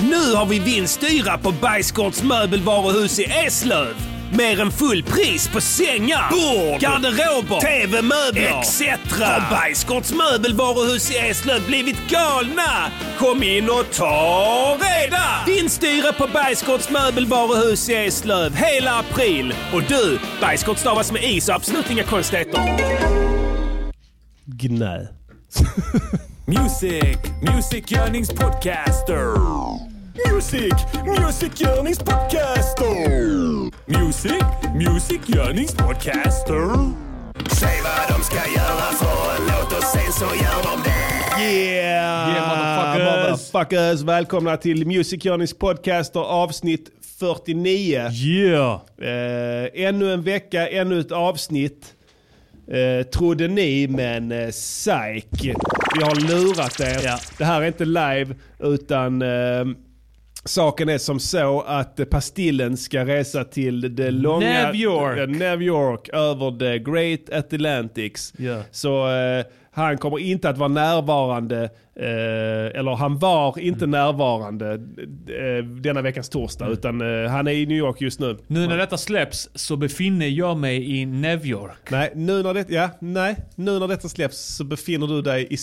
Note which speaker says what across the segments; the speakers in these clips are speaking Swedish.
Speaker 1: nu har vi vinstdyra på Bajsgårds möbelvaruhus i Eslöv. Mer än full pris på sängar, bord, garderober, tv-möbler etc. Har Bajsgårds möbelvaruhus i Eslöv blivit galna? Kom in och ta reda! Vinstdyra på Bergsgårds möbelvaruhus i Eslöv hela april. Och du, Bergsgård stavas med i så absolut inga konstigheter. Gnä.
Speaker 2: Music, musikgörningspodcaster. Music, musikgörningspodcaster. Music, musikgörningspodcaster. Säg vad de ska göra för en låt och sen så gör de det.
Speaker 1: Yeah!
Speaker 3: Yeah, motherfuckers.
Speaker 1: motherfuckers! Välkomna till Music Journeys podcaster avsnitt 49.
Speaker 3: Yeah!
Speaker 1: Eh, ännu en vecka, ännu ett avsnitt. Eh, trodde ni, men eh, psyk. Vi har lurat er.
Speaker 3: Ja.
Speaker 1: Det här är inte live, utan eh, saken är som så att eh, Pastillen ska resa till det långa...
Speaker 3: New York.
Speaker 1: Eh, New York, över the Great Atlantics.
Speaker 3: Ja.
Speaker 1: Så eh, han kommer inte att vara närvarande, eh, eller han var inte närvarande eh, denna veckans torsdag. Utan eh, han är i New York just nu.
Speaker 3: Nu när detta släpps så befinner jag mig i New York.
Speaker 1: Nej, nu när, det, ja, nej, nu när detta släpps så befinner du dig i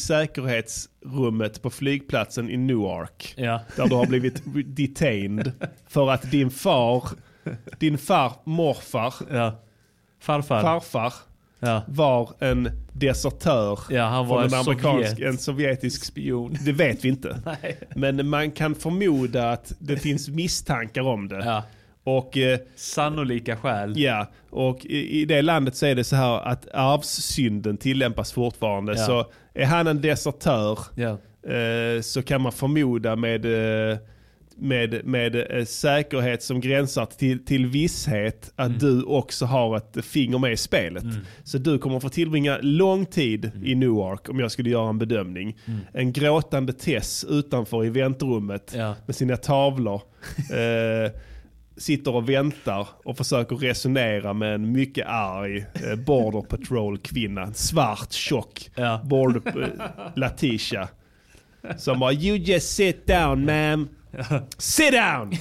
Speaker 1: säkerhetsrummet på flygplatsen i Newark.
Speaker 3: Ja.
Speaker 1: Där du har blivit detained för att din far, din far, morfar,
Speaker 3: ja. Farfar.
Speaker 1: farfar
Speaker 3: ja.
Speaker 1: var en desertör
Speaker 3: Ja, han var
Speaker 1: från
Speaker 3: en
Speaker 1: amerikansk,
Speaker 3: sovjet.
Speaker 1: en sovjetisk spion. Det vet vi inte.
Speaker 3: Nej.
Speaker 1: Men man kan förmoda att det finns misstankar om det.
Speaker 3: ja.
Speaker 1: Och eh,
Speaker 3: Sannolika skäl.
Speaker 1: Ja, och i, i det landet så är det så här att arvssynden tillämpas fortfarande.
Speaker 3: Ja.
Speaker 1: Så är han en desertör
Speaker 3: Ja.
Speaker 1: eh, så kan man förmoda med, eh, med, med eh, säkerhet som gränsar till, till visshet att du också har ett finger med i spelet. Så du kommer få tillbringa lång tid i Newark om jag skulle göra en bedömning. En gråtande Tess utanför i väntrummet
Speaker 3: Ja.
Speaker 1: med sina tavlor. eh, sitter och väntar och försöker resonera med en mycket arg eh, border patrol kvinna. En svart, tjock
Speaker 3: Ja.
Speaker 1: border eh, latisha. Som bara you just sit down ma'am. Sit down!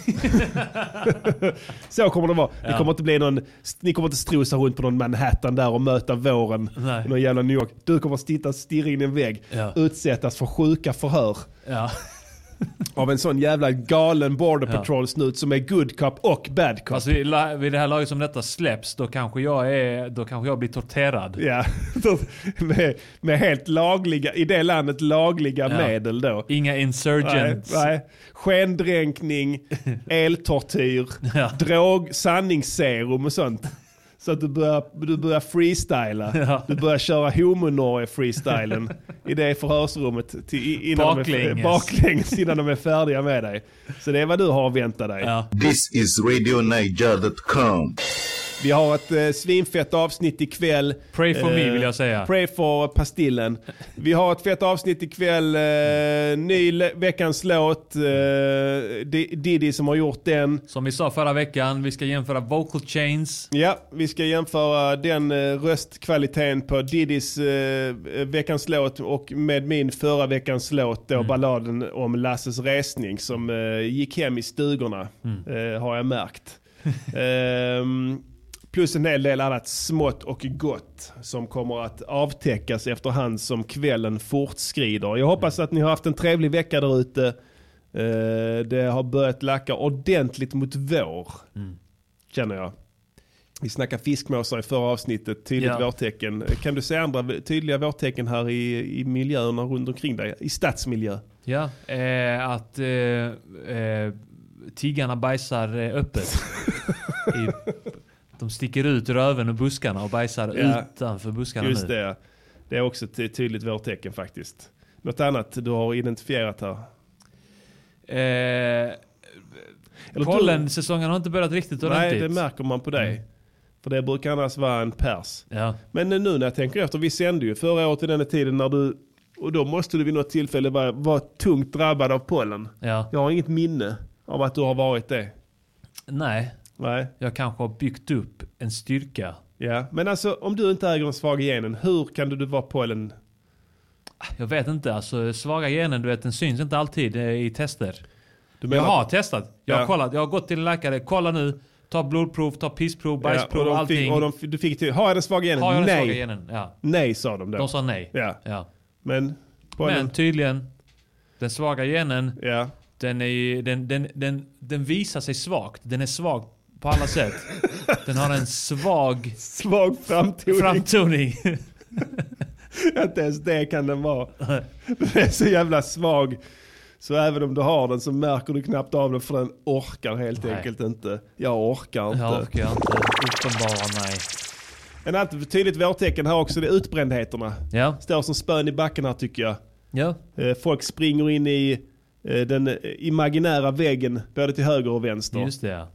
Speaker 1: Så kommer det vara. Det kommer inte bli någon, ni kommer inte strosa runt på någon Manhattan där och möta våren.
Speaker 3: Nej.
Speaker 1: i Någon jävla New York. Du kommer sitta stirra in i en vägg.
Speaker 3: Ja.
Speaker 1: Utsättas för sjuka förhör.
Speaker 3: Ja.
Speaker 1: Av en sån jävla galen border patrol snut som är good cop och bad cop.
Speaker 3: Alltså vid, la- vid det här laget som detta släpps, då kanske jag, är, då kanske jag blir torterad.
Speaker 1: Ja, med, med helt lagliga, i det landet lagliga
Speaker 3: Ja.
Speaker 1: medel då.
Speaker 3: Inga
Speaker 1: Nej,
Speaker 3: insurgents.
Speaker 1: nej. Skendränkning, eltortyr,
Speaker 3: Ja.
Speaker 1: drog, sanningsserum och sånt. Så att du börjar, du börjar freestyla.
Speaker 3: Ja.
Speaker 1: Du börjar köra homo-Norge-freestylen i det förhörsrummet. Till, i- innan De är,
Speaker 3: Baklänges.
Speaker 1: baklänges innan de är färdiga med dig. Så det är vad du har att vänta dig.
Speaker 3: Ja.
Speaker 4: This is RadioNiger.com.
Speaker 1: Vi har ett eh, svinfett avsnitt ikväll. Eh,
Speaker 3: Pray for me, vill jag säga.
Speaker 1: Pray for Pastillen. Vi har ett fett avsnitt ikväll. Eh, ny le- veckans låt. Eh, Di- Diddy som har gjort den.
Speaker 3: Som vi sa förra veckan, vi ska jämföra vocal chains.
Speaker 1: Ja, vi ska jämföra den eh, röstkvaliteten på Diddys eh, veckans låt och med min förra veckans låt då, balladen om Lasses resning som eh, gick hem i stugorna, eh, har jag märkt. Ehm, plus en hel del annat smått och gott som kommer att avtäckas efterhand som kvällen fortskrider. Jag hoppas att ni har haft en trevlig vecka där ute. Eh, det har börjat lacka ordentligt mot vår, känner jag. Vi snackade fiskmåsar i förra avsnittet, tydligt
Speaker 3: Ja.
Speaker 1: vårtecken. Kan du se andra v- tydliga vårtecken här i, i miljöerna runt omkring dig? I stadsmiljö?
Speaker 3: Ja, eh, att eh, eh, tiggarna bajsar eh, öppet. I, de sticker ut ur öven och buskarna och bajsar
Speaker 1: Ja.
Speaker 3: utanför buskarna
Speaker 1: Just
Speaker 3: nu.
Speaker 1: det. Det är också ett ty- tydligt vårtecken faktiskt. Något annat du har identifierat här?
Speaker 3: Eh,
Speaker 1: Eller
Speaker 3: pollensäsongen har inte Mm. börjat riktigt
Speaker 1: du, nej,
Speaker 3: ordentligt.
Speaker 1: det märker man på dig. För det brukar annars vara en pers.
Speaker 3: ja.
Speaker 1: Men nu när jag tänker efter, vi sände ju förra året i denna tiden när du, och då måste du vid något tillfälle vara, vara tungt drabbad av pollen.
Speaker 3: Ja.
Speaker 1: Jag har inget minne av att du har varit det.
Speaker 3: Nej,
Speaker 1: Nej.
Speaker 3: jag kanske har byggt upp en styrka.
Speaker 1: Ja, men alltså om du inte äger de svaga genen, hur kan du vara pollen?
Speaker 3: Jag vet inte, alltså svaga genen du vet den syns inte alltid eh, i tester.
Speaker 1: Du
Speaker 5: Jag
Speaker 1: menar-
Speaker 5: har testat. Jag har
Speaker 1: Ja.
Speaker 5: kollat. Jag har gått till en läkare. Kolla nu. Ta blodprov, ta pissprov,
Speaker 1: Ja,
Speaker 5: bajsprov,
Speaker 1: och de
Speaker 5: allting.
Speaker 1: fick, och de, du fick till, har jag den svaga genen?
Speaker 5: har jag den
Speaker 1: nej.
Speaker 5: svaga genen? Ja.
Speaker 1: Nej sa de då.
Speaker 5: De sa nej.
Speaker 1: Ja.
Speaker 5: Ja.
Speaker 1: Men,
Speaker 5: Men
Speaker 1: pollen,
Speaker 5: tydligen, den svaga genen,
Speaker 1: ja.
Speaker 5: den, är ju, den, den, den, den visar sig svagt. Den är svag på alla sätt. Den har en svag
Speaker 1: Svag framtoning.
Speaker 5: framtoning.
Speaker 1: Inte ens det kan den vara. Den är så jävla svag. Så även om du har den så märker du knappt av den för den orkar helt
Speaker 5: Nej.
Speaker 1: enkelt inte. Jag orkar inte.
Speaker 5: Jag orkar inte uppenbara mig.
Speaker 1: En alltid tydligt vårtecken här också, det är utbrändheterna.
Speaker 5: Ja.
Speaker 1: Står som spön i backen här tycker jag.
Speaker 5: ja.
Speaker 1: Eh, Folk springer in i eh, den eh, imaginära väggen, både till höger och vänster.
Speaker 5: Just det ja.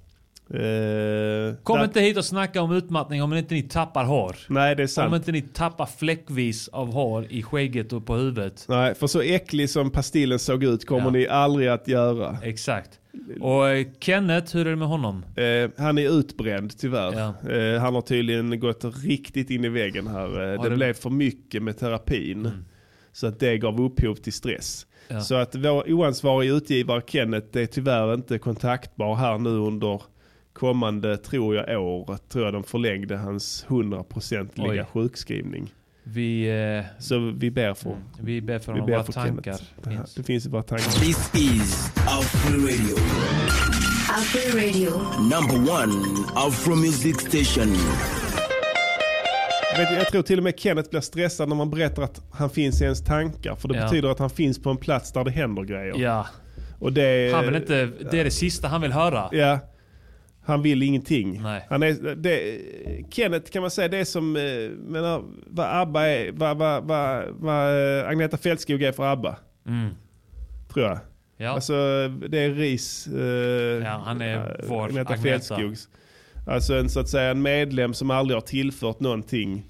Speaker 1: Eh,
Speaker 5: Kom
Speaker 1: där-
Speaker 5: inte hit och snacka om utmattning om inte ni tappar hår.
Speaker 1: Nej, det är
Speaker 5: Om
Speaker 1: sant.
Speaker 5: inte ni tappar fläckvis av hår i skägget och på huvudet.
Speaker 1: Nej, för så äcklig som pastillen såg ut kommer
Speaker 5: Ja.
Speaker 1: ni aldrig att göra.
Speaker 5: Exakt. Och eh, Kenneth, hur är det med honom?
Speaker 1: Eh, han är utbränd tyvärr.
Speaker 5: Ja.
Speaker 1: Eh, han har tydligen gått riktigt in i väggen här. Eh, det,
Speaker 5: det-
Speaker 1: blev för mycket med terapin. Så att det gav upphov till stress.
Speaker 5: Mm. Ja.
Speaker 1: Så att vår oansvarige utgivare Kenneth är tyvärr inte kontaktbar här nu under kommande, tror jag, år. Tror jag de förlängde hans 100-procentiga
Speaker 5: Oj.
Speaker 1: sjukskrivning.
Speaker 5: Vi, eh,
Speaker 1: Så vi ber för,
Speaker 5: vi ber för
Speaker 1: vi
Speaker 5: honom.
Speaker 1: ber
Speaker 5: Våra
Speaker 1: för
Speaker 5: tankar
Speaker 1: Kenneth. Det, här,
Speaker 5: finns.
Speaker 1: det finns i våra tankar.
Speaker 2: This is Afro Radio,
Speaker 6: Afro Radio.
Speaker 2: number one Afro music station.
Speaker 1: Vet, du, jag tror till och med Kenneth blir stressad när man berättar att han finns i ens tankar. För det
Speaker 5: Ja.
Speaker 1: betyder att han finns på en plats där det händer grejer.
Speaker 5: Ja,
Speaker 1: Och det,
Speaker 5: han vill inte, det är det sista han vill höra.
Speaker 1: Ja, han vill ingenting.
Speaker 5: Nej.
Speaker 1: Han är, det, Kenneth kan man säga, det är som eh, menar, vad ABBA är, vad, vad, vad, vad eh, Agneta Fältskog är för ABBA.
Speaker 5: Mm.
Speaker 1: Tror jag.
Speaker 5: Ja.
Speaker 1: Alltså det är ris. Eh,
Speaker 5: Ja, han är
Speaker 1: eh,
Speaker 5: vår
Speaker 1: Agneta
Speaker 5: Agneta.
Speaker 1: Fältskogs. Alltså en så att säga en medlem som aldrig har tillfört någonting.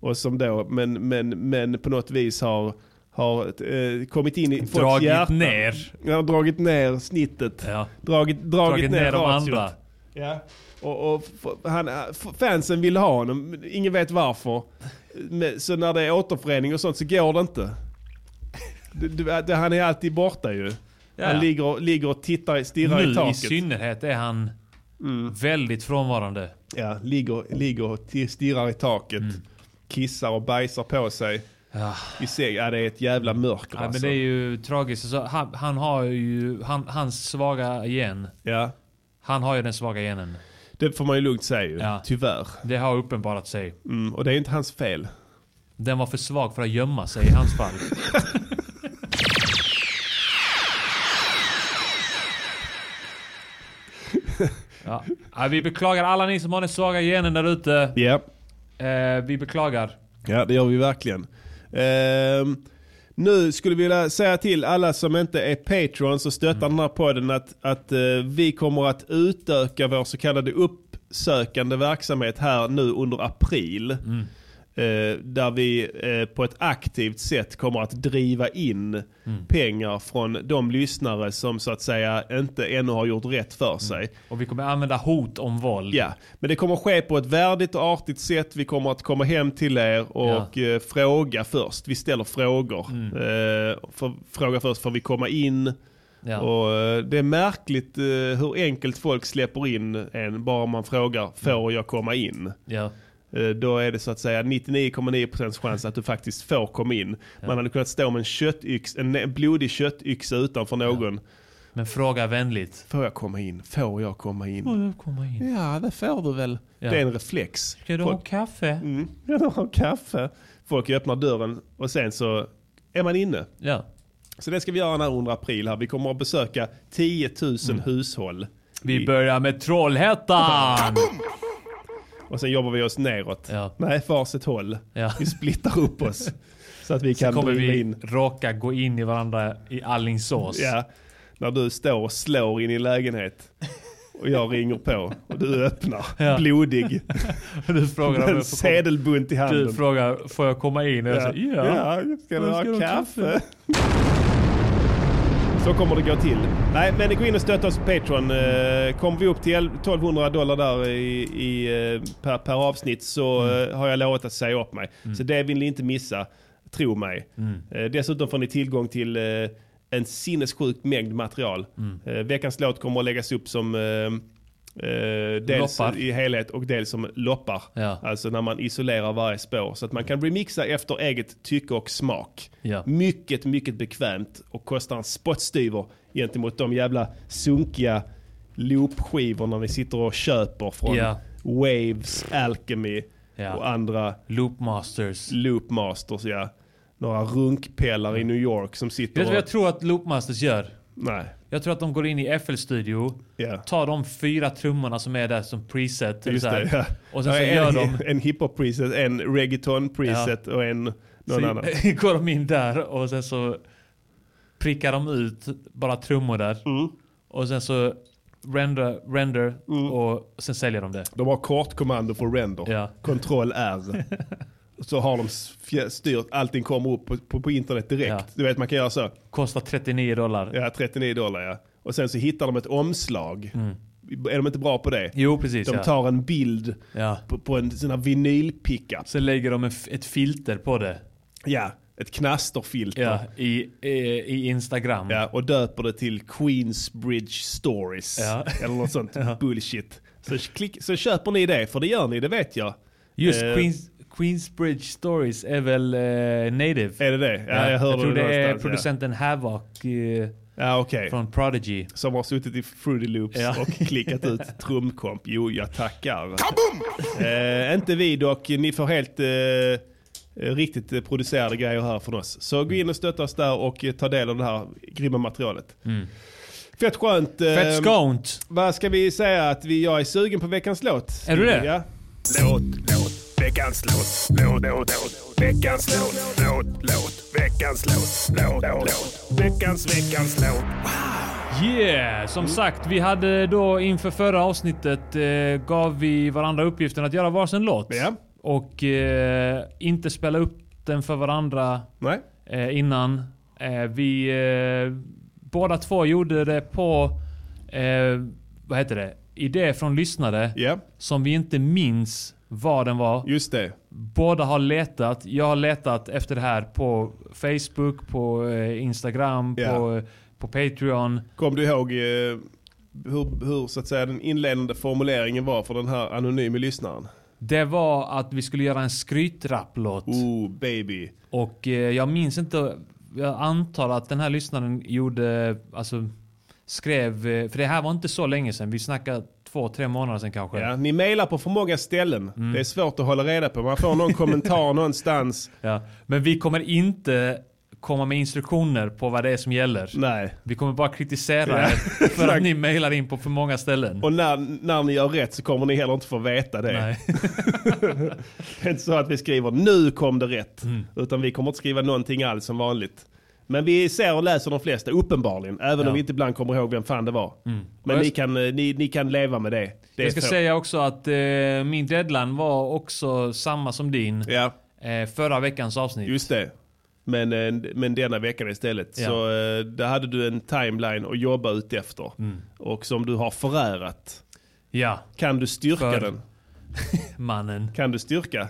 Speaker 1: Och som då, men, men, men på något vis har, har eh, kommit in i folks
Speaker 5: Dragit
Speaker 1: hjärtan.
Speaker 5: ner.
Speaker 1: Ja, dragit ner snittet.
Speaker 5: Ja.
Speaker 1: Dragit, dragit,
Speaker 5: Dragit
Speaker 1: ner,
Speaker 5: ner de
Speaker 1: ratiot.
Speaker 5: andra.
Speaker 1: Ja. Och, och f- han, äh, f- fansen ville ha honom, men ingen vet varför. Men, så när det är återförening och sånt så går det inte. Du, du, att han är alltid borta ju.
Speaker 5: Ja.
Speaker 1: Han ligger, och- ligger och tittar, stirrar i
Speaker 5: Nu i
Speaker 1: taket. Mm.
Speaker 5: synnerhet är han väldigt frånvarande.
Speaker 1: ja, ligger, ligger och t- stirrar i taket.
Speaker 5: Mm.
Speaker 1: Kissar och bajsar på sig.
Speaker 5: Ja.
Speaker 1: I säng. Ja, det är ett jävla mörker
Speaker 5: Ah. Ja, men
Speaker 1: alltså.
Speaker 5: det är ju tragiskt. Alltså, han, han har ju, han, hans svaga gen.
Speaker 1: Ja,
Speaker 5: Han har ju den svaga genen.
Speaker 1: det får man ju lugnt säga ju.
Speaker 5: Ja.
Speaker 1: Tyvärr.
Speaker 5: Det har uppenbarat sig.
Speaker 1: Mm, och det är inte hans fel.
Speaker 5: Den var för svag för att gömma sig i hans fall. ja. Ja, vi beklagar alla ni som har den svaga genen där ute.
Speaker 1: Ja.
Speaker 5: Eh, vi beklagar.
Speaker 1: Ja, det gör vi verkligen. Ehm, nu skulle vi vilja säga till alla som inte är patrons och stöttar den här podden att, att eh, vi kommer att utöka vår så kallade uppsökande verksamhet här nu under april. Eh, där vi eh, på ett aktivt sätt kommer att driva in pengar från de lyssnare som så att säga inte ännu har gjort rätt för sig.
Speaker 5: Och vi kommer använda hot om våld.
Speaker 1: Ja, men det kommer ske på ett värdigt och artigt sätt. Vi kommer att komma hem till er och eh, fråga först. Vi ställer frågor. Eh, för, fråga först, får vi komma in?
Speaker 5: Ja.
Speaker 1: Och, eh, det är märkligt eh, hur enkelt folk släpper in en bara man frågar, får jag komma in?
Speaker 5: Ja.
Speaker 1: Eh, Då är det så att säga 99,9% chans att du faktiskt får komma in. Man hade kunnat stå med en, köttyx, en en blodig köttyxa utanför någon.
Speaker 5: Men fråga vänligt.
Speaker 1: Får jag komma in? Får jag komma in?
Speaker 5: Får du komma in?
Speaker 1: Ja, det får du väl.
Speaker 5: Ja.
Speaker 1: Det är en reflex.
Speaker 5: Ska du ha kaffe?
Speaker 1: Mm, jag vill ha kaffe. Folk öppnar dörren och sen så är man inne.
Speaker 5: Ja.
Speaker 1: Så det ska vi göra den här under april här. Vi kommer att besöka 10 000
Speaker 5: Mm.
Speaker 1: hushåll.
Speaker 5: Vi börjar med Trollhättan!
Speaker 1: Och sen jobbar vi oss neråt.
Speaker 5: Ja.
Speaker 1: Nej, varsitt håll.
Speaker 5: Ja.
Speaker 1: Vi splittar upp oss. Så att vi
Speaker 5: Sen
Speaker 1: kan
Speaker 5: kommer
Speaker 1: driva
Speaker 5: vi
Speaker 1: in.
Speaker 5: råka gå in i varandra i Allingsås.
Speaker 1: Ja, när du står och slår in i lägenhet. Och jag ringer på och du öppnar.
Speaker 5: Ja.
Speaker 1: Blodig.
Speaker 5: Du frågar om
Speaker 1: Med en
Speaker 5: jag får komma-
Speaker 1: sedelbunt i handen.
Speaker 5: Du frågar, får jag komma in? Och jag säger ja.
Speaker 1: ja ska du
Speaker 5: Jag
Speaker 1: ha
Speaker 5: ska ha
Speaker 1: kaffe? Så kommer det gå till. Nej, men gå in och stötta oss på Patreon. Eh, Kommer vi upp till 11- 1200 dollar där i, i, eh, per, per avsnitt så
Speaker 5: Mm.
Speaker 1: eh, har jag lovat att säga
Speaker 5: Mm.
Speaker 1: upp mig. Så det vill ni inte missa, tro mig. Eh, Dessutom får ni tillgång till eh, en sinnessjukt mängd material.
Speaker 5: Mm.
Speaker 1: Eh, veckans låt kommer att läggas upp som eh, eh, dels
Speaker 5: Loppar.
Speaker 1: i helhet och dels som loppar.
Speaker 5: Ja.
Speaker 1: Alltså när man isolerar varje spår. Så att man kan remixa efter eget tycke och smak.
Speaker 5: Ja.
Speaker 1: Mycket, mycket bekvämt och kostar en spottstyver gentemot de jävla sunkiga loopskivorna vi sitter och köper från
Speaker 5: Ja.
Speaker 1: Waves, Alchemy
Speaker 5: Ja.
Speaker 1: och andra
Speaker 5: Loopmasters.
Speaker 1: loopmasters. Ja. Några runkpelare i New York som sitter
Speaker 5: Vet du vad
Speaker 1: och...
Speaker 5: jag tror att Loopmasters gör?
Speaker 1: Nej.
Speaker 5: Jag tror att de går in i FL-studio,
Speaker 1: Ja.
Speaker 5: tar de fyra trummorna som är där som preset. eller
Speaker 1: Just
Speaker 5: så här,
Speaker 1: det, ja.
Speaker 5: Och sen
Speaker 1: Ja,
Speaker 5: så
Speaker 1: en,
Speaker 5: gör de...
Speaker 1: En hiphop-preset, en reggaeton-preset och en någon annan.
Speaker 5: Så går de in där och sen så prickar de ut bara trummor där.
Speaker 1: Mm.
Speaker 5: Och sen så render, render och sen säljer de det.
Speaker 1: De har kortkommando för render.
Speaker 5: Ja.
Speaker 1: Ctrl R. så har de s- fjä- styrt, allting kommer upp på, på, på internet direkt.
Speaker 5: Ja.
Speaker 1: Du vet man kan göra så,
Speaker 5: Kostar 39 dollar.
Speaker 1: ja 39 dollar ja. Och sen så hittar de ett omslag. Är de inte bra på det?
Speaker 5: Mm. Jo precis
Speaker 1: De
Speaker 5: ja.
Speaker 1: tar en bild
Speaker 5: ja.
Speaker 1: på, på en sån här vinylpickup.
Speaker 5: Sen lägger de en f- ett filter på det.
Speaker 1: Ja, ett knasterfilter.
Speaker 5: Ja, i, i, i Instagram.
Speaker 1: Ja, och döper det till Queensbridge Stories.
Speaker 5: Ja.
Speaker 1: Eller något sånt bullshit. Så, klick, så köper ni det, för det gör ni, det vet jag.
Speaker 5: Just
Speaker 1: Eh,
Speaker 5: Queens, Queensbridge Stories är väl eh, native?
Speaker 1: Är det det? Ja, jag
Speaker 5: jag,
Speaker 1: hörde
Speaker 5: tror det, är
Speaker 1: någonstans,
Speaker 5: producenten Havoc eh,
Speaker 1: Ja, ja okej.
Speaker 5: från Prodigy.
Speaker 1: Som har suttit i Fruity Loops
Speaker 5: Ja.
Speaker 1: och klickat ut trumkomp. Jo, jag tackar. Eh, inte vi dock, ni får helt eh, eh, riktigt eh, producerade grejer här från oss. Så gå in och stötta oss där och eh, ta del av det här grymma materialet. Fett skönt. eh,
Speaker 5: Mm. Fett skont!
Speaker 1: Vad ska vi säga att vi, jag är sugen på veckans låt?
Speaker 5: Är du det?
Speaker 1: Ja.
Speaker 2: Låt, låt, veckans låt, låt, låt, låt, veckans låt, låt, låt, veckans låt, låt, låt, veckans, veckans låt.
Speaker 5: Yeah! Som
Speaker 1: Mm.
Speaker 5: sagt, vi hade då inför förra avsnittet eh, gav vi varandra uppgiften att göra varsin låt.
Speaker 1: Ja.
Speaker 5: Och eh, inte spela upp den för varandra
Speaker 1: Nej?
Speaker 5: eh, innan. Eh, vi eh, båda två gjorde det på, eh, vad heter det, idé från lyssnare
Speaker 1: Ja,
Speaker 5: som vi inte minns vad den var.
Speaker 1: just det.
Speaker 5: Båda har letat. Jag har letat efter det här på Facebook, på eh, Instagram,
Speaker 1: Ja.
Speaker 5: på, eh, på Patreon.
Speaker 1: Kom du ihåg eh, hur, hur så att säga, den inledande formuleringen var för den här anonyme lyssnaren?
Speaker 5: Det var att vi skulle göra en skrytraplåt.
Speaker 1: Oh baby.
Speaker 5: Och eh, jag minns inte. Jag antar att den här lyssnaren gjorde, alltså skrev, eh, för det här var inte så länge sedan. Vi snackar två, tre månader sedan kanske.
Speaker 1: Ja, ni mailar på för många ställen.
Speaker 5: Mm.
Speaker 1: Det är svårt att hålla reda på. Man får någon kommentar någonstans.
Speaker 5: Ja. Men vi kommer inte komma med instruktioner på vad det är som gäller.
Speaker 1: Nej.
Speaker 5: Vi kommer bara kritisera
Speaker 1: Ja,
Speaker 5: er för
Speaker 1: exakt.
Speaker 5: att ni mailar in på för många ställen.
Speaker 1: Och när, när ni gör rätt så kommer ni heller inte få veta det.
Speaker 5: Nej.
Speaker 1: Det är inte så att vi skriver nu kom det rätt.
Speaker 5: Mm.
Speaker 1: Utan vi kommer inte skriva någonting alls som vanligt. Men vi ser och läser de flesta, uppenbarligen. Även
Speaker 5: Ja. Mm.
Speaker 1: om vi inte ibland kommer ihåg vem fan det var. Men
Speaker 5: Och
Speaker 1: ni
Speaker 5: jag-
Speaker 1: kan, eh, ni, ni kan leva med det. det är
Speaker 5: Jag ska
Speaker 1: så.
Speaker 5: säga också att eh, min deadline var också samma som din.
Speaker 1: Ja,
Speaker 5: Eh, förra veckans avsnitt.
Speaker 1: just det. Men, eh, men denna veckan istället.
Speaker 5: Ja.
Speaker 1: Så eh, där hade du en timeline att jobba ut efter.
Speaker 5: Mm.
Speaker 1: Och som du har förärat.
Speaker 5: Ja,
Speaker 1: Kan du styrka
Speaker 5: För-
Speaker 1: den?
Speaker 5: mannen.
Speaker 1: Kan du styrka?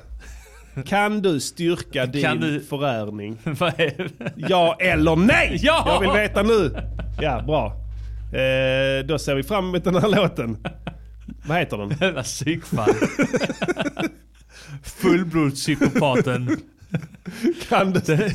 Speaker 1: Kan du styrka din
Speaker 5: Kan du-
Speaker 1: förärning?
Speaker 5: Vad är det?
Speaker 1: Ja eller nej!
Speaker 5: Ja!
Speaker 1: Jag vill veta nu. Ja, bra. Eh, då ser vi fram emot den här låten. Vad heter den?
Speaker 5: Jävla psykfall. Fullblodspsykopaten.
Speaker 1: Kan du...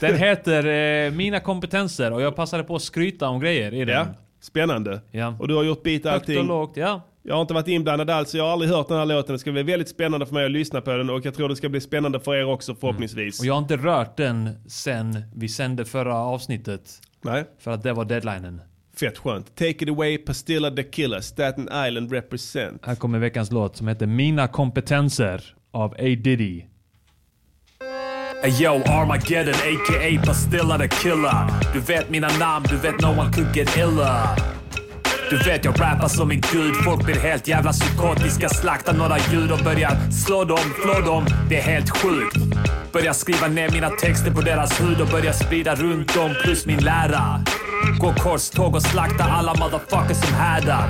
Speaker 5: Den heter eh, Mina kompetenser och jag passade på att skryta om grejer i den.
Speaker 1: Ja, spännande.
Speaker 5: Ja.
Speaker 1: Och du har gjort bit
Speaker 5: Högt och
Speaker 1: allting.
Speaker 5: lågt, ja.
Speaker 1: Jag har inte varit inblandad alls, jag har aldrig hört den här låten. Det ska bli väldigt spännande för mig att lyssna på den och jag tror det ska bli spännande för er också förhoppningsvis.
Speaker 5: Mm. Och jag har inte rört den sen vi sände förra avsnittet.
Speaker 1: Nej.
Speaker 5: För att det var deadlinen.
Speaker 1: Fett skönt. Take it away, Pastilla the Killer, Staten Island represent.
Speaker 5: Här kommer veckans låt som heter Mina kompetenser av A. Diddy.
Speaker 7: Yo, Armageddon, aka Pastilla the Killer. Du vet mina namn, du vet no one could get illa. Du vet jag rappar som en gud Folk blir helt jävla psykotiska Slaktar några djur och börjar slå dem, flå dem Det är helt sjukt Börjar skriva ner mina texter på deras hud och börjar sprida runt dem plus min lära Går korståg och slaktar alla motherfuckers som härdar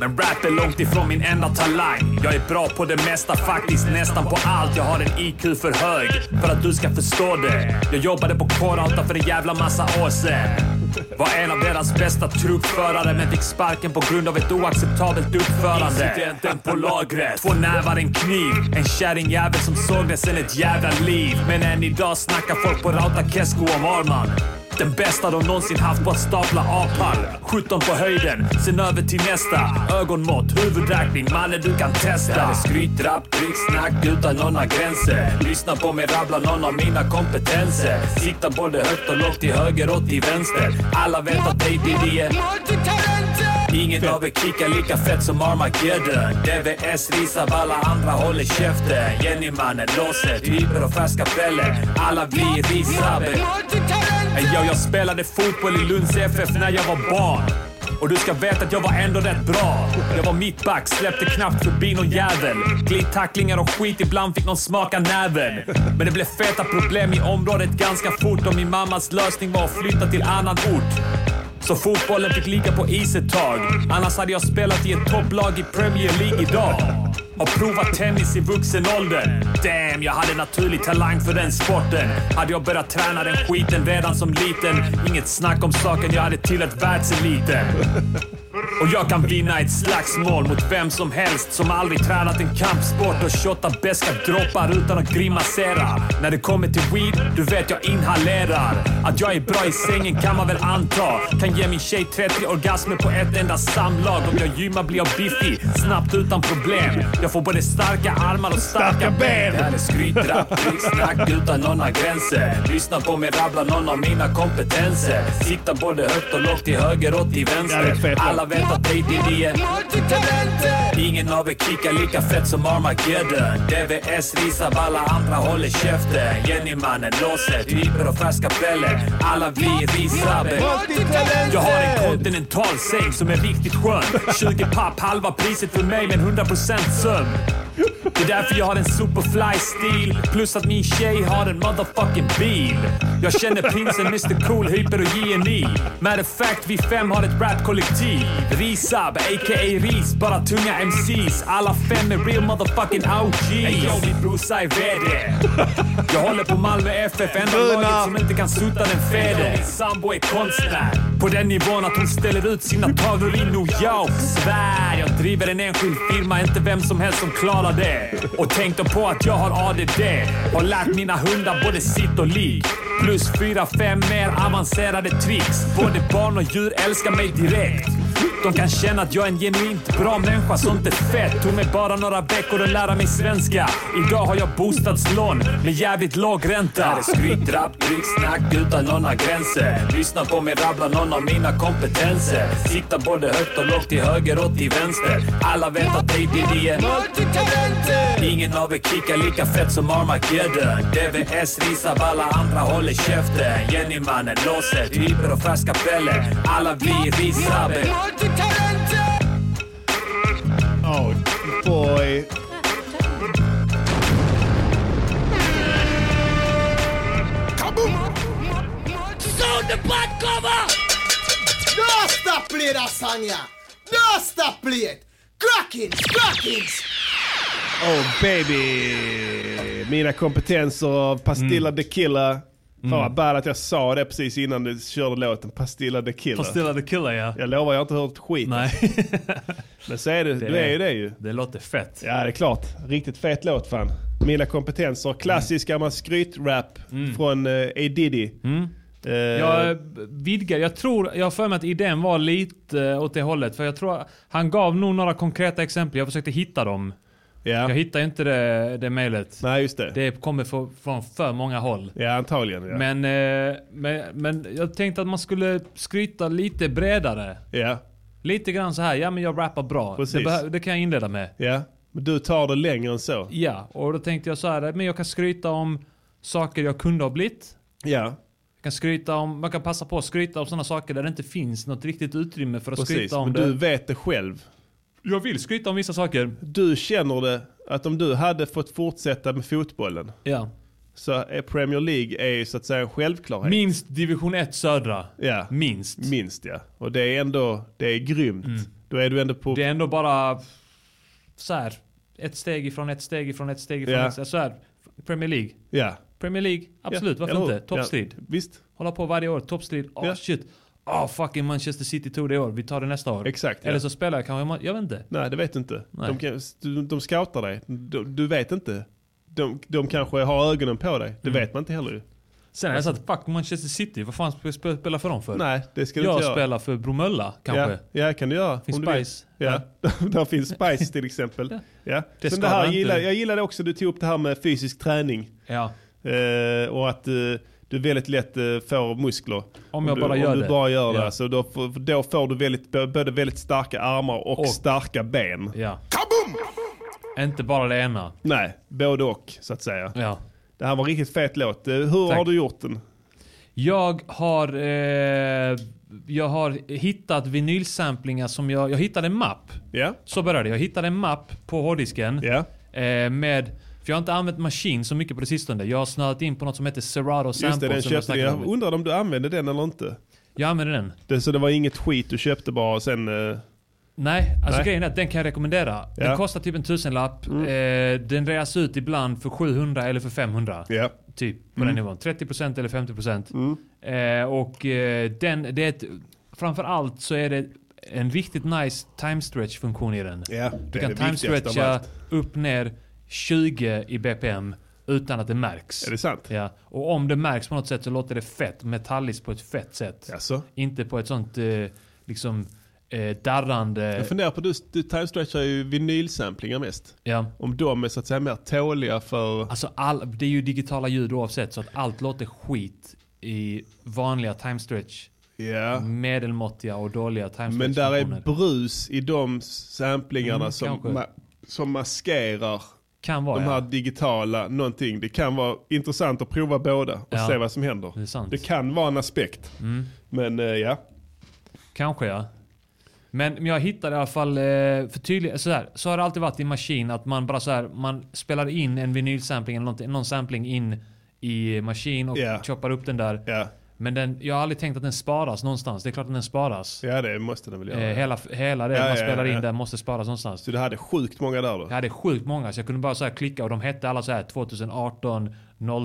Speaker 7: men rap är långt ifrån min enda talang Jag är bra på det mesta, faktiskt nästan på allt Jag har en IQ för hög för att du ska förstå det Jag jobbade på K-Rauta för en jävla massa år sedan
Speaker 5: Var en av deras bästa truckförare men fick sparken på grund av ett oacceptabelt uppförande. Incidenten på lagret. Två nävar, en kniv. En kärringjävel som såg det sen ett jävla liv. Men än idag snackar folk på Rauta Kesko om Arman. Den bästa de någonsin haft på att stapla apar. 17 på höjden, sen över till nästa. Ögonmått, huvudräkning, mannen du kan testa. Det här är skryt, rap, dricksnack utan några gränser. Lyssna på mig rabbla någon av mina kompetenser. Siktar både högt och lågt, till höger och till vänster. Alla vet att ABD är... Ingen av er kickar lika fett som Armageddon. DVS risar, alla andra håller käften. Jennymannen låser, typer och färska peller. Alla vi är risaber. Jag, jag spelade fotboll i Lunds FF när jag var barn. Och du ska veta att jag var ändå rätt bra. Jag var mittback, släppte knappt förbi någon jävel. Glidtacklingar och skit, ibland fick någon smaka näven. Men det blev feta problem i området ganska fort och min mammas lösning var att flytta till annan ort. Så fotbollen fick ligga på is ett tag. Annars hade jag spelat i ett topplag i Premier League idag. Har provat tennis i vuxen ålder. Damn, jag hade naturlig talang för den sporten. Hade jag börjat träna den skiten redan som liten. Inget snack om saken, jag hade tillhört världseliten. Och jag kan vinna ett slagsmål mot vem som helst som aldrig tränat en kampsport och shottat beska droppar utan att grimasera. När det kommer till weed, du vet jag inhalerar. Att jag är bra i sängen kan man väl anta. Kan ge min tjej 30 orgasmer på ett enda samlag. Om jag gymmar blir jag biffig, snabbt utan problem. Jag får både starka armar och starka ben. Det här är skryt, rap, dricksnack utan några gränser. Lyssna på mig rabbla någon av mina kompetenser. Sikta både högt och lågt, till höger och till
Speaker 1: Jävligt
Speaker 5: vänster.
Speaker 1: fett.
Speaker 5: Alla vet att ADD är... Ingen av er kickar lika fett som Armageddon. DVS risar, alla andra håller käften. Jennymannen låser, typer och färska peller. Alla vi är risaber. Jag har en kontinental säng som är riktigt skön. 20 papp, halva priset för mig men 100% sömn. Det är därför jag har en superfly-stil. Plus att min tjej har en motherfucking bil. Jag känner prinsen, Mr Cool, Hyper och JNI. Matter of fact, vi fem har ett rap-kollektiv. Risab, a.k.a. Ris, bara tunga MCs. Alla fem är real motherfucking OGs. Ey yo, min brorsa är VD. Jag håller på Malmö FF, enda laget som inte kan sutta den fede. Min sambo är konstnär. På den nivån att hon ställer ut sina tavlor i New York. Svär, jag driver en enskild firma, inte vem som helst som klarar det. Och tänk då på att jag har ADD. Har lärt mina hundar både sitt och lik. Plus fyra, fem mer avancerade tricks. Både barn och djur älskar mig direkt. De kan känna att jag är en genuint bra människa, sånt är fett. Tog mig bara några veckor att lära mig svenska. Idag har jag bostadslån med jävligt låg ränta. Det här är skryt, rap, dricksnack utan några gränser. Lyssna på mig rabbla någon av mina kompetenser. Sikta både högt och lågt, till höger och till vänster. Alla vet att ADD är... Ingen av er kickar lika fett som Armageddon. DVS risar, alla andra håller käften. Jennymannen låser, typer och färska peller. Alla vi är risaber.
Speaker 1: Oh boy.
Speaker 8: Nästa play där sang jag! Nästa play! Crackins, crackins!
Speaker 1: Oh baby! Mina kompetenser av Pastilla
Speaker 3: Mm.
Speaker 1: de Killa. Fan vad bad att jag sa det precis innan du körde låten. Pastilla de Killa.
Speaker 3: Pastilla the Killer ja.
Speaker 1: Jag lovar, jag har inte hört ett skit.
Speaker 3: Nej,
Speaker 1: Men så är det, det är ju det ju.
Speaker 3: det låter fett.
Speaker 1: Ja, det är klart. Riktigt fet låt fan. Mina kompetenser.
Speaker 3: Mm.
Speaker 1: Klassisk gammal skrytrap från eh, A. Diddy.
Speaker 3: Mm.
Speaker 1: Eh,
Speaker 3: Jag eh, vidgar, jag tror, jag har för mig att idén var lite eh, åt det hållet. För jag tror, han gav nog några konkreta exempel. Jag försökte hitta dem.
Speaker 1: ja.
Speaker 3: Jag hittar ju inte det, det mejlet.
Speaker 1: Nej, just det.
Speaker 3: Det kommer för, från för många håll.
Speaker 1: Ja, antagligen. Ja.
Speaker 3: Men, eh, men, men jag tänkte att man skulle skryta lite bredare.
Speaker 1: ja.
Speaker 3: Lite grann så här, ja men jag rappar bra. Det,
Speaker 1: Precis.
Speaker 3: behö- det kan jag inleda med.
Speaker 1: ja. Men du tar det längre än så.
Speaker 3: Ja, och då tänkte jag så här, men jag kan skryta om saker jag kunde ha blivit.
Speaker 1: Ja,
Speaker 3: Jag kan skryta om, man kan passa på att skryta om sådana saker där det inte finns något riktigt utrymme för att
Speaker 1: precis.
Speaker 3: skryta om
Speaker 1: Men
Speaker 3: det.
Speaker 1: du vet det själv.
Speaker 3: Jag vill skryta om vissa saker.
Speaker 1: Du känner det att om du hade fått fortsätta med fotbollen
Speaker 3: Ja.
Speaker 1: så är Premier League är ju så att säga en självklarhet.
Speaker 3: Minst division 1 södra.
Speaker 1: Ja.
Speaker 3: Minst. Mm.
Speaker 1: Minst ja. Och det är ändå, det är grymt. Då är du ändå på...
Speaker 3: Det är ändå bara så här. Ett steg ifrån, ett steg ifrån, ett steg ifrån.
Speaker 1: Ja.
Speaker 3: Ett steg, så här. Premier League.
Speaker 1: Ja.
Speaker 3: Premier League, absolut.
Speaker 1: Ja,
Speaker 3: varför
Speaker 1: eller hur?
Speaker 3: inte? Toppstrid.
Speaker 1: Ja, visst.
Speaker 3: Hålla på varje år. Toppstrid. ah
Speaker 1: Ja.
Speaker 3: shit. ah fucking Manchester City tog det i år, vi tar det nästa år.
Speaker 1: Exakt, ja.
Speaker 3: Eller så spelar jag kanske, i Ma- jag vet inte.
Speaker 1: Nej, det vet du inte.
Speaker 3: Nej.
Speaker 1: De, kan, du- de scoutar dig. Du, du vet inte. De, de kanske har ögonen på dig.
Speaker 3: Mm.
Speaker 1: Det vet man inte heller ju.
Speaker 3: Sen har jag sagt fuck Manchester City, vad fan ska jag spe- spela för dem för?
Speaker 1: Nej, det ska du
Speaker 3: jag
Speaker 1: inte göra.
Speaker 3: spelar för Bromölla kanske.
Speaker 1: Ja, ja kan du göra.
Speaker 3: Finns
Speaker 1: om du vill.
Speaker 3: Spice?
Speaker 1: Ja, där finns Spice till exempel.
Speaker 3: Ja.
Speaker 1: Ja.
Speaker 3: Det
Speaker 1: Sen det
Speaker 3: skadar
Speaker 1: här
Speaker 3: inte.
Speaker 1: gillar, jag gillade också, du tog upp det här med fysisk träning.
Speaker 3: Ja.
Speaker 1: Eh, och att eh, du väldigt lätt eh, får muskler.
Speaker 3: jag
Speaker 1: du,
Speaker 3: bara gör
Speaker 1: om du
Speaker 3: det.
Speaker 1: bara gör
Speaker 3: Ja.
Speaker 1: det. Så då, får- då får du väldigt, både väldigt starka armar och,
Speaker 3: Och.
Speaker 1: starka ben.
Speaker 3: ja. Inte bara det ena.
Speaker 1: Nej, både och så att säga.
Speaker 3: Ja.
Speaker 1: Det här var en riktigt fet låt. Eh, Hur
Speaker 3: Tack.
Speaker 1: har du gjort den?
Speaker 3: Jag har, eh, jag har hittat vinylsamplingar som jag... Jag hittade en mapp.
Speaker 1: Ja,
Speaker 3: Så började det. Jag hittade en mapp på hårddisken.
Speaker 1: ja.
Speaker 3: Eh, med... För jag har inte använt maskin så mycket på det sistone. Jag har snöat in på något som heter Serato Sample.
Speaker 1: just det, den
Speaker 3: som jag
Speaker 1: köpte du.
Speaker 3: snackade
Speaker 1: Jag
Speaker 3: om.
Speaker 1: undrar om du använde den eller inte.
Speaker 3: Jag använder den.
Speaker 1: Det, så det var inget skit du köpte bara och sen... eh,
Speaker 3: Nej, alltså
Speaker 1: Nej.
Speaker 3: grejen är att den kan jag rekommendera.
Speaker 1: Ja. Mm.
Speaker 3: Den kostar typ en tusenlapp. Eh, den reas ut ibland för 700 eller för 500.
Speaker 1: Ja.
Speaker 3: Typ på
Speaker 1: Mm.
Speaker 3: den nivån. 30% eller 50%. Eh, och eh, den, det är ett, framförallt så är det en riktigt nice time stretch funktion i den.
Speaker 1: Ja, det
Speaker 3: du
Speaker 1: är
Speaker 3: kan
Speaker 1: det
Speaker 3: time
Speaker 1: viktigaste av
Speaker 3: stretcha
Speaker 1: allt.
Speaker 3: upp ner 20 i BPM utan att det märks.
Speaker 1: Är det sant?
Speaker 3: Ja. Och om det märks på något sätt så låter det fett. Metalliskt på ett fett sätt.
Speaker 1: Jaså?
Speaker 3: Inte på ett sånt eh, liksom eh, darrande...
Speaker 1: Jag funderar på, du, du time-stretchar ju vinylsamplingar mest.
Speaker 3: Ja.
Speaker 1: Om de är så att säga mer tåliga för...
Speaker 3: Alltså all, det är ju digitala ljud oavsett så att allt låter skit i vanliga time stretch.
Speaker 1: Ja.
Speaker 3: Mm. Medelmåttiga och dåliga time stretch
Speaker 1: Men där är
Speaker 3: funktioner.
Speaker 1: brus i de samplingarna
Speaker 3: Mm,
Speaker 1: som,
Speaker 3: kanske.
Speaker 1: ma- som maskerar
Speaker 3: Kan vara
Speaker 1: de här
Speaker 3: ja.
Speaker 1: digitala någonting. Det kan vara intressant att prova båda och
Speaker 3: Ja.
Speaker 1: se vad som händer.
Speaker 3: Det är sant. Mm.
Speaker 1: Det kan vara en aspekt. Men eh, ja.
Speaker 3: Kanske ja. Men men jag hittade i alla fall, eh, för tydlig, så, här, så har det alltid varit i maskin att man bara så här, man spelar in en vinylsampling eller någonting, någon sampling in i maskin och
Speaker 1: Ja.
Speaker 3: choppar upp den där.
Speaker 1: Ja.
Speaker 3: Men den, jag har aldrig tänkt att den sparas någonstans. Det är klart att den sparas.
Speaker 1: ja, det måste den väl göra.
Speaker 3: Eh, hela, hela det
Speaker 1: Ja,
Speaker 3: man
Speaker 1: ja,
Speaker 3: spelar
Speaker 1: ja,
Speaker 3: in
Speaker 1: ja. Typ.
Speaker 3: där måste sparas någonstans.
Speaker 1: Så du hade sjukt många där då?
Speaker 3: Jag hade sjukt många så jag kunde bara så här klicka och de hette alla så här 2018,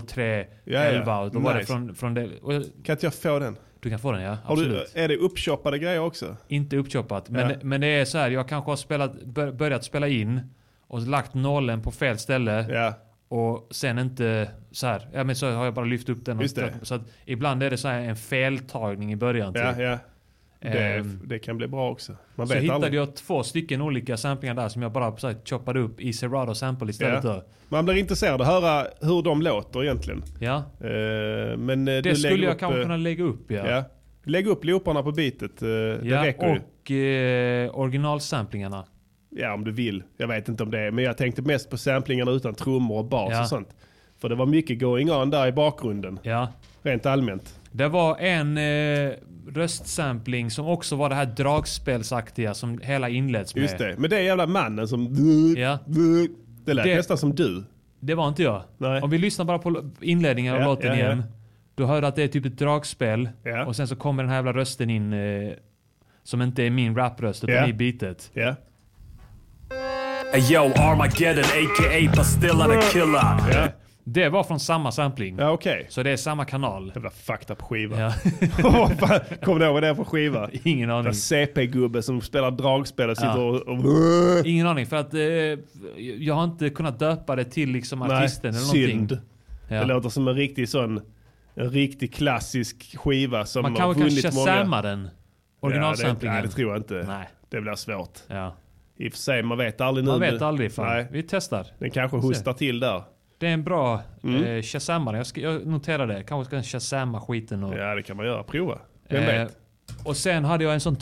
Speaker 3: 03,
Speaker 1: ja.
Speaker 3: 11. Och då var det
Speaker 1: Nice.
Speaker 3: från, från det. Och jag,
Speaker 1: Kan inte jag få den?
Speaker 3: du kan få den ja,
Speaker 1: Har
Speaker 3: absolut.
Speaker 1: du, är det uppchoppade grejer också?
Speaker 3: Inte uppchoppat. Men,
Speaker 1: Ja.
Speaker 3: men det är så här, jag kanske har spelat, bör, börjat spela in och lagt nollen på fel ställe.
Speaker 1: Ja,
Speaker 3: Och sen inte så här. Ja men så har jag bara lyft upp den. Och
Speaker 1: Just det.
Speaker 3: Så att ibland är det så här en feltagning i början. typ.
Speaker 1: ja, ja. Det,
Speaker 3: Ehm,
Speaker 1: det kan bli bra också. Man
Speaker 3: Så
Speaker 1: vet
Speaker 3: hittade
Speaker 1: aldrig.
Speaker 3: jag två stycken olika samplingar där som jag bara så här, choppade upp i Serato sample istället.
Speaker 1: Ja.
Speaker 3: då.
Speaker 1: Man blir intresserad att höra hur de låter egentligen.
Speaker 3: ja.
Speaker 1: Eh, men eh,
Speaker 3: Det
Speaker 1: du
Speaker 3: skulle
Speaker 1: lägger
Speaker 3: jag
Speaker 1: upp,
Speaker 3: kanske
Speaker 1: eh,
Speaker 3: kunna lägga upp ja.
Speaker 1: Ja. Lägg upp looparna på bitet. eh, Det
Speaker 3: Ja,
Speaker 1: räcker ju.
Speaker 3: och eh, originalsamplingarna.
Speaker 1: Ja, om du vill. Jag vet inte om det är, men jag tänkte mest på samplingarna utan trummor och bas
Speaker 3: Ja.
Speaker 1: och sånt. För det var mycket going on där i bakgrunden,
Speaker 3: Ja.
Speaker 1: rent allmänt.
Speaker 3: Det var en eh, röstsampling som också var det här dragspelsaktiga som hela inleds med.
Speaker 1: Just det. Men det är jävla mannen som...
Speaker 3: Ja.
Speaker 1: Det lät
Speaker 3: Det-
Speaker 1: nästan som du.
Speaker 3: Det var inte jag.
Speaker 1: Nej.
Speaker 3: Om vi lyssnar bara på l- inledningen av
Speaker 1: Ja,
Speaker 3: låten
Speaker 1: ja, ja.
Speaker 3: igen. Du hör att det är typ ett dragspel
Speaker 1: Ja.
Speaker 3: och sen så kommer den här jävla rösten in eh, som inte är min rapröst utan
Speaker 1: Ja.
Speaker 3: i beatet.
Speaker 1: Ja.
Speaker 5: Hey, yo, Armageddon aka Pastilla the Killer.
Speaker 1: Ja,
Speaker 3: Det var från samma sampling.
Speaker 1: ja okej.
Speaker 3: Så det är samma kanal.
Speaker 1: Jävla fucked up skiva.
Speaker 3: Ja.
Speaker 1: Vad fan, Kommer du ihåg vad det är för skiva?
Speaker 3: Ingen aning.
Speaker 1: En CP-gubbe som spelar dragspel och sitter
Speaker 3: Ja.
Speaker 1: och... och
Speaker 3: Ingen aning för att eh, jag har inte kunnat döpa det till liksom artisten eller någonting.
Speaker 1: synd.
Speaker 3: Ja.
Speaker 1: Det låter som en riktig sån... En riktig klassisk skiva som
Speaker 3: Man
Speaker 1: har
Speaker 3: kanske kan
Speaker 1: vunnit många...
Speaker 3: shazamma den. Originalsamplingen.
Speaker 1: Ja, det, nej, det tror jag inte.
Speaker 3: Nej.
Speaker 1: Det blir svårt.
Speaker 3: Ja.
Speaker 1: I och för sig, man vet aldrig nu.
Speaker 3: Man vet aldrig. Fan.
Speaker 1: Nej,
Speaker 3: Vi testar.
Speaker 1: den kanske hostar till där.
Speaker 3: Det är en bra
Speaker 1: Mm.
Speaker 3: eh, shazammare. Jag, ska, jag noterar det. Kanske ska shazamma skiten. Och,
Speaker 1: Ja, det kan man göra. Prova. Vem
Speaker 3: eh,
Speaker 1: vet?
Speaker 3: och sen hade jag en sån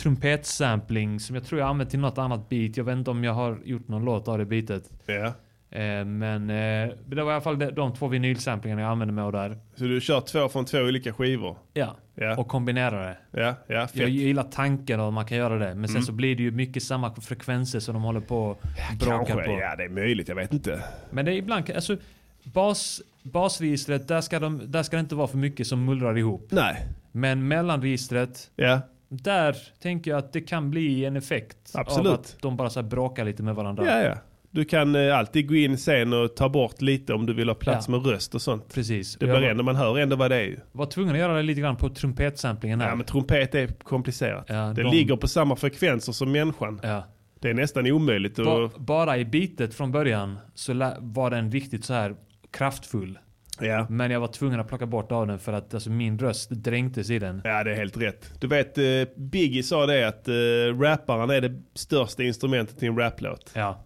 Speaker 3: trumpetsampling som jag tror jag använt till något annat beat. Jag vet inte om jag har gjort någon låt av det beatet.
Speaker 1: Ja.
Speaker 3: Eh, men eh, det var i alla fall de, de två vinylsamplingarna jag använde mig av där.
Speaker 1: Så du kör två från två olika skivor?
Speaker 3: Ja.
Speaker 1: Ja.
Speaker 3: Och kombinerade det.
Speaker 1: Ja, ja
Speaker 3: Jag
Speaker 1: fett.
Speaker 3: gillar tanken av att man kan göra det. Men sen så blir det ju mycket samma frekvenser som de håller på och bråkar
Speaker 1: Kanske.
Speaker 3: på.
Speaker 1: Ja, det är möjligt. Jag vet inte.
Speaker 3: Men det är ibland... Alltså, bas, basregistret, där ska, de, där ska det inte vara för mycket som mullrar ihop.
Speaker 1: Nej.
Speaker 3: Men mellanregistret,
Speaker 1: Ja,
Speaker 3: där tänker jag att det kan bli en effekt
Speaker 1: Absolut.
Speaker 3: av att de bara så här bråkar lite med varandra.
Speaker 1: ja, ja. Du kan eh, alltid gå in sen och ta bort lite om du vill ha plats
Speaker 3: Ja.
Speaker 1: med röst och sånt.
Speaker 3: Precis.
Speaker 1: Det
Speaker 3: Och jag
Speaker 1: blir ändå, man hör ändå vad det är.
Speaker 3: var tvungen att göra det lite grann på trumpetsamplingen här.
Speaker 1: Ja, men trumpet är komplicerat.
Speaker 3: Ja,
Speaker 1: det
Speaker 3: de-
Speaker 1: ligger på samma frekvenser som människan.
Speaker 3: Ja.
Speaker 1: Det är nästan omöjligt. att-
Speaker 3: Ba, bara i bitet från början så lä- var den riktigt så här kraftfull.
Speaker 1: ja.
Speaker 3: Men jag var tvungen att plocka bort av den för att alltså, min röst dränktes i den.
Speaker 1: ja, det är helt rätt. Du vet, eh, Biggie sa det att eh, rapparen är det största instrumentet i en raplåt.
Speaker 3: Ja.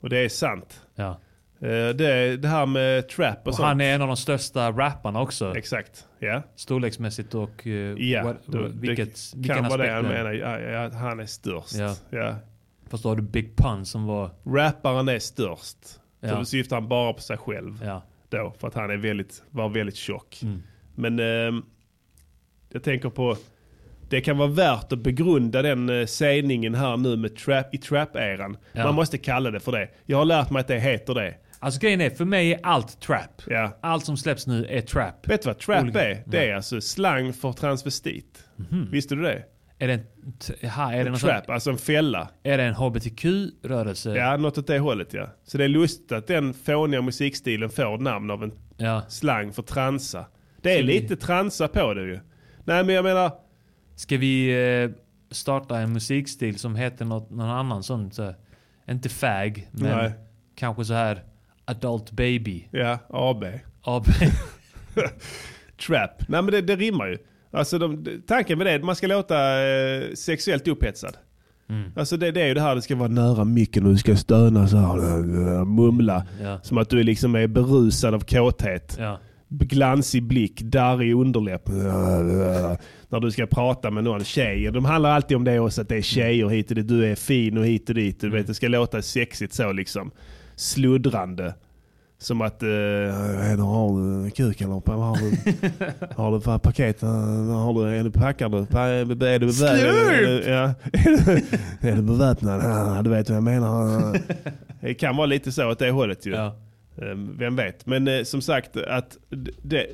Speaker 1: Och det är sant.
Speaker 3: ja.
Speaker 1: Eh, det, det här med trap och,
Speaker 3: Och
Speaker 1: sånt.
Speaker 3: han är en av de största rapparna också.
Speaker 1: Exakt, ja.
Speaker 3: Storleksmässigt och eh,
Speaker 1: Ja,
Speaker 3: what,
Speaker 1: då- det
Speaker 3: vilket,
Speaker 1: kan
Speaker 3: vilken
Speaker 1: vara
Speaker 3: aspekt
Speaker 1: det han
Speaker 3: det är.
Speaker 1: menar. Ja, ja, att han är störst.
Speaker 3: Ja.
Speaker 1: Ja.
Speaker 3: Fast då har du Big Pun som var...
Speaker 1: Rapparen är störst. Så
Speaker 3: Ja.
Speaker 1: då syftar han bara på sig själv
Speaker 3: Ja.
Speaker 1: då. För att han är väldigt, var väldigt tjock.
Speaker 3: Mm.
Speaker 1: Men ehm, jag tänker på, det kan vara värt att begrunda den eh, sägningen här nu med trap, i trap-eran.
Speaker 3: Ja.
Speaker 1: Man måste kalla det för det. Jag har lärt mig att det heter det.
Speaker 3: Alltså grejen är, för mig är allt trap.
Speaker 1: Ja.
Speaker 3: Allt som släpps nu är trap.
Speaker 1: Vet du vad trap
Speaker 3: Olika-
Speaker 1: är? Det är alltså slang för transvestit. Visste du det?
Speaker 3: Är det en... T- ha, är, det någon
Speaker 1: Trap,
Speaker 3: sån,
Speaker 1: alltså en fälla.
Speaker 3: är det en HBTQ-rörelse?
Speaker 1: Ja, något åt det hållet ja. Så det är lustigt att den fåniga musikstilen får namn av en
Speaker 3: Ja.
Speaker 1: slang för transa. Det är lite transa på det ju. Nej men jag menar,
Speaker 3: Ska vi eh, starta en musikstil som heter något, någon annan sån? Så, här, inte fag, men
Speaker 1: Nej.
Speaker 3: kanske så här adult baby.
Speaker 1: ja, AB.
Speaker 3: AB.
Speaker 1: Trap. Nej men det, det rimmar ju. Alltså de, de- tanken med det är att man ska låta eh, sexuellt upphetsad.
Speaker 3: Mm.
Speaker 1: Alltså det, det är ju det här, det ska vara nära micken och du ska stöna så här, eh, mumla.
Speaker 3: Ja.
Speaker 1: Som att du liksom är berusad av kåthet.
Speaker 3: ja.
Speaker 1: glansig blick, darrig underläpp. När du ska prata med någon tjej. De handlar alltid om det också, att det är tjejer hit och dit. Du är fin och hit och dit.
Speaker 3: Mm.
Speaker 1: Du vet, det ska låta sexigt så liksom. Sluddrande. Som att... eh, "Vad har du kuk eller? Vad Har du, har du fan paket? Eh, Har du, är du packad? Är du beväpnad?
Speaker 3: Slut!
Speaker 1: Ja. Är du- Är du beväpnad? Ah, Du vet vad jag menar. Det kan vara lite så åt det hållet ju.
Speaker 3: Ja.
Speaker 1: Eh, Vem vet. Men eh, som sagt, att d- det,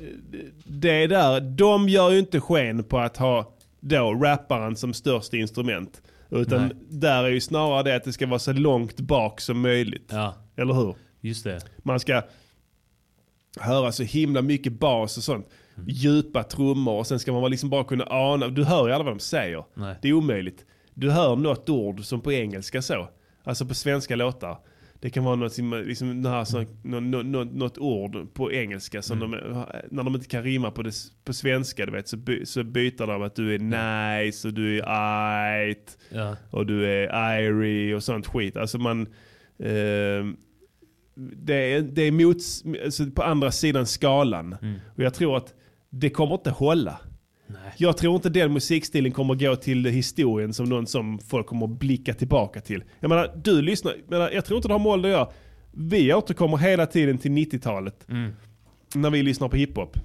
Speaker 1: det där, de gör ju inte sken på att ha då rapparen som största instrument. Utan
Speaker 3: Nej.
Speaker 1: där är ju snarare det att det ska vara så långt bak som möjligt.
Speaker 3: ja,
Speaker 1: Eller hur?
Speaker 3: just det.
Speaker 1: Man ska höra så himla mycket bas och sånt. Djupa trummor och sen ska man vara liksom bara kunna ana. Du hör ju aldrig vad de säger.
Speaker 3: Nej.
Speaker 1: Det är omöjligt. Du hör något ord som på engelska så. Alltså på svenska låtar. Det kan vara något, som- liksom, det här, så, nå- nå- nå- något ord på engelska som de, när de inte kan rimma på, det, s- på svenska du vet, så, by, så byter de att du är nice och du är it
Speaker 3: Ja.
Speaker 1: och du är iry och sånt skit. Alltså man... Eh, det är, det är mots, alltså på andra sidan skalan.
Speaker 3: Mm.
Speaker 1: Och jag tror att det kommer inte hålla. Jag tror inte den musikstilen kommer gå till historien som någon som folk kommer blicka tillbaka till. Jag menar, du lyssnar, jag, menar, jag tror inte det har med ålder att göra. Vi återkommer hela tiden till 90-talet.
Speaker 3: Mm.
Speaker 1: När vi lyssnar på hiphop.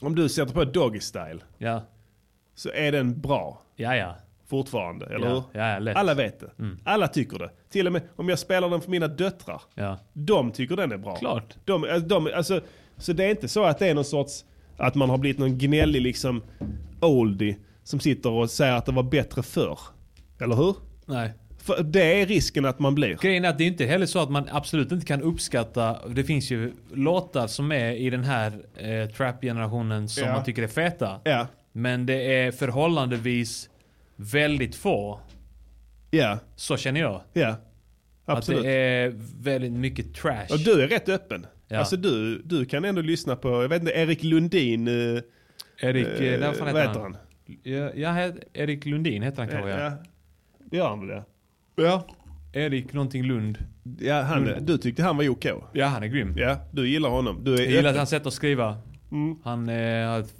Speaker 1: Om du sätter på Doggy Style
Speaker 3: Ja.
Speaker 1: så är den bra
Speaker 3: Ja, ja.
Speaker 1: fortfarande, eller
Speaker 3: Ja,
Speaker 1: hur?
Speaker 3: ja, lätt.
Speaker 1: Oh. Alla vet det.
Speaker 3: Mm.
Speaker 1: Alla tycker det. Till och med om jag spelar den för mina döttrar.
Speaker 3: Ja.
Speaker 1: De tycker den är bra.
Speaker 3: Klart.
Speaker 1: De, alltså, de, alltså, så det är inte så att det är någon sorts, att man har blivit någon gnällig liksom oldie som sitter och säger att det var bättre förr. Eller hur?
Speaker 3: Nej.
Speaker 1: För det är risken att man blir.
Speaker 3: Grejen är att det är inte heller så att man absolut inte kan uppskatta. Det finns ju låtar som är i den här eh, trap-generationen som
Speaker 1: Ja.
Speaker 3: man tycker är feta.
Speaker 1: Ja.
Speaker 3: Men det är förhållandevis väldigt få.
Speaker 1: Ja.
Speaker 3: Så känner jag.
Speaker 1: Ja. Absolut.
Speaker 3: Att det är väldigt mycket trash.
Speaker 1: Och du är rätt öppen.
Speaker 3: Ja.
Speaker 1: Alltså du, du kan ändå lyssna på, jag vet inte, Erik Lundin. eh,
Speaker 3: Erik, eh, nej, vad fan heter han?
Speaker 1: han?
Speaker 3: Ja, jag heter Erik Lundin heter han
Speaker 1: Ja.
Speaker 3: kanske ja.
Speaker 1: Det gör han väl ja.
Speaker 3: ja. Erik någonting Lund.
Speaker 1: Ja, han,
Speaker 3: Mm.
Speaker 1: Du tyckte han var OK.
Speaker 3: Ja, han är grym.
Speaker 1: Ja, du gillar honom. Du är
Speaker 3: Jag gillar
Speaker 1: öppen.
Speaker 3: att han sätt att skriva. Han eh, har ett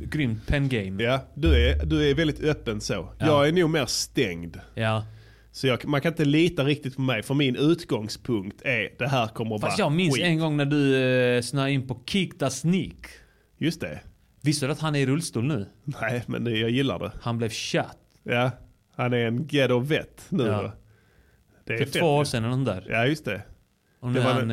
Speaker 3: grymt pen game.
Speaker 1: Ja, du är, du är väldigt öppen så. Jag är nog mer stängd.
Speaker 3: Ja.
Speaker 1: Så jag, man kan inte lita riktigt på mig, för min utgångspunkt är det här kommer att vara
Speaker 3: Fast jag minns
Speaker 1: skit.
Speaker 3: en gång när du eh, snöade in på Kick the Sneak.
Speaker 1: Just det.
Speaker 3: Visste du att han är i rullstol nu?
Speaker 1: Nej, men det, jag gillar det.
Speaker 3: Han blev shot.
Speaker 1: Ja, han är en ghetto vet nu.
Speaker 3: Ja.
Speaker 1: va? Det är
Speaker 3: För
Speaker 1: fett.
Speaker 3: två år sedan eller nåt där.
Speaker 1: Ja, just det.
Speaker 3: Och nu
Speaker 1: Det var
Speaker 3: är han...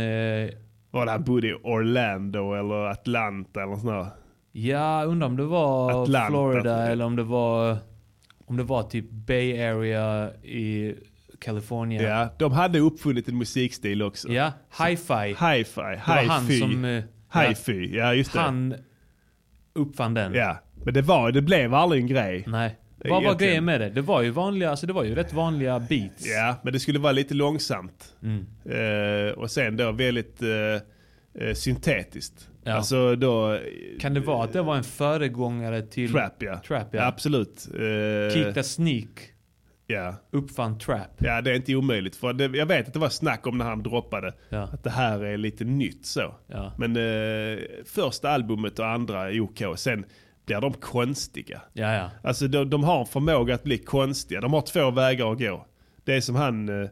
Speaker 3: Eh,
Speaker 1: Var det han bodde i Orlando eller Atlanta eller sånt där?
Speaker 3: ja, undrar om det var
Speaker 1: Atlanta, tror
Speaker 3: Florida
Speaker 1: jag.
Speaker 3: eller om det var... Om det var typ Bay Area i California.
Speaker 1: Ja, de hade uppfunnit en musikstil också.
Speaker 3: Ja, hi-fi.
Speaker 1: Hi-fi,
Speaker 3: var han
Speaker 1: hi-fi.
Speaker 3: som, eh,
Speaker 1: hi-fi, ja just det.
Speaker 3: Han uppfann den.
Speaker 1: Ja, men det, var, det blev aldrig en grej.
Speaker 3: Nej.
Speaker 1: Det är
Speaker 3: Vad var
Speaker 1: egentligen-
Speaker 3: grejen med det? Det var ju vanliga, alltså det var ju rätt vanliga beats.
Speaker 1: Ja, men det skulle vara lite långsamt.
Speaker 3: Mm.
Speaker 1: Eh, och sen då väldigt eh, eh, syntetiskt.
Speaker 3: Ja.
Speaker 1: Alltså då...
Speaker 3: Kan det vara att det var en föregångare till...
Speaker 1: Trap ja.
Speaker 3: Trap ja.
Speaker 1: Absolut. Eh,
Speaker 3: Keith the Sneak
Speaker 1: ja.
Speaker 3: uppfann trap.
Speaker 1: ja, det är inte omöjligt. För det, jag vet att det var snack om när han droppade.
Speaker 3: Ja.
Speaker 1: Att det här är lite nytt så.
Speaker 3: Ja.
Speaker 1: Men eh, första albumet och andra är OK. Sen blir de konstiga.
Speaker 3: Ja, ja.
Speaker 1: Alltså de, de har en förmåga att bli konstiga. De har två vägar att gå. Det är som han, eh,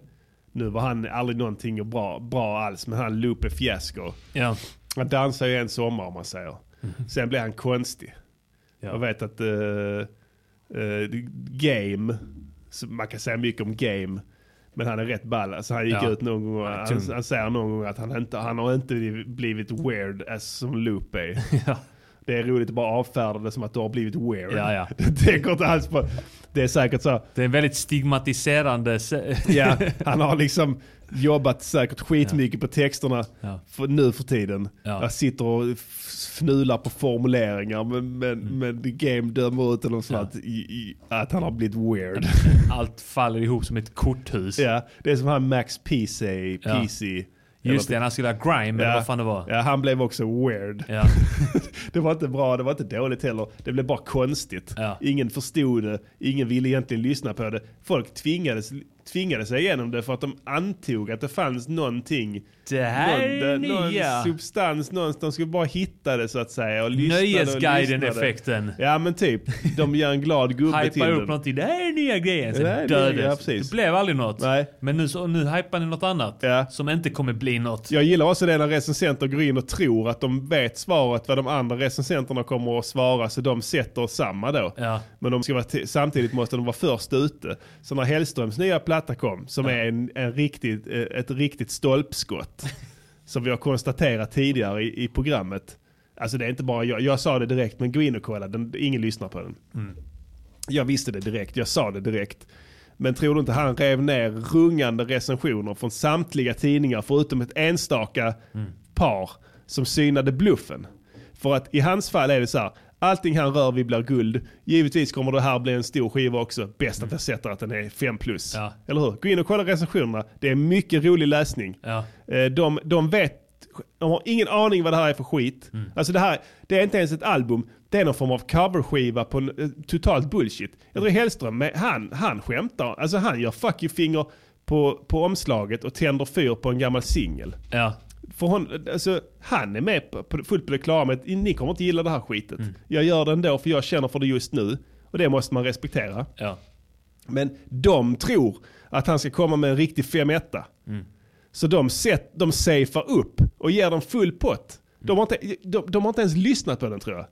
Speaker 1: nu var han aldrig någonting bra, bra alls, men han Lupe Fiasco.
Speaker 3: ja.
Speaker 1: Han dansar ju en sommar om man säger. Sen blir han konstig.
Speaker 3: Mhm. Ja.
Speaker 1: Jag vet att eh, eh, Game, så man kan säga mycket om Game, men han är rätt ball. Alltså han gick
Speaker 3: Ja.
Speaker 1: ut någon gång, och
Speaker 3: är
Speaker 1: han,
Speaker 3: tung.
Speaker 1: han säger någon gång att han, inte, han har inte blivit weird as som Lupe är.
Speaker 3: Ja.
Speaker 1: Det är roligt att bara avfärda det som att du har blivit weird.
Speaker 3: Ja, ja.
Speaker 1: Det tänker inte alls på. Det är säkert så.
Speaker 3: Det är en väldigt stigmatiserande... se-
Speaker 1: Ja, han har liksom jobbat säkert skitmycket på texterna
Speaker 3: Ja.
Speaker 1: för, nu för tiden.
Speaker 3: Ja.
Speaker 1: Jag sitter och f- fnular på formuleringar men, men,
Speaker 3: Mm.
Speaker 1: men The Game dömer ut honom för att, i, i, att han har blivit weird.
Speaker 3: Allt faller ihop som ett korthus.
Speaker 1: ja, det är som han Max PC,
Speaker 3: Ja.
Speaker 1: PC.
Speaker 3: Just det, när han skulle ha grime, eller
Speaker 1: Ja.
Speaker 3: vad fan det var.
Speaker 1: Ja, han blev också weird.
Speaker 3: Ja.
Speaker 1: det var inte bra, det var inte dåligt heller. Det blev bara konstigt.
Speaker 3: Ja.
Speaker 1: Ingen förstod det, ingen ville egentligen lyssna på det. Folk tvingades, tvingade sig igenom det för att de antog att det fanns någonting.
Speaker 3: Det här är
Speaker 1: någon,
Speaker 3: nya.
Speaker 1: någon substans någonstans. De skulle bara hitta det så att säga. Och lyssnade och lyssnade.
Speaker 3: Nöjesguiden-effekten.
Speaker 1: Ja men typ, de gör en glad gubbe till
Speaker 3: Hypar upp
Speaker 1: den.
Speaker 3: någonting. Det här är nya grejer. Sen
Speaker 1: Det här är
Speaker 3: dödes.
Speaker 1: nya, ja, precis.
Speaker 3: det blev aldrig något.
Speaker 1: Nej.
Speaker 3: Men nu, så, nu hypar ni något annat.
Speaker 1: Ja.
Speaker 3: Som inte kommer bli något.
Speaker 1: Jag gillar också det när recensenter går in och tror att de vet svaret vad de andra recensenterna kommer att svara så de sätter samma då.
Speaker 3: Ja.
Speaker 1: Men de ska vara t- samtidigt måste de vara först ute. Så när Hellströms nya platta kom som är en, en riktigt, eh, ett riktigt stolpskott som vi har konstaterat tidigare i, i programmet. Alltså det är inte bara jag, jag sa det direkt men gå in och kolla, den, ingen lyssnar på den. Jag visste det direkt, jag sa det direkt. Men tror du inte han rev ner rungande recensioner från samtliga tidningar förutom ett enstaka
Speaker 3: Mm.
Speaker 1: par som synade bluffen? För att i hans fall är det så här, allting han rör vid blir guld. Givetvis kommer det här bli en stor skiva också. Bäst att jag sätter att den är 5 plus.
Speaker 3: Mm. Ja.
Speaker 1: Eller hur? Gå in och kolla recensionerna. Det är mycket rolig läsning.
Speaker 3: Ja.
Speaker 1: Eh, De, de vet, de har ingen aning vad det här är för skit. Alltså det här, det är inte ens ett album. Det är någon form av coverskiva på en, eh, totalt bullshit. Jag tror Hellström, men han, han skämtar. Alltså han gör fuck you finger på, på omslaget och tänder fyr på en gammal singel.
Speaker 3: Ja.
Speaker 1: För hon, alltså, han är med på, på, fullt på det klara med att ni kommer inte gilla det här skitet. Jag gör det ändå för jag känner för det just nu. Och det måste man respektera.
Speaker 3: Ja.
Speaker 1: Men de tror att han ska komma med en riktig 5 1
Speaker 3: Mm.
Speaker 1: Så de, set, de safear upp och ger dem full pott. De har, inte, de, de har inte ens lyssnat på den tror jag.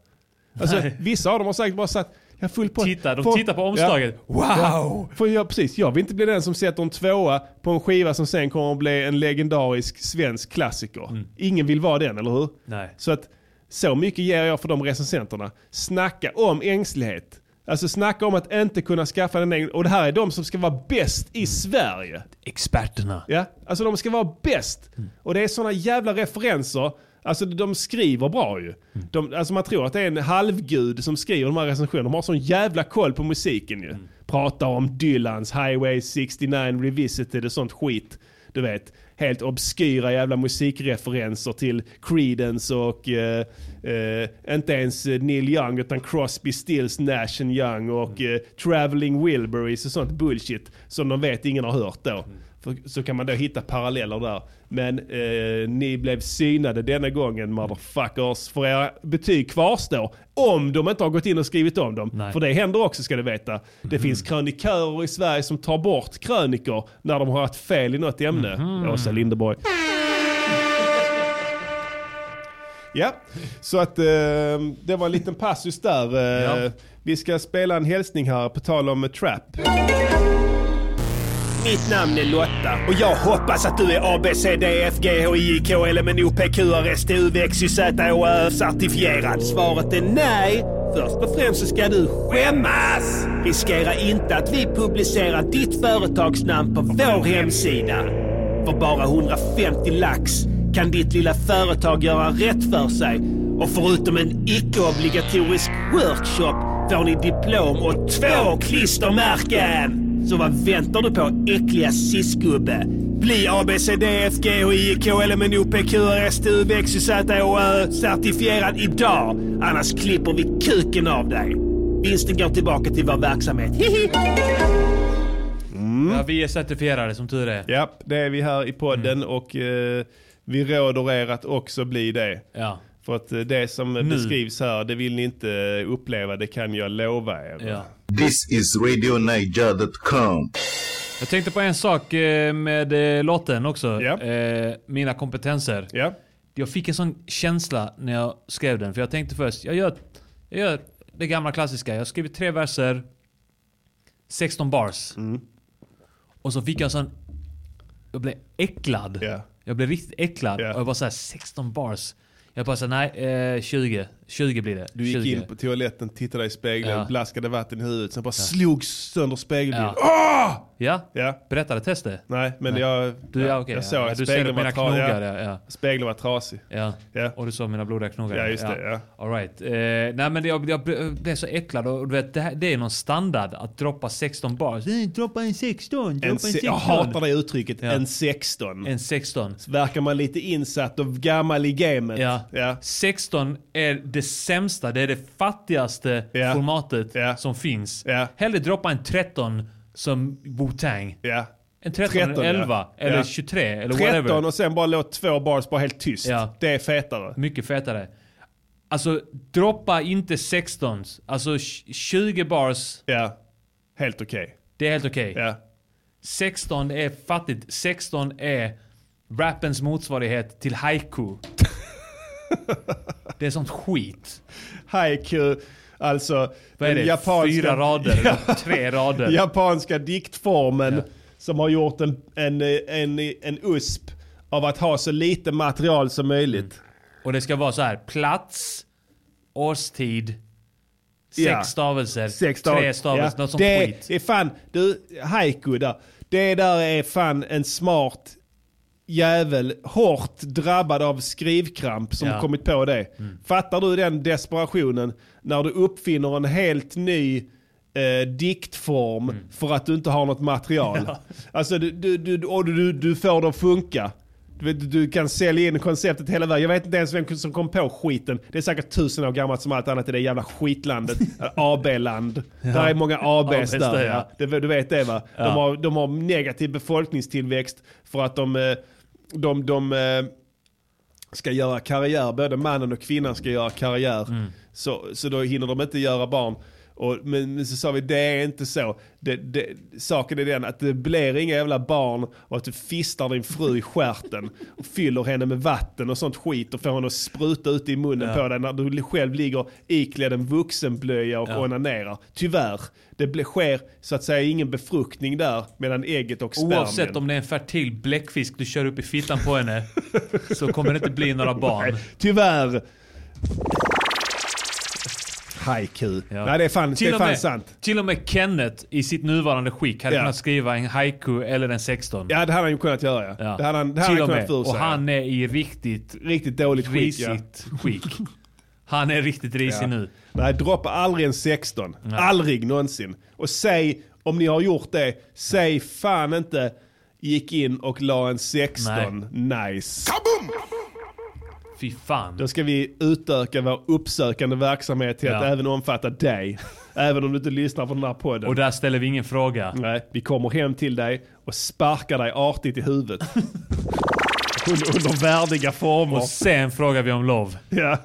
Speaker 1: Alltså, vissa av dem har säkert bara sagt jag full pott.
Speaker 3: Titta, de
Speaker 1: Får-
Speaker 3: tittar på omslaget. Wow!
Speaker 1: För jag, precis, jag vill inte bli den som sätter en tvåa på en skiva som sen kommer att bli en legendarisk svensk klassiker. Ingen vill vara den, eller hur?
Speaker 3: Nej.
Speaker 1: Så att så mycket ger jag för de recensenterna. Snacka om ängslighet. Alltså snacka om att inte kunna skaffa den egen... Och det här är de som ska vara bäst i Sverige.
Speaker 3: Experterna.
Speaker 1: Ja? Alltså de ska vara bäst. Och det är sådana jävla referenser. Alltså de skriver bra ju. De, alltså man tror att det är en halvgud som skriver de här recensionerna. De har sån jävla koll på musiken ju. Pratar om Dylans Highway 69 Revisited och sånt skit. Du vet, helt obskyra jävla musikreferenser till Creedence och eh, eh, inte ens eh, Neil Young utan Crosby, Stills, Nash and Young och eh, Traveling Wilburys och sånt bullshit som de vet ingen har hört då. För, så kan man då hitta paralleller där. Men eh, ni blev synade denna gången motherfuckers. För era betyg kvarstår. Om de inte har gått in och skrivit om dem.
Speaker 3: Nej. Mhm.
Speaker 1: För det händer också ska du veta. Det finns krönikörer i Sverige som tar bort krönikor när de har haft fel i något ämne.
Speaker 3: Mhm.
Speaker 1: Åsa Linderborg. Ja, så att eh, det var en liten passus där. Eh,
Speaker 3: Ja.
Speaker 1: Vi ska spela en hälsning här på tal om eh, trap.
Speaker 2: Mitt namn är Lotta och jag hoppas att du är A, B, C, D, E F, G, H, I, K, L, M, N, O, P, Q, R, S, T, U, V, X, Y, Z, H, Ö, certifierad. Svaret är nej, Först och främst så ska du skämmas! Riskera inte att vi publicerar ditt företagsnamn på vår hemsida. För bara 150 lax kan ditt lilla företag göra rätt för sig och förutom en icke-obligatorisk workshop får ni diplom och två klistermärken! Så vad väntar du på äckliga sisgubbe? Bli ABCDFGHIKLMNOPQRSTUVXYZÅÖ E, certifierad idag, annars klipper vi kuken av dig. Vinsten går tillbaka till vår verksamhet.
Speaker 3: Ja, vi är certifierade som tur är.
Speaker 1: Mm. Ja, det är vi här i podden
Speaker 3: Mm.
Speaker 1: och eh, vi råder er att också bli det.
Speaker 3: Ja.
Speaker 1: För att eh, det som beskrivs här, det vill ni inte eh, uppleva, det kan jag lova er.
Speaker 3: ja.
Speaker 4: This is RadioNiger.com.
Speaker 3: Jag tänkte på en sak eh, med eh, låten också.
Speaker 1: Ja.
Speaker 3: Eh, Mina kompetenser.
Speaker 1: Ja.
Speaker 3: Jag fick en sån känsla när jag skrev den. För jag tänkte först, jag gör, jag gör det gamla klassiska. Jag skriver tre verser, 16 bars.
Speaker 1: Mm.
Speaker 3: Och så fick jag en sån... Jag blev äcklad.
Speaker 1: Ja.
Speaker 3: Jag blev riktigt äcklad.
Speaker 1: Ja.
Speaker 3: Och jag bara såhär, 16 bars. Jag bara såhär, nej, eh, 20. 20 blir det.
Speaker 1: Du gick
Speaker 3: 20.
Speaker 1: in på toaletten, tittade i spegeln,
Speaker 3: Ja.
Speaker 1: blaskade vatten i huvudet, sen bara slog sönder spegelbilden.
Speaker 3: Ja. Ja?
Speaker 1: Ja.
Speaker 3: Berättade testet?
Speaker 1: Nej, men jag,
Speaker 3: Du, ja,
Speaker 1: jag,
Speaker 3: okej,
Speaker 1: jag
Speaker 3: ja.
Speaker 1: såg
Speaker 3: Ja,
Speaker 1: att
Speaker 3: du ser
Speaker 1: spegeln
Speaker 3: att
Speaker 1: var,
Speaker 3: mina
Speaker 1: tra-
Speaker 3: knogar,
Speaker 1: ja.
Speaker 3: ja, ja.
Speaker 1: spegeln var trasig.
Speaker 3: Ja.
Speaker 1: Ja.
Speaker 3: Och du sa mina blodiga knogar.
Speaker 1: Ja, just det, ja.
Speaker 3: All right. Eh, nej men det- jag, jag blev så äcklad och du vet, det, här, det är någon standard att droppa 16 bars. Eh, Droppa en 16, droppa en,
Speaker 1: En se-
Speaker 3: 16.
Speaker 1: jag hatar det uttrycket,
Speaker 3: Ja.
Speaker 1: en 16.
Speaker 3: En 16.
Speaker 1: Verkar man lite insatt och gammal i gamet.
Speaker 3: Ja.
Speaker 1: Ja.
Speaker 3: 16 är det sämsta, det är det fattigaste
Speaker 1: Ja.
Speaker 3: formatet
Speaker 1: Ja.
Speaker 3: som finns.
Speaker 1: Ja.
Speaker 3: Hellre droppa en 13 som Wu-Tang.
Speaker 1: Ja.
Speaker 3: En 13, en
Speaker 1: 13, ja.
Speaker 3: 11 eller
Speaker 1: Ja.
Speaker 3: 23 eller
Speaker 1: 13
Speaker 3: whatever.
Speaker 1: och sen bara låt två bars bara helt tyst.
Speaker 3: Ja.
Speaker 1: Det är fetare.
Speaker 3: Mycket fetare. Alltså droppa inte 16. Alltså 20 bars
Speaker 1: Ja. Helt okej.
Speaker 3: Det är helt okej.
Speaker 1: Ja.
Speaker 3: 16 är fattigt. 16 är rappens motsvarighet till haiku. det är sånt skit.
Speaker 1: Haiku, alltså
Speaker 3: Vad är det?
Speaker 1: den japanska,
Speaker 3: Fyra rader?
Speaker 1: Ja,
Speaker 3: Tre rader?
Speaker 1: japanska diktformen
Speaker 3: Ja.
Speaker 1: som har gjort en, en, en, en USP av att ha så lite material som möjligt.
Speaker 3: Och det ska vara så här. Plats, årstid, sex
Speaker 1: Ja.
Speaker 3: stavelser,
Speaker 1: Sex
Speaker 3: tre
Speaker 1: stav-
Speaker 3: stavelser. Något sånt
Speaker 1: det,
Speaker 3: skit.
Speaker 1: Det är fan, du, haiku där. Det där är fan en smart jävel, hårt drabbad av skrivkramp som
Speaker 3: Ja. Mm.
Speaker 1: kommit på det. Fattar du den desperationen när du uppfinner en helt ny eh, diktform
Speaker 3: Mm.
Speaker 1: för att du inte har något material? Alltså, du, du, du, och du, du får det att funka. Du, vet, du kan sälja in konceptet hela världen. Jag vet inte ens vem som kom på skiten. Det är säkert tusen år gammalt som allt annat i det jävla skitlandet. Äh, AB-land. Där är många ABs
Speaker 3: ABs
Speaker 1: där.
Speaker 3: där,
Speaker 1: Ja.
Speaker 3: ja.
Speaker 1: Det, du vet det va? De, har, de har negativ befolkningstillväxt för att de, eh, de, de eh, ska göra karriär. Både mannen och kvinnan ska göra karriär.
Speaker 3: Mm.
Speaker 1: Så, så då hinner de inte göra barn. Och, men, men så sa vi, det är inte så. Det, det, saken är den att det blir inga jävla barn och att du fistar din fru i stjärten och fyller henne med vatten och sånt skit och får henne att spruta ut i munnen på dig när du själv ligger iklädd en vuxenblöja och onanerar. Tyvärr, det blir, sker så att säga ingen befruktning där mellan ägget och spermien.
Speaker 3: Oavsett om det är en fertil bläckfisk du kör upp i fittan på henne så kommer det inte bli några barn.
Speaker 1: Tyvärr. Haiku.
Speaker 3: Ja.
Speaker 1: Nej det är fan, det
Speaker 3: Till
Speaker 1: är
Speaker 3: och
Speaker 1: fan
Speaker 3: med,
Speaker 1: sant.
Speaker 3: Till och med Kenneth i sitt nuvarande skick hade
Speaker 1: Ja.
Speaker 3: kunnat skriva en haiku eller en 16.
Speaker 1: Ja det hade han ju kunnat göra ja.
Speaker 3: Ja.
Speaker 1: Det hade han, det hade han
Speaker 3: till och
Speaker 1: kunnat
Speaker 3: med.
Speaker 1: få ur sig.
Speaker 3: Och han är i riktigt
Speaker 1: Riktigt dåligt skick ja.
Speaker 3: risigt skick. Han är riktigt risig
Speaker 1: Ja.
Speaker 3: nu.
Speaker 1: Nej, droppa aldrig en 16. Aldrig någonsin. Och säg, om ni har gjort det, säg fan inte gick in och la en 16. Nice.
Speaker 3: Fy fan.
Speaker 1: Då ska vi utöka vår uppsökande verksamhet till att
Speaker 3: Ja.
Speaker 1: även omfatta dig. även om du inte lyssnar på den här podden.
Speaker 3: Och där ställer vi ingen fråga.
Speaker 1: Nej, vi kommer hem till dig och sparkar dig artigt i huvudet. under, under värdiga former.
Speaker 3: Och sen frågar vi om lov.
Speaker 1: Ja.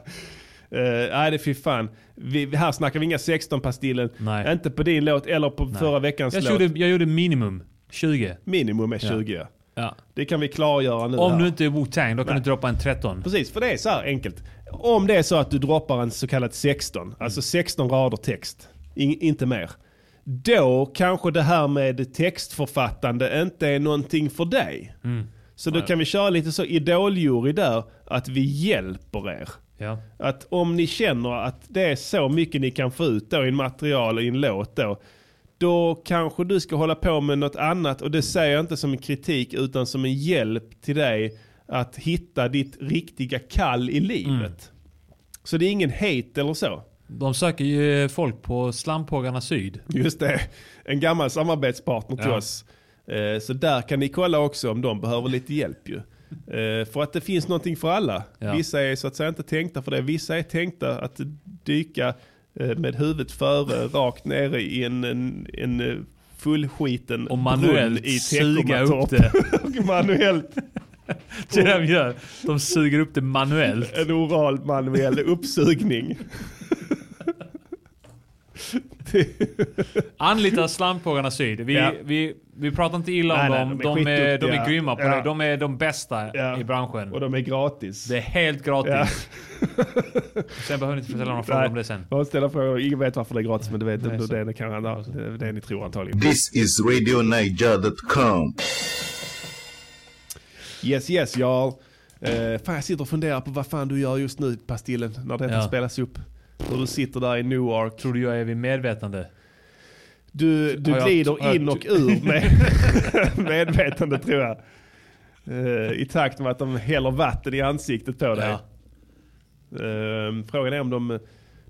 Speaker 1: Eh, nej, det är fy fan. Vi, här snackar vi inga 16-pastillen.
Speaker 3: Nej.
Speaker 1: Inte på din låt eller på förra veckans
Speaker 3: Jag
Speaker 1: låt.
Speaker 3: gjorde, jag gjorde minimum 20.
Speaker 1: Minimum är 20. ja. Det kan vi klargöra nu.
Speaker 3: Om
Speaker 1: här.
Speaker 3: du inte är Wu-Tang, då kan du droppa en 13.
Speaker 1: Precis, för det är så här enkelt. Om det är så att du droppar en så kallad 16, alltså 16 rader text, in, inte mer. Då kanske det här med textförfattande inte är någonting för dig. Så då kan vi köra lite så idoljury där, att vi hjälper er.
Speaker 3: Ja.
Speaker 1: Att om ni känner att det är så mycket ni kan få ut då i en material och i en låt då. Då kanske du ska hålla på med något annat och det säger jag inte som en kritik utan som en hjälp till dig att hitta ditt riktiga kall i livet. Så det är ingen hate eller så.
Speaker 3: De söker ju folk på Slampågarna Syd.
Speaker 1: Just det, en gammal samarbetspartner till
Speaker 3: Ja.
Speaker 1: oss. Eh, Så där kan ni kolla också om de behöver lite hjälp ju. Eh, För att det finns någonting för alla.
Speaker 3: Ja.
Speaker 1: Vissa är så att säga inte tänkta för det. Vissa är tänkta att dyka eh, med huvudet före, rakt nere i en, en, en eh, fullskiten
Speaker 3: Och manuellt
Speaker 1: brunn i
Speaker 3: suga upp
Speaker 1: Teckomatorp.
Speaker 3: det.
Speaker 1: Och manuellt,
Speaker 3: Det är det de gör. De suger upp det manuellt.
Speaker 1: en oral manuell uppsugning.
Speaker 3: Anlita Slampågarna Syd. Vi,
Speaker 1: Ja.
Speaker 3: vi, vi pratar inte illa om
Speaker 1: Nej, nej,
Speaker 3: dem.
Speaker 1: de är
Speaker 3: de, är, de
Speaker 1: skitduktiga.
Speaker 3: är grymma på
Speaker 1: Ja.
Speaker 3: det. De är de bästa
Speaker 1: Ja.
Speaker 3: i branschen.
Speaker 1: Och de är gratis.
Speaker 3: Det är helt gratis.
Speaker 1: Ja.
Speaker 3: Sen behöver ni inte ställa några frågor om det sen.
Speaker 1: Jag ställer frågor. Ingen vet varför det är gratis, men det vet det, det, det, kan, det, det ni tror antagligen.
Speaker 4: This is RadioNiger.com.
Speaker 1: Yes, yes, y'all. Uh, fan, jag sitter och funderar på vad fan du gör just nu, Pastillen, när detta
Speaker 3: Ja.
Speaker 1: spelas upp. Hur du sitter där i Newark.
Speaker 3: Tror du jag är vid medvetande?
Speaker 1: Du, du
Speaker 3: Har jag-
Speaker 1: glider
Speaker 3: har jag-
Speaker 1: in och ur med medvetande, tror jag. Eh, I takt med att de häller vatten i ansiktet på dig.
Speaker 3: Ja.
Speaker 1: Eh, frågan är om de,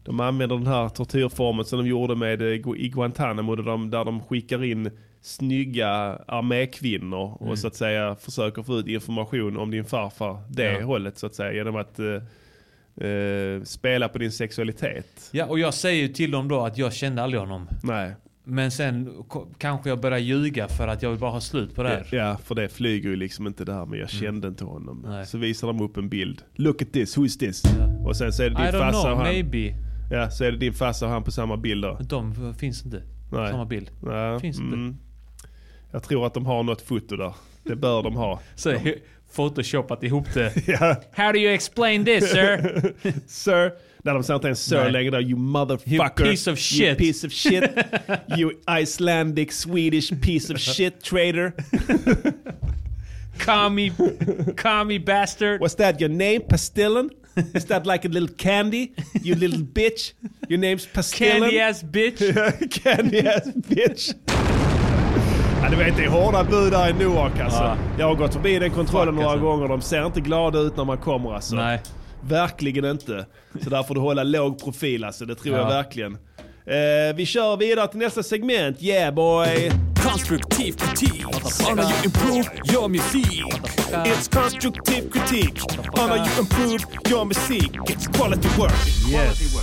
Speaker 1: de använder den här tortyrformen som de gjorde med eh, Gu- i Guantanamo där de, där de skickar in snygga armékvinnor
Speaker 3: Mm.
Speaker 1: och så att säga försöker få ut information om din farfar det
Speaker 3: Ja.
Speaker 1: hållet så att säga genom att eh, eh, spela på din sexualitet.
Speaker 3: ja, och jag säger ju till dem då att jag kände aldrig honom.
Speaker 1: Nej,
Speaker 3: Men sen ko- kanske jag börjar ljuga för att jag vill bara ha slut på det här.
Speaker 1: ja för det flyger ju liksom inte det här med jag kände inte honom.
Speaker 3: Mm. Nej.
Speaker 1: Så visar de upp en bild. Look at this, who's this? Och sen så är det
Speaker 3: I
Speaker 1: din farsa
Speaker 3: don't know,
Speaker 1: och han.
Speaker 3: maybe.
Speaker 1: Ja, så är det din farsa och han på samma bild då.
Speaker 3: De finns inte.
Speaker 1: Nej.
Speaker 3: Samma bild.
Speaker 1: Ja, mm.
Speaker 3: Finns inte.
Speaker 1: Jag tror att de har något foto där. Det bör de ha.
Speaker 3: Så he- photoshopat ihop det.
Speaker 1: Ja.
Speaker 3: How do you explain this sir?
Speaker 1: Sir. Nej, de säger inte ens sir
Speaker 3: Nej.
Speaker 1: längre där. You motherfucker.
Speaker 3: You piece of
Speaker 1: You
Speaker 3: shit.
Speaker 1: piece of shit. you Icelandic Swedish piece of shit traitor.
Speaker 3: Commie, commie bastard.
Speaker 1: Was that your name, Pastillen? Is that like a little candy? You little bitch. Your name's Pastillen.
Speaker 3: Candy ass bitch.
Speaker 1: Candy ass bitch. Ja, du vet det är hårda bud där i Newark alltså.
Speaker 3: Ja.
Speaker 1: Jag har gått förbi den kontrollen
Speaker 3: Fuck,
Speaker 1: några
Speaker 3: alltså.
Speaker 1: gånger. De ser inte glada ut när man kommer alltså.
Speaker 3: Nej.
Speaker 1: Verkligen inte. Så där får du hålla låg profil alltså. Det tror jag
Speaker 3: Ja.
Speaker 1: verkligen. Eh, vi kör vidare till nästa segment. Yeah boy!
Speaker 5: Konstruktiv kritik. On how you improve your music.
Speaker 1: It's constructive critique. On how you improve your music. It's quality work. Yes.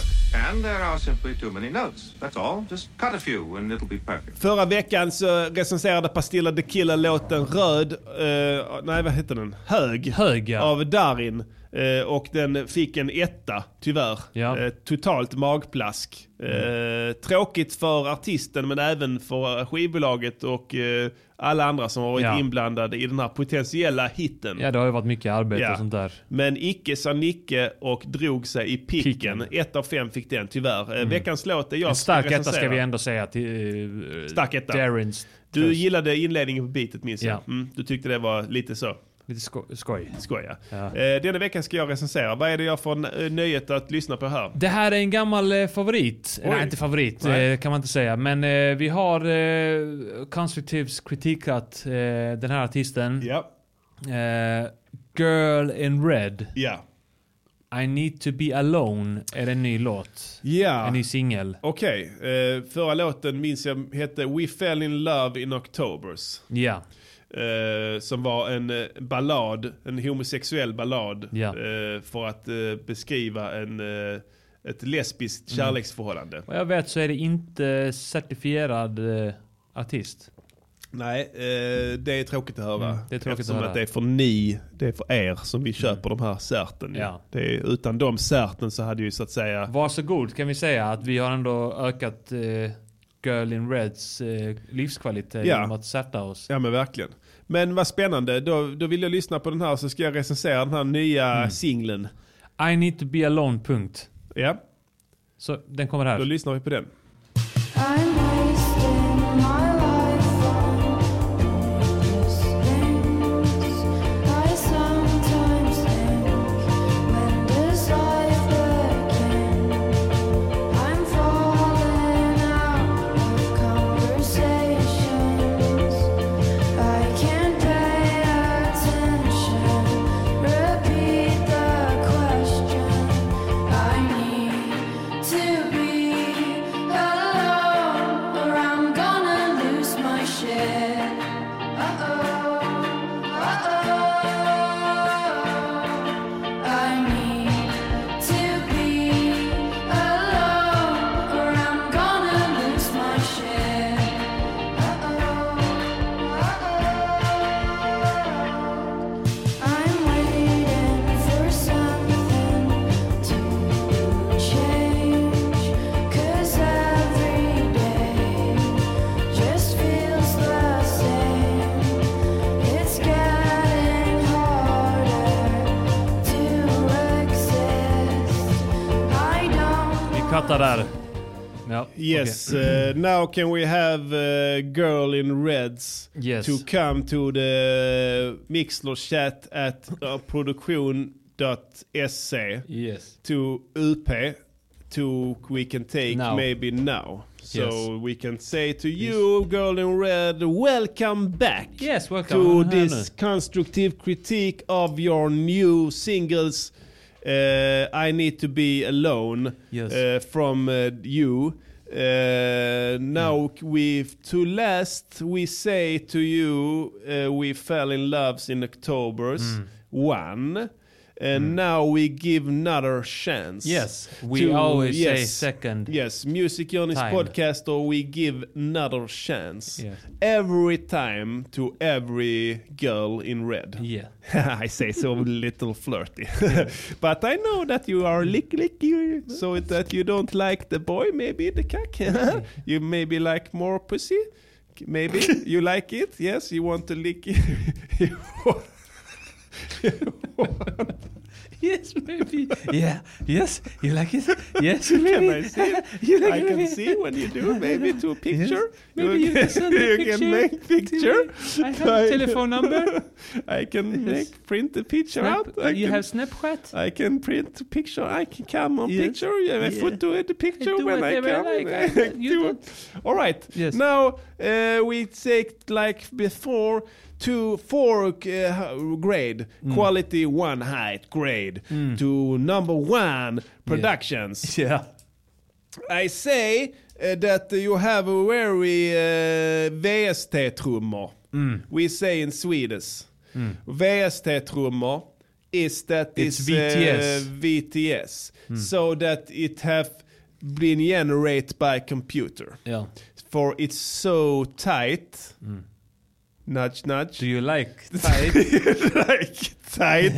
Speaker 9: And there are simply too many notes. That's all. Just cut a few and it'll be perfect.
Speaker 1: Förra veckan så recenserade Pastilla the Killer låten Röd, eh, nej vad hette den? Hög.
Speaker 3: Hög, ja.
Speaker 1: Av Darin. Eh, och den fick en etta, tyvärr.
Speaker 3: Ja. Mm.
Speaker 1: Eh, totalt magplask. Eh, tråkigt för artisten men även för skivbolaget och eh, alla andra som har varit
Speaker 3: Ja.
Speaker 1: inblandade i den här potentiella hitten.
Speaker 3: Ja, det har ju varit mycket arbete
Speaker 1: Ja.
Speaker 3: och sånt där.
Speaker 1: Men icke sa Nicke och drog sig i picken.
Speaker 3: Picken. Mm.
Speaker 1: Ett av fem fick den tyvärr. Eh, Veckans låt är jag
Speaker 3: En
Speaker 1: som
Speaker 3: stark etta ska
Speaker 1: recensera.
Speaker 3: vi ändå säga till... eh,
Speaker 1: Stark etta.
Speaker 3: Darrens.
Speaker 1: Du gillade inledningen på beatet minns jag.
Speaker 3: Ja.
Speaker 1: Mm, du tyckte det var lite så.
Speaker 3: Lite sko- skoj.
Speaker 1: Skoja.
Speaker 3: Ja.
Speaker 1: Eh, denna veckan ska jag recensera. Vad är det jag får eh, nöjet att lyssna på här?
Speaker 3: Det här är en gammal eh, favorit.
Speaker 1: Oj.
Speaker 3: Nej, inte favorit
Speaker 1: Nej.
Speaker 3: eh, kan man inte säga. Men eh, vi har eh, Constructives kritikat eh, den här artisten.
Speaker 1: Ja.
Speaker 3: Eh, Girl in Red.
Speaker 1: Ja.
Speaker 3: I need to be alone är en ny låt.
Speaker 1: Ja.
Speaker 3: En ny singel.
Speaker 1: Okej. Eh, förra låten minns jag hette We fell in love in Octobers.
Speaker 3: Ja.
Speaker 1: Eh, som var en eh, ballad, en homosexuell ballad.
Speaker 3: Ja.
Speaker 1: Eh, för att eh, beskriva en, eh, ett lesbiskt
Speaker 3: Mm.
Speaker 1: kärleksförhållande.
Speaker 3: Vad jag vet så är det inte certifierad eh, artist.
Speaker 1: Nej, eh, det är tråkigt att höra.
Speaker 3: Mm, det är tråkigt
Speaker 1: Eftersom
Speaker 3: att höra.
Speaker 1: det är för ni, det är för er som vi köper de här certen. ju.
Speaker 3: Ja.
Speaker 1: Det är, utan de certen så hade ju så att säga...
Speaker 3: Varsågod kan vi säga att vi har ändå ökat eh, Girl in Reds eh, livskvalitet
Speaker 1: Ja.
Speaker 3: genom att sätta oss.
Speaker 1: Ja men verkligen. Men vad spännande, då, då vill jag lyssna på den här så ska jag recensera den här nya
Speaker 3: Mm.
Speaker 1: singeln.
Speaker 3: I need to be alone, punkt.
Speaker 1: Ja,
Speaker 3: Så den kommer
Speaker 1: då
Speaker 3: här.
Speaker 1: lyssnar vi på den.
Speaker 6: I'm wasting my life on useless things. I sometimes think, when does life
Speaker 3: fattar där. Ja,
Speaker 1: Yes, uh, now can we have uh, girl in reds
Speaker 3: Yes.
Speaker 1: to come to the Mixler chat at uh, produktion.se
Speaker 3: okej. Yes.
Speaker 1: to UP to we can take
Speaker 3: Now.
Speaker 1: maybe now. So
Speaker 3: Yes.
Speaker 1: we can say to you, girl in red, welcome back
Speaker 3: Yes, welcome.
Speaker 1: to
Speaker 3: Här
Speaker 1: this constructive critique of your new singles. Uh, I need to be alone
Speaker 3: Yes.
Speaker 1: uh, from uh, you. Uh, now we to last we say to you uh, we fell in loves in October's
Speaker 3: Mm.
Speaker 1: one, and now we give another chance.
Speaker 3: Yes, we always say second.
Speaker 1: Yes, music on his
Speaker 3: Time.
Speaker 1: podcast, or we give another chance
Speaker 3: Yeah.
Speaker 1: every time to every girl in red.
Speaker 3: Yeah.
Speaker 1: I say so little flirty, but I know that you are lick lick you, so
Speaker 3: Mm-hmm.
Speaker 1: that you don't like the boy, maybe the cack. you maybe like more pussy, maybe you like it. Yes, you want to lick. you want-
Speaker 3: Yes, maybe. Yeah. Yes. You like it? Yes,
Speaker 1: Can
Speaker 3: maybe.
Speaker 1: I see? it?
Speaker 3: You like
Speaker 1: I
Speaker 3: it,
Speaker 1: can
Speaker 3: maybe?
Speaker 1: see when you do maybe to a picture.
Speaker 3: Maybe you can send a
Speaker 1: you
Speaker 3: picture.
Speaker 1: can make picture.
Speaker 3: to me. I have a telephone number.
Speaker 1: I can
Speaker 3: Yes.
Speaker 1: make print the picture
Speaker 3: Snap,
Speaker 1: out. I
Speaker 3: you
Speaker 1: can,
Speaker 3: have Snapchat.
Speaker 1: I can print the picture. I can come on
Speaker 3: Yes.
Speaker 1: picture. Yeah, I
Speaker 3: Yeah.
Speaker 1: put to the picture
Speaker 3: I do
Speaker 1: when I
Speaker 3: whatever I
Speaker 1: come.
Speaker 3: like. I- you
Speaker 1: do
Speaker 3: don't-
Speaker 1: it. All right.
Speaker 3: Yes.
Speaker 1: Now uh, we take like before to four uh, grade
Speaker 3: Mm.
Speaker 1: quality one height grade to number one productions.
Speaker 3: Yeah.
Speaker 1: I say uh, that you have a very uh, VST-trummor.
Speaker 3: Mm.
Speaker 1: We say in Swedish. VST-trummor is that
Speaker 3: It's
Speaker 1: is,
Speaker 3: VTS.
Speaker 1: Uh, VTS.
Speaker 3: Mm.
Speaker 1: So that it have been generated by computer.
Speaker 3: Yeah. Mm.
Speaker 1: For it's so tight. Nudge, nudge.
Speaker 3: Do you like tight?
Speaker 1: like tight.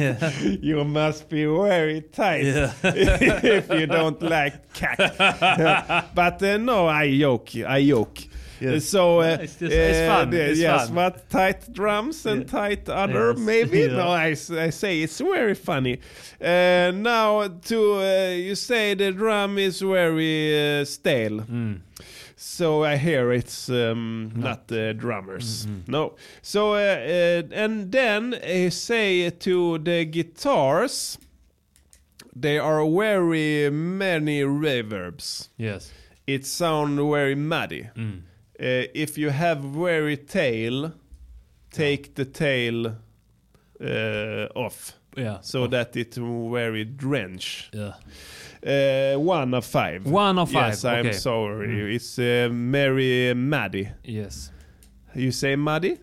Speaker 1: You must be very tight
Speaker 3: Yeah.
Speaker 1: if you don't like cat. but uh, no, I yoke. I yoke. So uh,
Speaker 3: It's just- it's
Speaker 1: uh,
Speaker 3: fun,
Speaker 1: the-
Speaker 3: it's
Speaker 1: yes,
Speaker 3: fun.
Speaker 1: but tight drums and tight other
Speaker 3: Yes.
Speaker 1: maybe.
Speaker 3: Yeah.
Speaker 1: No, I, s- I say it's very funny. Uh, now to uh, you say the drum is very uh, stale.
Speaker 3: Mm.
Speaker 1: So I hear it's um, not the drummers.
Speaker 3: Mm-hmm.
Speaker 1: No. So uh, uh, and then I say to the guitars, they are very many reverbs.
Speaker 3: yes.
Speaker 1: It sound very muddy.
Speaker 3: Mm.
Speaker 1: Uh, if you have very tail, take the tail uh, off
Speaker 3: Yeah.
Speaker 1: so that it very drench.
Speaker 3: Yeah.
Speaker 1: Uh, one of five.
Speaker 3: One of five,
Speaker 1: Yes, I'm
Speaker 3: okay. Mm.
Speaker 1: sorry. It's uh, Mary Maddy.
Speaker 3: Yes.
Speaker 1: You say Maddy?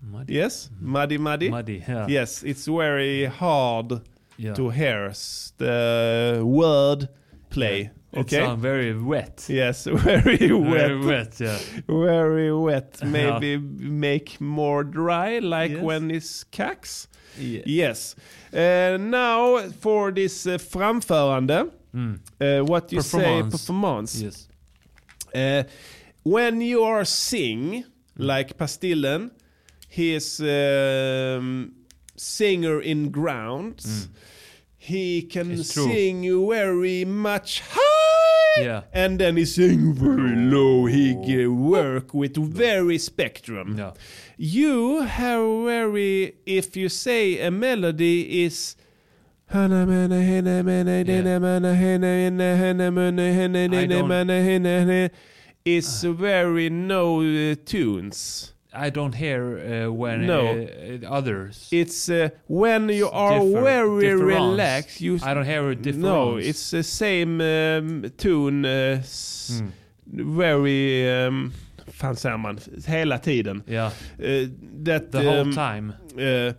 Speaker 3: Muddy. Mm.
Speaker 1: Yes, Maddy Maddy.
Speaker 3: Muddy. Yeah.
Speaker 1: Yes, it's very hard
Speaker 3: Yeah.
Speaker 1: to hear s- the word play.
Speaker 3: It
Speaker 1: Okay.
Speaker 3: sound very wet.
Speaker 1: Yes, very wet.
Speaker 3: Very wet. Yeah.
Speaker 1: Very wet. Maybe make more dry, like
Speaker 3: Yes.
Speaker 1: when it's cacks.
Speaker 3: Yeah.
Speaker 1: Yes. Uh, now for this uh, framförande, uh, what you say
Speaker 3: Mm. Performance.
Speaker 1: performance.
Speaker 3: Yes.
Speaker 1: Uh, when you are sing, like Pastillen, he is um, singer in grounds. He can
Speaker 3: Mm. It's true.
Speaker 1: sing very much high,
Speaker 3: Yeah.
Speaker 1: and then he sing very low. He can work with very spectrum.
Speaker 3: Yeah.
Speaker 1: You have very if you say a melody is. It's very no uh, tunes.
Speaker 3: I don't hear uh, when
Speaker 1: No.
Speaker 3: uh, uh, others.
Speaker 1: It's uh, when you are
Speaker 3: differ-
Speaker 1: very
Speaker 3: difference.
Speaker 1: relaxed. You
Speaker 3: I don't hear a difference.
Speaker 1: no, it's the same um, tune. Uh, s- Very. Um, fan säger man? Hela tiden.
Speaker 3: Yeah.
Speaker 1: Uh, that,
Speaker 3: The whole
Speaker 1: um,
Speaker 3: time.
Speaker 1: uh,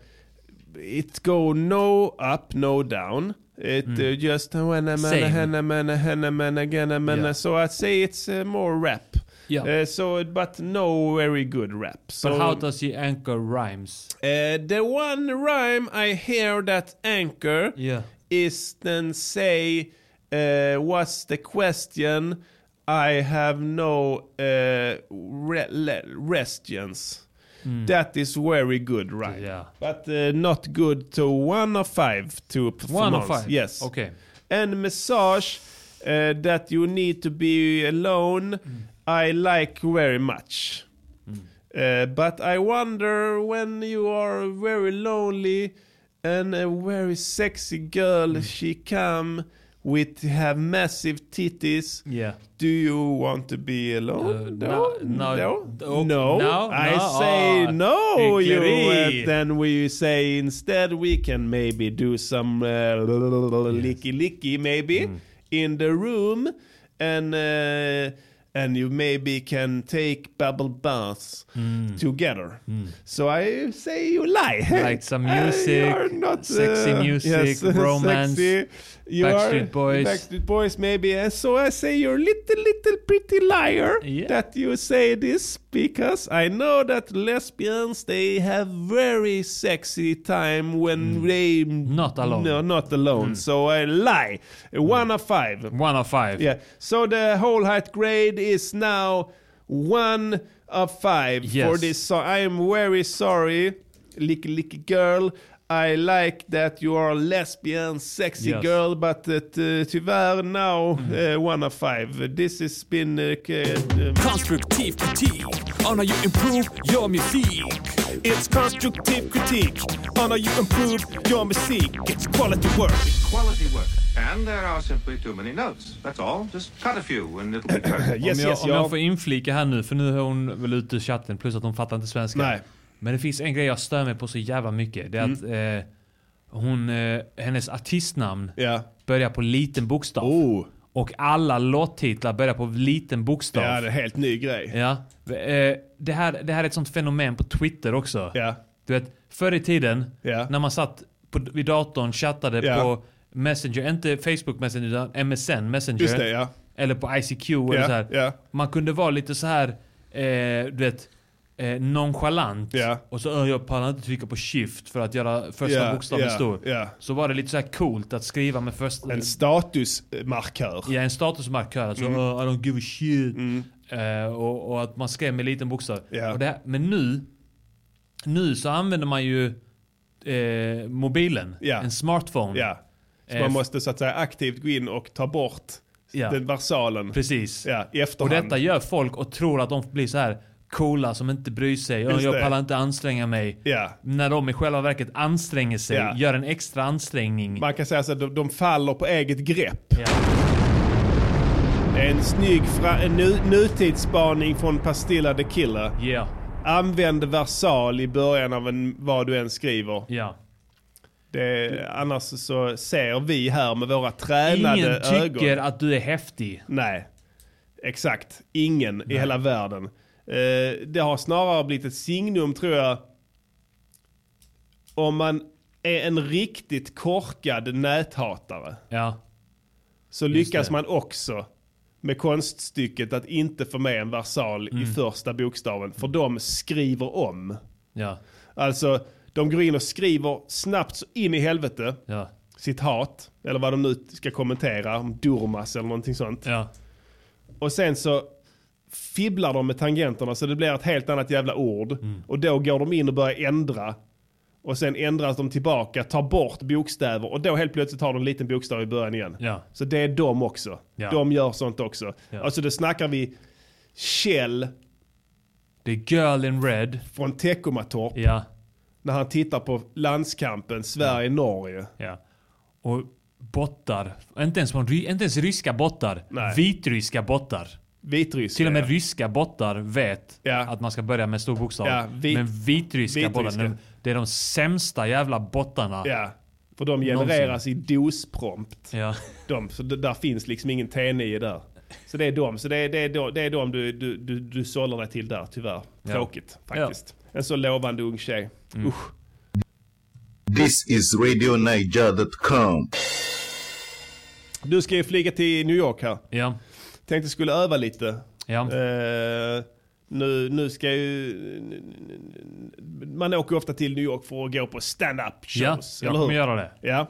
Speaker 1: it go no up, no down. It uh, just hana mana
Speaker 3: Mm. Same.
Speaker 1: hana mana hana mana gana mana.
Speaker 3: Yeah.
Speaker 1: So I'd say it's uh, more rap.
Speaker 3: Yeah.
Speaker 1: Uh, so, but no very good rap. So
Speaker 3: but how does he anchor rhymes?
Speaker 1: uh, the one rhyme I hear that anchor
Speaker 3: Yeah.
Speaker 1: is then say, uh, what's the question? I have no uh, re- le- restions. That is very good, right?
Speaker 3: Yeah.
Speaker 1: But uh, not good to one of five to performance.
Speaker 3: One of five.
Speaker 1: Yes.
Speaker 3: Okay.
Speaker 1: And massage eh, that you need to be alone I like very much. Eh, but I wonder when you are very lonely and a very sexy girl
Speaker 3: Mm.
Speaker 1: she come with have massive titties.
Speaker 3: Yeah.
Speaker 1: Do you want to be
Speaker 3: Uh,
Speaker 1: alone?
Speaker 3: no, no,
Speaker 1: no,
Speaker 3: oh,
Speaker 1: no.
Speaker 3: no,
Speaker 1: I
Speaker 3: no,
Speaker 1: say
Speaker 3: ah,
Speaker 1: no. You,
Speaker 3: hyckleri.
Speaker 1: uh, then we say instead we can maybe do some uh, licky licky maybe
Speaker 3: Mm.
Speaker 1: in the room, and uh, and you maybe can take bubble baths
Speaker 3: Mm.
Speaker 1: together. So I say you lie.
Speaker 3: Like some
Speaker 1: Uh,
Speaker 3: music,
Speaker 1: you're not,
Speaker 3: sexy
Speaker 1: uh,
Speaker 3: music,
Speaker 1: yes,
Speaker 3: romance,
Speaker 1: sexy. You
Speaker 3: Backstreet
Speaker 1: are-
Speaker 3: Boys.
Speaker 1: Backstreet Boys, maybe. And so I say you're little, little pretty liar
Speaker 3: Yeah.
Speaker 1: that you say this because I know that lesbians they have very sexy time when they
Speaker 3: Mm. Not alone. Mm.
Speaker 1: No, not alone. So I lie. One of five.
Speaker 3: One of five.
Speaker 1: Yeah. So the whole height grade is now one of five for
Speaker 3: Yes.
Speaker 1: this song. I am very sorry, Licky Licky Girl. I like that you are a lesbian, sexy
Speaker 3: Yes. Mm-hmm.
Speaker 1: girl, but that, uh, tyvärr now uh, one of five. This has been... Uh, k- um,
Speaker 5: Konstruktiv kritik on how you improve your music.
Speaker 2: It's constructive critique on how you improve your music. It's quality work.
Speaker 9: Quality work. And there are simply too many notes. That's all. Just cut a few and it'll be perfect.
Speaker 1: yes,
Speaker 3: om jag,
Speaker 1: yes,
Speaker 3: om
Speaker 1: jag-
Speaker 3: jag får inflika här nu, för nu är hon väl ute ur chatten, plus att hon fattar inte svenska.
Speaker 1: Nej.
Speaker 3: Men det finns en grej jag stör mig på så jävla mycket. Det är att eh, hon, eh, hennes artistnamn
Speaker 1: Mm. Ja.
Speaker 3: börjar på liten bokstav.
Speaker 1: Oh.
Speaker 3: Och alla låttitlar börjar på liten bokstav.
Speaker 1: Ja, det är en helt ny grej.
Speaker 3: Ja. Eh, Det här, det här är ett sånt fenomen på Twitter också.
Speaker 1: Ja.
Speaker 3: Du vet, förr i tiden
Speaker 1: Ja.
Speaker 3: när man satt på, vid datorn chattade
Speaker 1: Ja.
Speaker 3: på Messenger, inte Facebook Messenger utan MSN Messenger.
Speaker 1: Just det, ja.
Speaker 3: Eller på ICQ eller
Speaker 1: Ja,
Speaker 3: så här.
Speaker 1: ja.
Speaker 3: Man kunde vara lite så här, eh, du vet, eh, nonchalant.
Speaker 1: Ja.
Speaker 3: Och så, "Ö, jag pallar inte trycka på shift för att göra första
Speaker 1: Ja,
Speaker 3: bokstaven
Speaker 1: ja,
Speaker 3: stor.
Speaker 1: ja.
Speaker 3: Så var det lite så här coolt att skriva med första...
Speaker 1: En Mm. statusmarkör.
Speaker 3: Ja, en statusmarkör. Alltså, "Oh, I don't give a shit. Eh, och, och att man skrev med liten bokstav.
Speaker 1: Mm. Ja.
Speaker 3: Och det här, men nu, nu så använder man ju eh, mobilen.
Speaker 1: Ja.
Speaker 3: En smartphone.
Speaker 1: Ja. Så
Speaker 3: Eh,
Speaker 1: man
Speaker 3: f-
Speaker 1: måste så att säga aktivt gå in och ta bort
Speaker 3: Ja.
Speaker 1: den versalen.
Speaker 3: Precis.
Speaker 1: Ja, i
Speaker 3: Och
Speaker 1: efterhand.
Speaker 3: detta gör folk och tror att de blir så här coola som inte bryr sig. "Ö,
Speaker 1: Just
Speaker 3: jag
Speaker 1: det.
Speaker 3: pallar inte anstränga mig.
Speaker 1: Ja.
Speaker 3: När de i själva verket anstränger sig.
Speaker 1: Ja.
Speaker 3: Gör en extra ansträngning.
Speaker 1: Man kan säga så att de, de faller på eget grepp.
Speaker 3: Ja.
Speaker 1: Det är en snygg fra- en nu, nutidsspaning från Pastilla the Killer.
Speaker 3: Ja.
Speaker 1: Använd versal i början av en, vad du än skriver.
Speaker 3: Ja.
Speaker 1: Det, annars så ser vi här med våra tränade
Speaker 3: Ingen tycker
Speaker 1: ögon.
Speaker 3: att du är häftig.
Speaker 1: Nej, exakt. Ingen i hela världen. Eh, det har snarare blivit ett signum tror jag. Om man är en riktigt korkad näthatare.
Speaker 3: Ja.
Speaker 1: så lyckas man också med konststycket att inte få med en versal i första bokstaven. För de skriver om.
Speaker 3: Ja.
Speaker 1: Alltså, de går in och skriver snabbt så in i helvete
Speaker 3: Ja.
Speaker 1: sitt hat. Eller vad de nu ska kommentera, om Durmas eller någonting sånt.
Speaker 3: Ja.
Speaker 1: Och sen så fibblar de med tangenterna så det blir ett helt annat jävla ord. Och då går de in och börjar ändra. Och sen ändras de tillbaka, tar bort bokstäver och då helt plötsligt har de en liten bokstav i början igen.
Speaker 3: Ja.
Speaker 1: Så det är de också.
Speaker 3: Ja.
Speaker 1: De gör sånt också.
Speaker 3: Ja.
Speaker 1: Alltså då snackar vi Kjell
Speaker 3: Det är girl in red.
Speaker 1: från Teckomatorp
Speaker 3: Ja.
Speaker 1: när han tittar på landskampen Sverige-Norge.
Speaker 3: Ja. Och bottar. Inte ens, från ry- inte ens ryska bottar.
Speaker 1: Nej.
Speaker 3: Vitryska bottar.
Speaker 1: Vitryssland.
Speaker 3: Till och med ryska bottar vet
Speaker 1: Ja.
Speaker 3: att man ska börja med stor bokstav.
Speaker 1: Ja, vi-
Speaker 3: Men vitryska,
Speaker 1: vitryska.
Speaker 3: bottar, de- det är de sämsta jävla bottarna.
Speaker 1: Ja. För de genereras i dosprompt.
Speaker 3: Ja.
Speaker 1: De, så d- där finns liksom ingen T9 där. Så det är de, så det är, det är de, det är de du, du, du, du sållar dig till där tyvärr.
Speaker 3: Ja. Mm.
Speaker 1: Tråkigt faktiskt. En så lovande ung tjej. Usch.
Speaker 4: This is RadioNiger.com.
Speaker 1: Du ska ju flyga till New York här.
Speaker 3: ja.
Speaker 1: Tänkte skulle öva lite.
Speaker 3: Ja.
Speaker 1: Eh, nu, nu ska ju... Man åker ju ofta till New York för att gå på stand-up
Speaker 3: ja.
Speaker 1: shows.
Speaker 3: Jag
Speaker 1: eller
Speaker 3: kommer
Speaker 1: hur?
Speaker 3: göra det.
Speaker 1: Ja.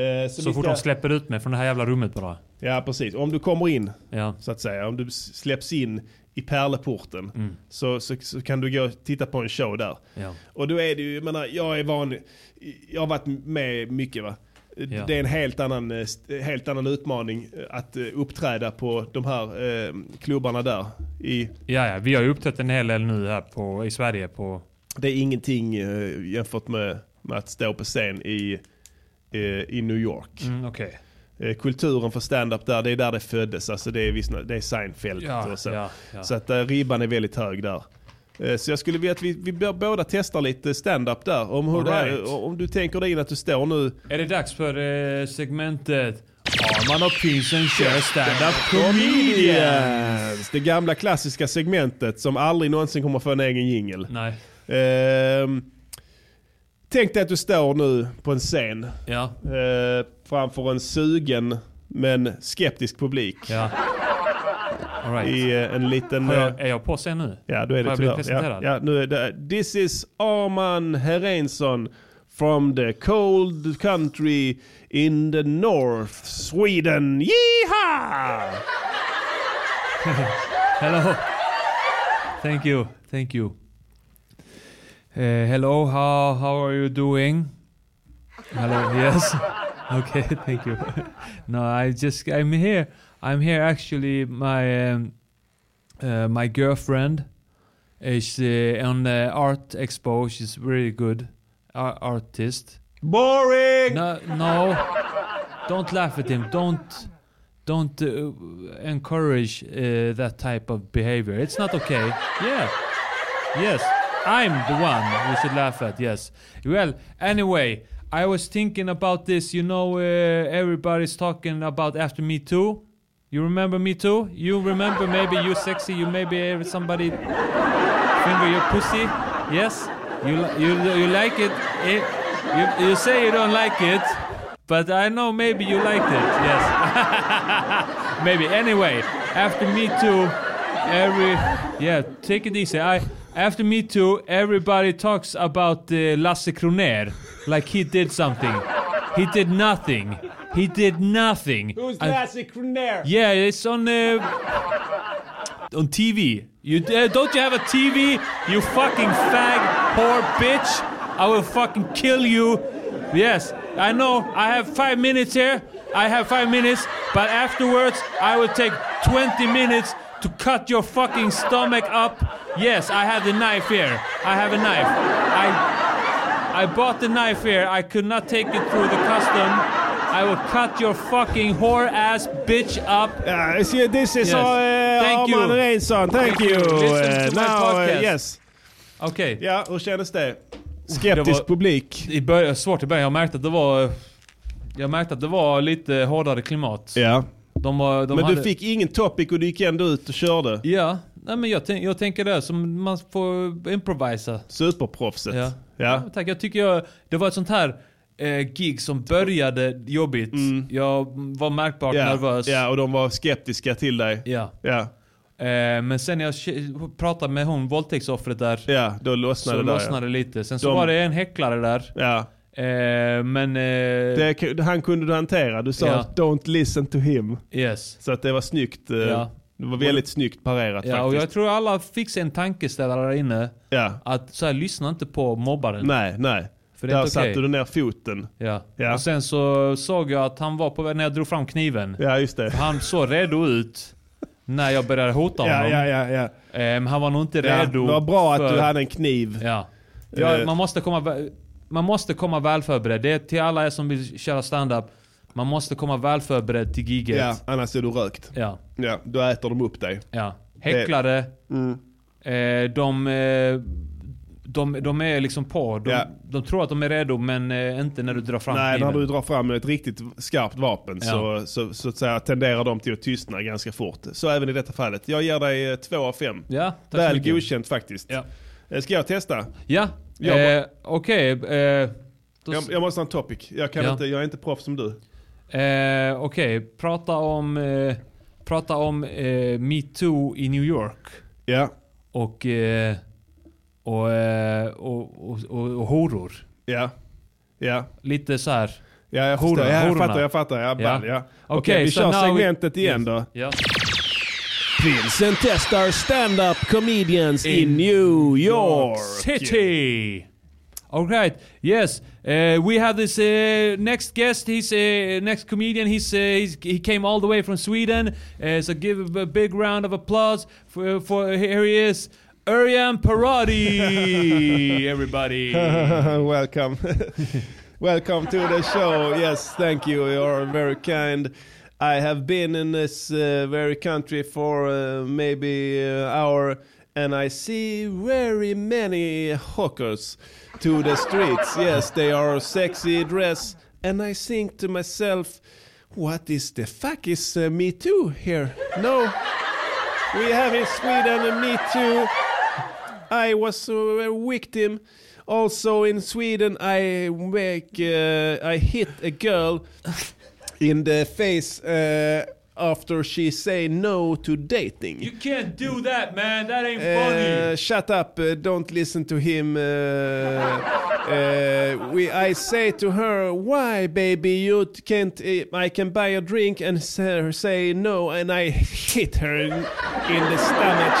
Speaker 1: Eh, så
Speaker 3: Så
Speaker 1: vi
Speaker 3: fort
Speaker 1: ska-
Speaker 3: de släpper ut mig från det här jävla rummet bara.
Speaker 1: Ja, precis. Om du kommer in,
Speaker 3: Ja.
Speaker 1: så att säga. Om du s- släpps in i pärleporten så, så, så kan du gå och titta på en show där.
Speaker 3: Mm. Ja.
Speaker 1: Och då är det ju, jag menar, jag är van, jag har varit med mycket va. Det är en helt annan, eh, st- helt annan utmaning eh, att eh, uppträda på de här eh, klubbarna där. I,
Speaker 3: Ja, ja. Vi har ju upptäckt en hel del nu här på, i Sverige på...
Speaker 1: det är ingenting eh, jämfört med, med att stå på scen i, eh, i New York.
Speaker 3: Mm, Okej.
Speaker 1: Eh, Kulturen för stand-up där, det är där det föddes. Alltså det, är vissa, det är Seinfeld
Speaker 3: Ja,
Speaker 1: och så.
Speaker 3: ja, ja.
Speaker 1: Så att eh, ribban är väldigt hög där. Eh, Så jag skulle vilja att vi, vi bör- båda testar lite stand-up där. Om, hur det
Speaker 3: Alright.
Speaker 1: är, om du tänker dig in att du står nu
Speaker 3: Är det dags för eh, segmentet Arman och Pinsen kör stand-up comedian?
Speaker 1: Comedians! Det gamla klassiska segmentet som aldrig någonsin kommer få en egen jingel.
Speaker 3: Nej.
Speaker 1: Ehm, tänk dig att du står nu på en scen
Speaker 3: Ja.
Speaker 1: eh, framför en sugen men skeptisk publik.
Speaker 3: Ja. All right.
Speaker 1: I eh, en liten...
Speaker 3: Har
Speaker 1: eh,
Speaker 3: jag, är jag på scen nu?
Speaker 1: Ja, då är det
Speaker 3: Har jag blivit
Speaker 1: tyvärr. Ja,
Speaker 3: presenterad?
Speaker 1: ja, nu är det. This is Arman Herensson from the cold country in the north Sweden. Yeehaw!
Speaker 3: Hello. Thank you. Thank you. Uh, hello. How how are you doing? Hello. Yes. Okay. Thank you. no, I just I'm here. I'm here actually. My um, uh, my girlfriend is uh, on the art expo. She's really good ar- artist.
Speaker 1: Boring!
Speaker 3: No, no. Don't laugh at him. Don't, don't uh, encourage uh, that type of behavior. It's not okay. Yeah. Yes. I'm the one you should laugh at. Yes. Well, anyway, I was thinking about this. You know, uh, everybody's talking about after Me Too. You remember Me Too? You remember maybe you sexy. You maybe somebody finger your pussy. Yes, you li- you you like it. it you, you say you don't like it, but I know maybe you liked it. Yes, maybe. Anyway, after Me Too, every yeah, take it easy. I after Me Too, everybody talks about uh, Lasse Kroner like he did something. He did nothing. He did nothing. Who's Lasse Kroner? Yeah, it's on. Uh, on TV. You uh, don't you have a TV? You fucking fag, whore, bitch! I will fucking kill you. Yes, I know. I have five minutes here. I have five minutes, but afterwards I will take 20 minutes to cut your fucking stomach up. Yes, I have the knife here. I have a knife. I I bought the knife here. I could not take it through the custom. I will cut your fucking whore ass bitch up.
Speaker 1: Uh, see, this is
Speaker 3: Yes.
Speaker 1: uh,
Speaker 3: Thank you.
Speaker 1: Arman Herensson. Thank,
Speaker 3: Thank
Speaker 1: you.
Speaker 3: you. Listen to my
Speaker 1: now, uh,
Speaker 3: podcast.
Speaker 1: yes.
Speaker 3: Okay.
Speaker 1: Ja, hur kändes det? Skeptisk
Speaker 3: det var-
Speaker 1: publik.
Speaker 3: I början, svårt i början. Jag märkte att det var... Jag märkte att det var lite hårdare klimat.
Speaker 1: Ja.
Speaker 3: De var, de
Speaker 1: Men
Speaker 3: hade,
Speaker 1: du fick ingen topic och du gick ändå ut och körde.
Speaker 3: Ja. Nej men jag, tänk, jag tänker det som man får improvisa.
Speaker 1: Superproffset.
Speaker 3: Ja.
Speaker 1: ja.
Speaker 3: Tack. Jag tycker jag... Det var ett sånt här eh, gig som började jobbigt. Jag var märkbart
Speaker 1: Mm. Ja.
Speaker 3: nervös.
Speaker 1: ja, och de var skeptiska till dig.
Speaker 3: Ja.
Speaker 1: Ja,
Speaker 3: Eh, men sen när jag ke- pratade med hon, våldtäktsoffret där,
Speaker 1: ja då
Speaker 3: så
Speaker 1: lossnade det där.
Speaker 3: lossnade det lite. Sen så
Speaker 1: De-
Speaker 3: var det en häcklare där.
Speaker 1: Ja. Ja.
Speaker 3: Eh, men... Eh,
Speaker 1: Det, k- han kunde du hantera. Du sa
Speaker 3: Ja.
Speaker 1: “Don't listen to him”.
Speaker 3: Yes.
Speaker 1: Så att det var snyggt. eh,
Speaker 3: Ja.
Speaker 1: Det var väldigt snyggt parerat
Speaker 3: Ja, och
Speaker 1: faktiskt.
Speaker 3: jag tror alla fick sig en tankeställare där inne.
Speaker 1: Ja.
Speaker 3: Att så här, lyssna inte på mobbaren.
Speaker 1: Nej, nej.
Speaker 3: För det är
Speaker 1: Där
Speaker 3: inte
Speaker 1: satte
Speaker 3: okej.
Speaker 1: du ner foten.
Speaker 3: Ja.
Speaker 1: Ja.
Speaker 3: Och sen så såg jag att han var på väg, när jag drog fram kniven.
Speaker 1: Ja, just det.
Speaker 3: Han såg redo ut när jag började hota
Speaker 1: Ja,
Speaker 3: honom.
Speaker 1: ja, ja. ja.
Speaker 3: Ehm, han var nog inte
Speaker 1: Ja,
Speaker 3: redo.
Speaker 1: det var bra att
Speaker 3: för-
Speaker 1: du hade en kniv.
Speaker 3: Ja. ja
Speaker 1: Eh.
Speaker 3: man, måste komma, vä- man måste komma väl förberedd. Det är till alla er som vill köra stand-up. Man måste komma väl förberedd till giget.
Speaker 1: Ja, annars är du rökt.
Speaker 3: Ja.
Speaker 1: Ja, då äter de upp dig.
Speaker 3: Ja. Häcklare.
Speaker 1: Mm.
Speaker 3: Eh, de, eh, de, de är liksom på. De,
Speaker 1: Ja.
Speaker 3: de tror att de är redo men eh, inte när du drar fram
Speaker 1: Nej, när
Speaker 3: kniven.
Speaker 1: du drar fram ett riktigt skarpt vapen så, så, så att säga, tenderar de till att tystna ganska fort. Så även i detta fallet. Jag ger dig eh, två av fem.
Speaker 3: Ja, tack så
Speaker 1: Väl
Speaker 3: mycket.
Speaker 1: godkänt faktiskt.
Speaker 3: Ja.
Speaker 1: Eh, Ska jag testa?
Speaker 3: Ja,
Speaker 1: Ja,
Speaker 3: eh, okej. eh, då
Speaker 1: Jag,
Speaker 3: s-
Speaker 1: jag måste ha en topic. Jag, kan
Speaker 3: Ja.
Speaker 1: inte, jag är inte proffs som du.
Speaker 3: eh, Okej, prata om, eh, prata om eh, metoo i New York.
Speaker 1: Ja,
Speaker 3: Och, eh, och, eh, och, och, och, och horor.
Speaker 1: ja, ja.
Speaker 3: Lite så här.
Speaker 1: Ja, jag
Speaker 3: Hororna,
Speaker 1: förstår. Ja, jag
Speaker 3: hororna.
Speaker 1: fattar, jag fattar. Ja, ball, ja. Okej, vi
Speaker 3: so
Speaker 1: kör
Speaker 3: now we-
Speaker 1: segmentet igen
Speaker 3: Yes.
Speaker 1: då.
Speaker 3: Ja.
Speaker 1: Vincent testar stand-up comedians in New York.
Speaker 3: City! Okej, All right. Yes. Uh, we have this uh, next guest. He's uh, next comedian. He's, uh, he's he came all the way from Sweden. Uh, so give a big round of applause for, for here he is, Urjan Parodi. Everybody.
Speaker 1: Welcome. Welcome to the show. Yes, thank you. You are very kind. I have been in this uh, very country for uh, maybe an hour and I see very many hawkers to the streets. Yes, they are sexy dress and I think to myself, what is the fuck is uh, me too here? No. We have in Sweden a me too. I was a victim. Also in Sweden, I make uh, I hit a girl in the face uh, after she say no to dating.
Speaker 3: You can't do that, man. That ain't
Speaker 1: Uh,
Speaker 3: funny.
Speaker 1: shut up! Uh, don't listen to him. Uh, uh, we, I say to her, "Why, baby, you t- can't? uh, I can buy a drink." And s- her say no, and I hit her in, in the stomach.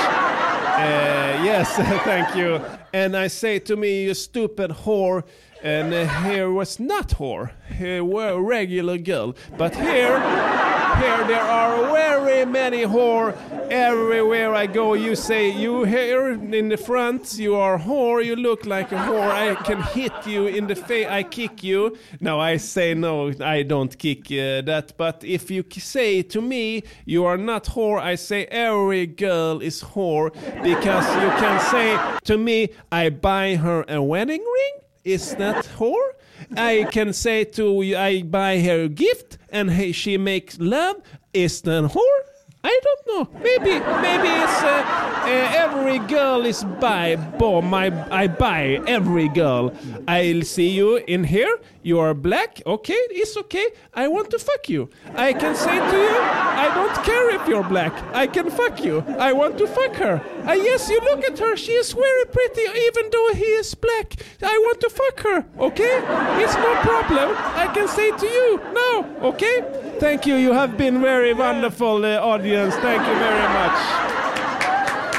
Speaker 1: Uh, yes, thank you. And I say to me, "You stupid whore." And uh, here was not whore, here were a regular girl. But here, here there are very many whore everywhere I go. You say you here in the front, you are whore. You look like a whore. I can hit you in the face. I kick you. No, I say no. I don't kick uh, that. But if you k- say to me you are not whore, I say every girl is whore because you can say to me I buy her a wedding ring. Is that whore? I can say to you, I buy her a gift and he, she makes love. Is that whore? I don't know. Maybe, maybe it's uh, uh, every girl is by bomb. I, I buy every girl. I'll see you in here. You are black. Okay, it's okay. I want to fuck you. I can say to you, I don't care if you're black. I can fuck you. I want to fuck her. Ah, yes, you look at her. She is very pretty, even though he is black. I want to fuck her. Okay, it's no problem. I can say to you no. Okay, thank you. You have been very wonderful, uh, audience. Thank you very much.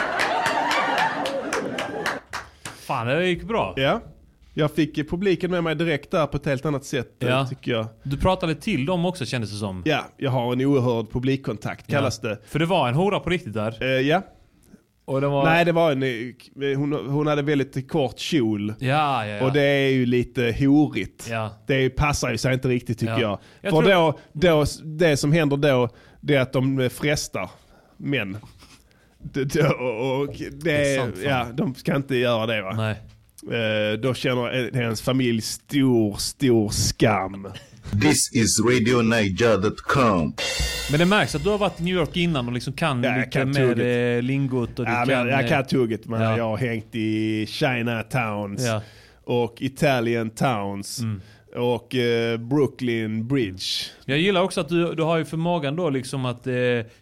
Speaker 3: Fan, det gick bra.
Speaker 1: Ja, jag fick publiken med mig direkt där på ett helt annat sätt, eh,
Speaker 3: Ja.
Speaker 1: tycker jag.
Speaker 3: Du pratade till dem också kändes det som.
Speaker 1: Ja, jag har en oerhörd publikkontakt, kallas det.
Speaker 3: För det var en hora på riktigt där.
Speaker 1: Eh, ja.
Speaker 3: Och det var...
Speaker 1: Nej, det var en... eh, Hon, hon hade väldigt kort kjol.
Speaker 3: Ja, ja, ja.
Speaker 1: Och det är ju lite horigt.
Speaker 3: Ja.
Speaker 1: Det passar ju sig inte riktigt tycker
Speaker 3: Ja.
Speaker 1: jag.
Speaker 3: Jag
Speaker 1: För
Speaker 3: tror-
Speaker 1: då, då, det som händer då, det är att de eh, frestar män. Det, det, och, och det,
Speaker 3: är sant, fan.
Speaker 1: ja, de ska inte göra det va?
Speaker 3: Nej.
Speaker 1: Eh, då känner hennes familj stor, stor skam.
Speaker 4: This is RadioNiger.com.
Speaker 3: Men det märks att du har varit i New York innan och liksom kan
Speaker 1: Ja, jag
Speaker 3: lite
Speaker 1: kan
Speaker 3: mer
Speaker 1: tugget.
Speaker 3: eh, lingot och du
Speaker 1: Ja, men
Speaker 3: kan...
Speaker 1: jag, jag
Speaker 3: eh,
Speaker 1: kan tugget men
Speaker 3: ja.
Speaker 1: jag har hängt i Chinatowns
Speaker 3: Ja. Mm.
Speaker 1: och Italian Towns och eh, Brooklyn Bridge.
Speaker 3: Jag gillar också att du, du har ju förmågan då liksom att eh,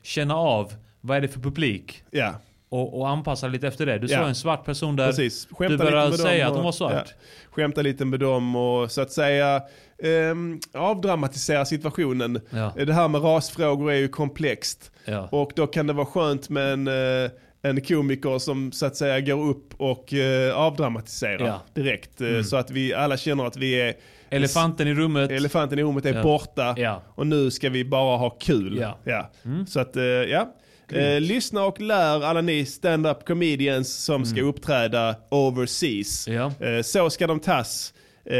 Speaker 3: känna av vad är det för publik
Speaker 1: Ja.
Speaker 3: och, och anpassa lite efter det. Du
Speaker 1: Ja.
Speaker 3: såg en svart person där.
Speaker 1: Precis.
Speaker 3: du började säga att hon var svart.
Speaker 1: ja. Skämta lite med dem och så att säga ehm, avdramatisera situationen.
Speaker 3: Ja.
Speaker 1: Det här med rasfrågor är ju komplext.
Speaker 3: Ja.
Speaker 1: Och då kan det vara skönt med en, eh, en komiker som så att säga går upp och eh, avdramatiserar
Speaker 3: Ja. Mm.
Speaker 1: direkt. eh, Så att vi alla känner att vi är
Speaker 3: Elefanten i rummet.
Speaker 1: Elefanten i rummet är
Speaker 3: Ja.
Speaker 1: borta
Speaker 3: Ja.
Speaker 1: och nu ska vi bara ha kul.
Speaker 3: Ja. Mm.
Speaker 1: Så att, eh, ja. Eh, lyssna och lär alla ni stand-up comedians som ska uppträda overseas.
Speaker 3: Mm. Ja.
Speaker 1: Eh, så ska de tas. Eh,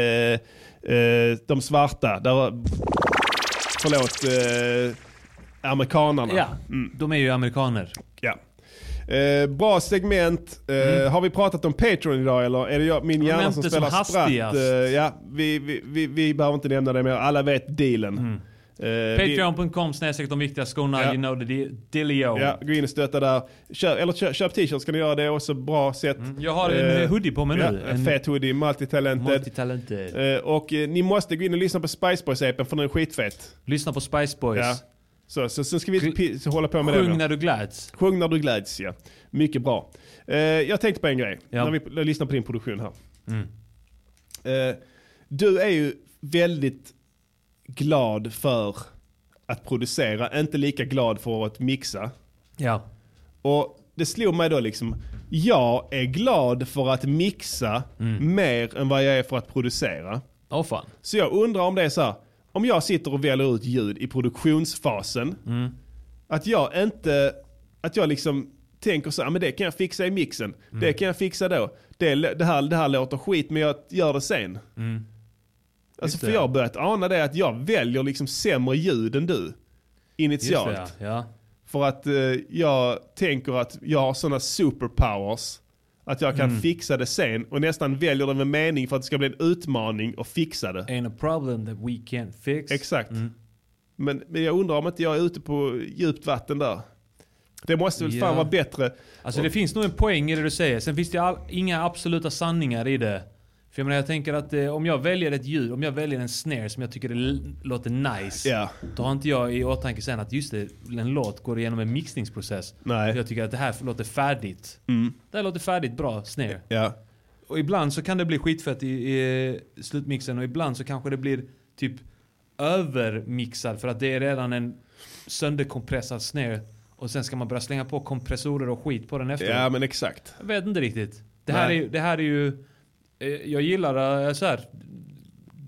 Speaker 1: eh, de svarta, där, förlåt, eh, amerikanarna.
Speaker 3: ja,
Speaker 1: Mm.
Speaker 3: de är ju amerikaner.
Speaker 1: Ja. Eh, bra segment. Eh,
Speaker 3: Mm.
Speaker 1: Har vi pratat om Patreon idag eller är det jag, min hjärna som
Speaker 3: Momentet som
Speaker 1: spelar spratt?
Speaker 3: hastigast.
Speaker 1: Eh, ja, vi, vi, vi, vi behöver inte nämna det mer. Alla vet dealen.
Speaker 3: Mm.
Speaker 1: Eh, vi-
Speaker 3: Patreon.com snedstreck de viktiga skorna.
Speaker 1: Ja.
Speaker 3: You know the de- dealio.
Speaker 1: Ja, gå in och stötta där. Köp, eller köp, köp t-shirts kan ni göra, det är också bra sätt.
Speaker 3: Mm, Jag har en
Speaker 1: Eh,
Speaker 3: hoodie på mig
Speaker 1: ja,
Speaker 3: nu.
Speaker 1: En fet hoodie, multitalented.
Speaker 3: Multitalenter.
Speaker 1: Eh, och eh, ni måste gå in och lyssna på Spice Boys-appen för den är skitfet.
Speaker 3: Lyssna på Spice
Speaker 1: Ja.
Speaker 3: Boys.
Speaker 1: Så, så, så ska vi inte pi- hålla på med det
Speaker 3: Sjung
Speaker 1: nu.
Speaker 3: när du gläds.
Speaker 1: Sjung när du gläds, ja. Mycket bra. Eh, jag tänkte på en grej,
Speaker 3: Ja.
Speaker 1: när vi när jag lyssnar på din produktion här. Eh, du är ju väldigt glad för att producera, inte lika glad för att mixa.
Speaker 3: Ja.
Speaker 1: Och det slog mig då liksom, Jag är glad för att mixa mer än vad jag är för att producera.
Speaker 3: Mm. Åh fan.
Speaker 1: Så jag undrar om det är så här, om jag sitter och väljer ut ljud i produktionsfasen,
Speaker 3: Mm.
Speaker 1: att jag inte, att jag liksom tänker så här, men det kan jag fixa i mixen,
Speaker 3: Mm.
Speaker 1: det kan jag fixa då, det, det, här, det här låter skit men jag gör det sen. Alltså
Speaker 3: Mm. Just
Speaker 1: för
Speaker 3: det.
Speaker 1: jag har börjat ana det att jag väljer liksom sämre ljud än du.
Speaker 3: Just
Speaker 1: Initialt.
Speaker 3: det, ja. ja.
Speaker 1: För att eh, jag tänker att jag har sådana superpowers. Att jag kan fixa det sen och nästan väljer det med mening för att det ska bli en utmaning och fixa det.
Speaker 3: Ain't a problem that we can't fix.
Speaker 1: Exakt. Men, men jag undrar om inte jag är ute på djupt vatten där. Det måste väl
Speaker 3: Ja.
Speaker 1: fan vara bättre.
Speaker 3: Alltså det finns nog en poäng i det du säger. Sen finns det all, inga absoluta sanningar i det. För jag menar jag tänker att eh, om jag väljer ett ljud, om jag väljer en snare som jag tycker det l- låter nice.
Speaker 1: Ja.
Speaker 3: Då har inte jag i åtanke sen att just det, en låt går igenom en mixningsprocess.
Speaker 1: Nej. Mm.
Speaker 3: Jag tycker att det här låter färdigt. Det här låter färdigt, bra snare.
Speaker 1: Ja.
Speaker 3: Och ibland så kan det bli skitfett i, i eh, slutmixen och ibland så kanske det blir typ övermixad för att det är redan en sönderkompressad snare. Och sen ska man börja slänga på kompressorer och skit på den efter.
Speaker 1: ja, men exakt.
Speaker 3: Jag vet inte riktigt. Det här,
Speaker 1: Nej.
Speaker 3: är, det här är ju... eh, Jag gillar eh, så här.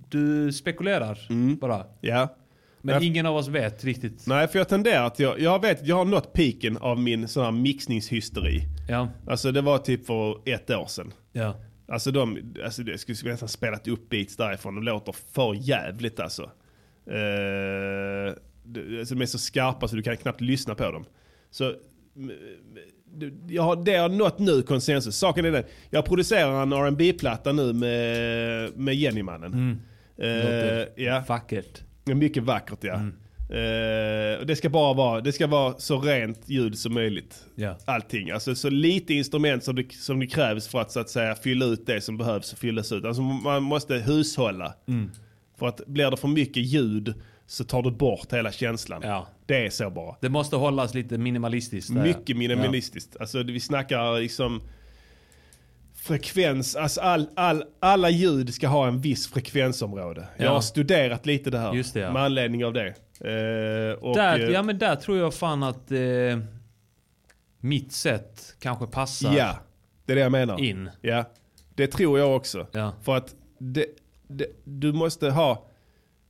Speaker 3: Du spekulerar bara.
Speaker 1: Ja.
Speaker 3: Men
Speaker 1: Jag-
Speaker 3: ingen av oss vet riktigt.
Speaker 1: Mm. Nej, för jag tenderar att jag, jag vet, jag har nått piken av min sån här mixningshysteri.
Speaker 3: Ja,
Speaker 1: Alltså det var typ för ett år sedan.
Speaker 3: ja.
Speaker 1: Alltså de, alltså det skulle skulle nästan spelat upp beats därifrån. De låter för jävligt alltså. Eh, det, alltså de är så skarpa så du kan knappt lyssna på dem. Så m- m- det- jag har, det jag har nått nu konsensus. Saken är den, jag producerar en rb platta nu med, med Jennymannen. Mm.
Speaker 3: Låter
Speaker 1: ja,
Speaker 3: Vackert. Mm.
Speaker 1: mycket vackert ja. Eh, och det ska bara vara, det ska vara så rent ljud som möjligt
Speaker 3: Ja.
Speaker 1: allting. Alltså så lite instrument som det, som det krävs för att så att säga fylla ut det som behövs och fyllas ut. Alltså man måste hushålla.
Speaker 3: Mm.
Speaker 1: För att blir det för mycket ljud så tar du bort hela känslan.
Speaker 3: Ja.
Speaker 1: Det är så bara.
Speaker 3: Det måste hållas lite minimalistiskt. där.
Speaker 1: Mycket minimalistiskt. Alltså vi snackar liksom frekvens, alltså all, all, alla ljud ska ha en viss frekvensområde. Jag
Speaker 3: Ja.
Speaker 1: har studerat lite det här
Speaker 3: Just det, ja.
Speaker 1: med anledning av det. Eh, och,
Speaker 3: Där,
Speaker 1: eh,
Speaker 3: ja men där tror jag fan att eh, mitt sätt kanske passar.
Speaker 1: Ja, det är det jag menar.
Speaker 3: In.
Speaker 1: Ja, det tror jag också.
Speaker 3: Ja.
Speaker 1: För att det, det, du måste ha,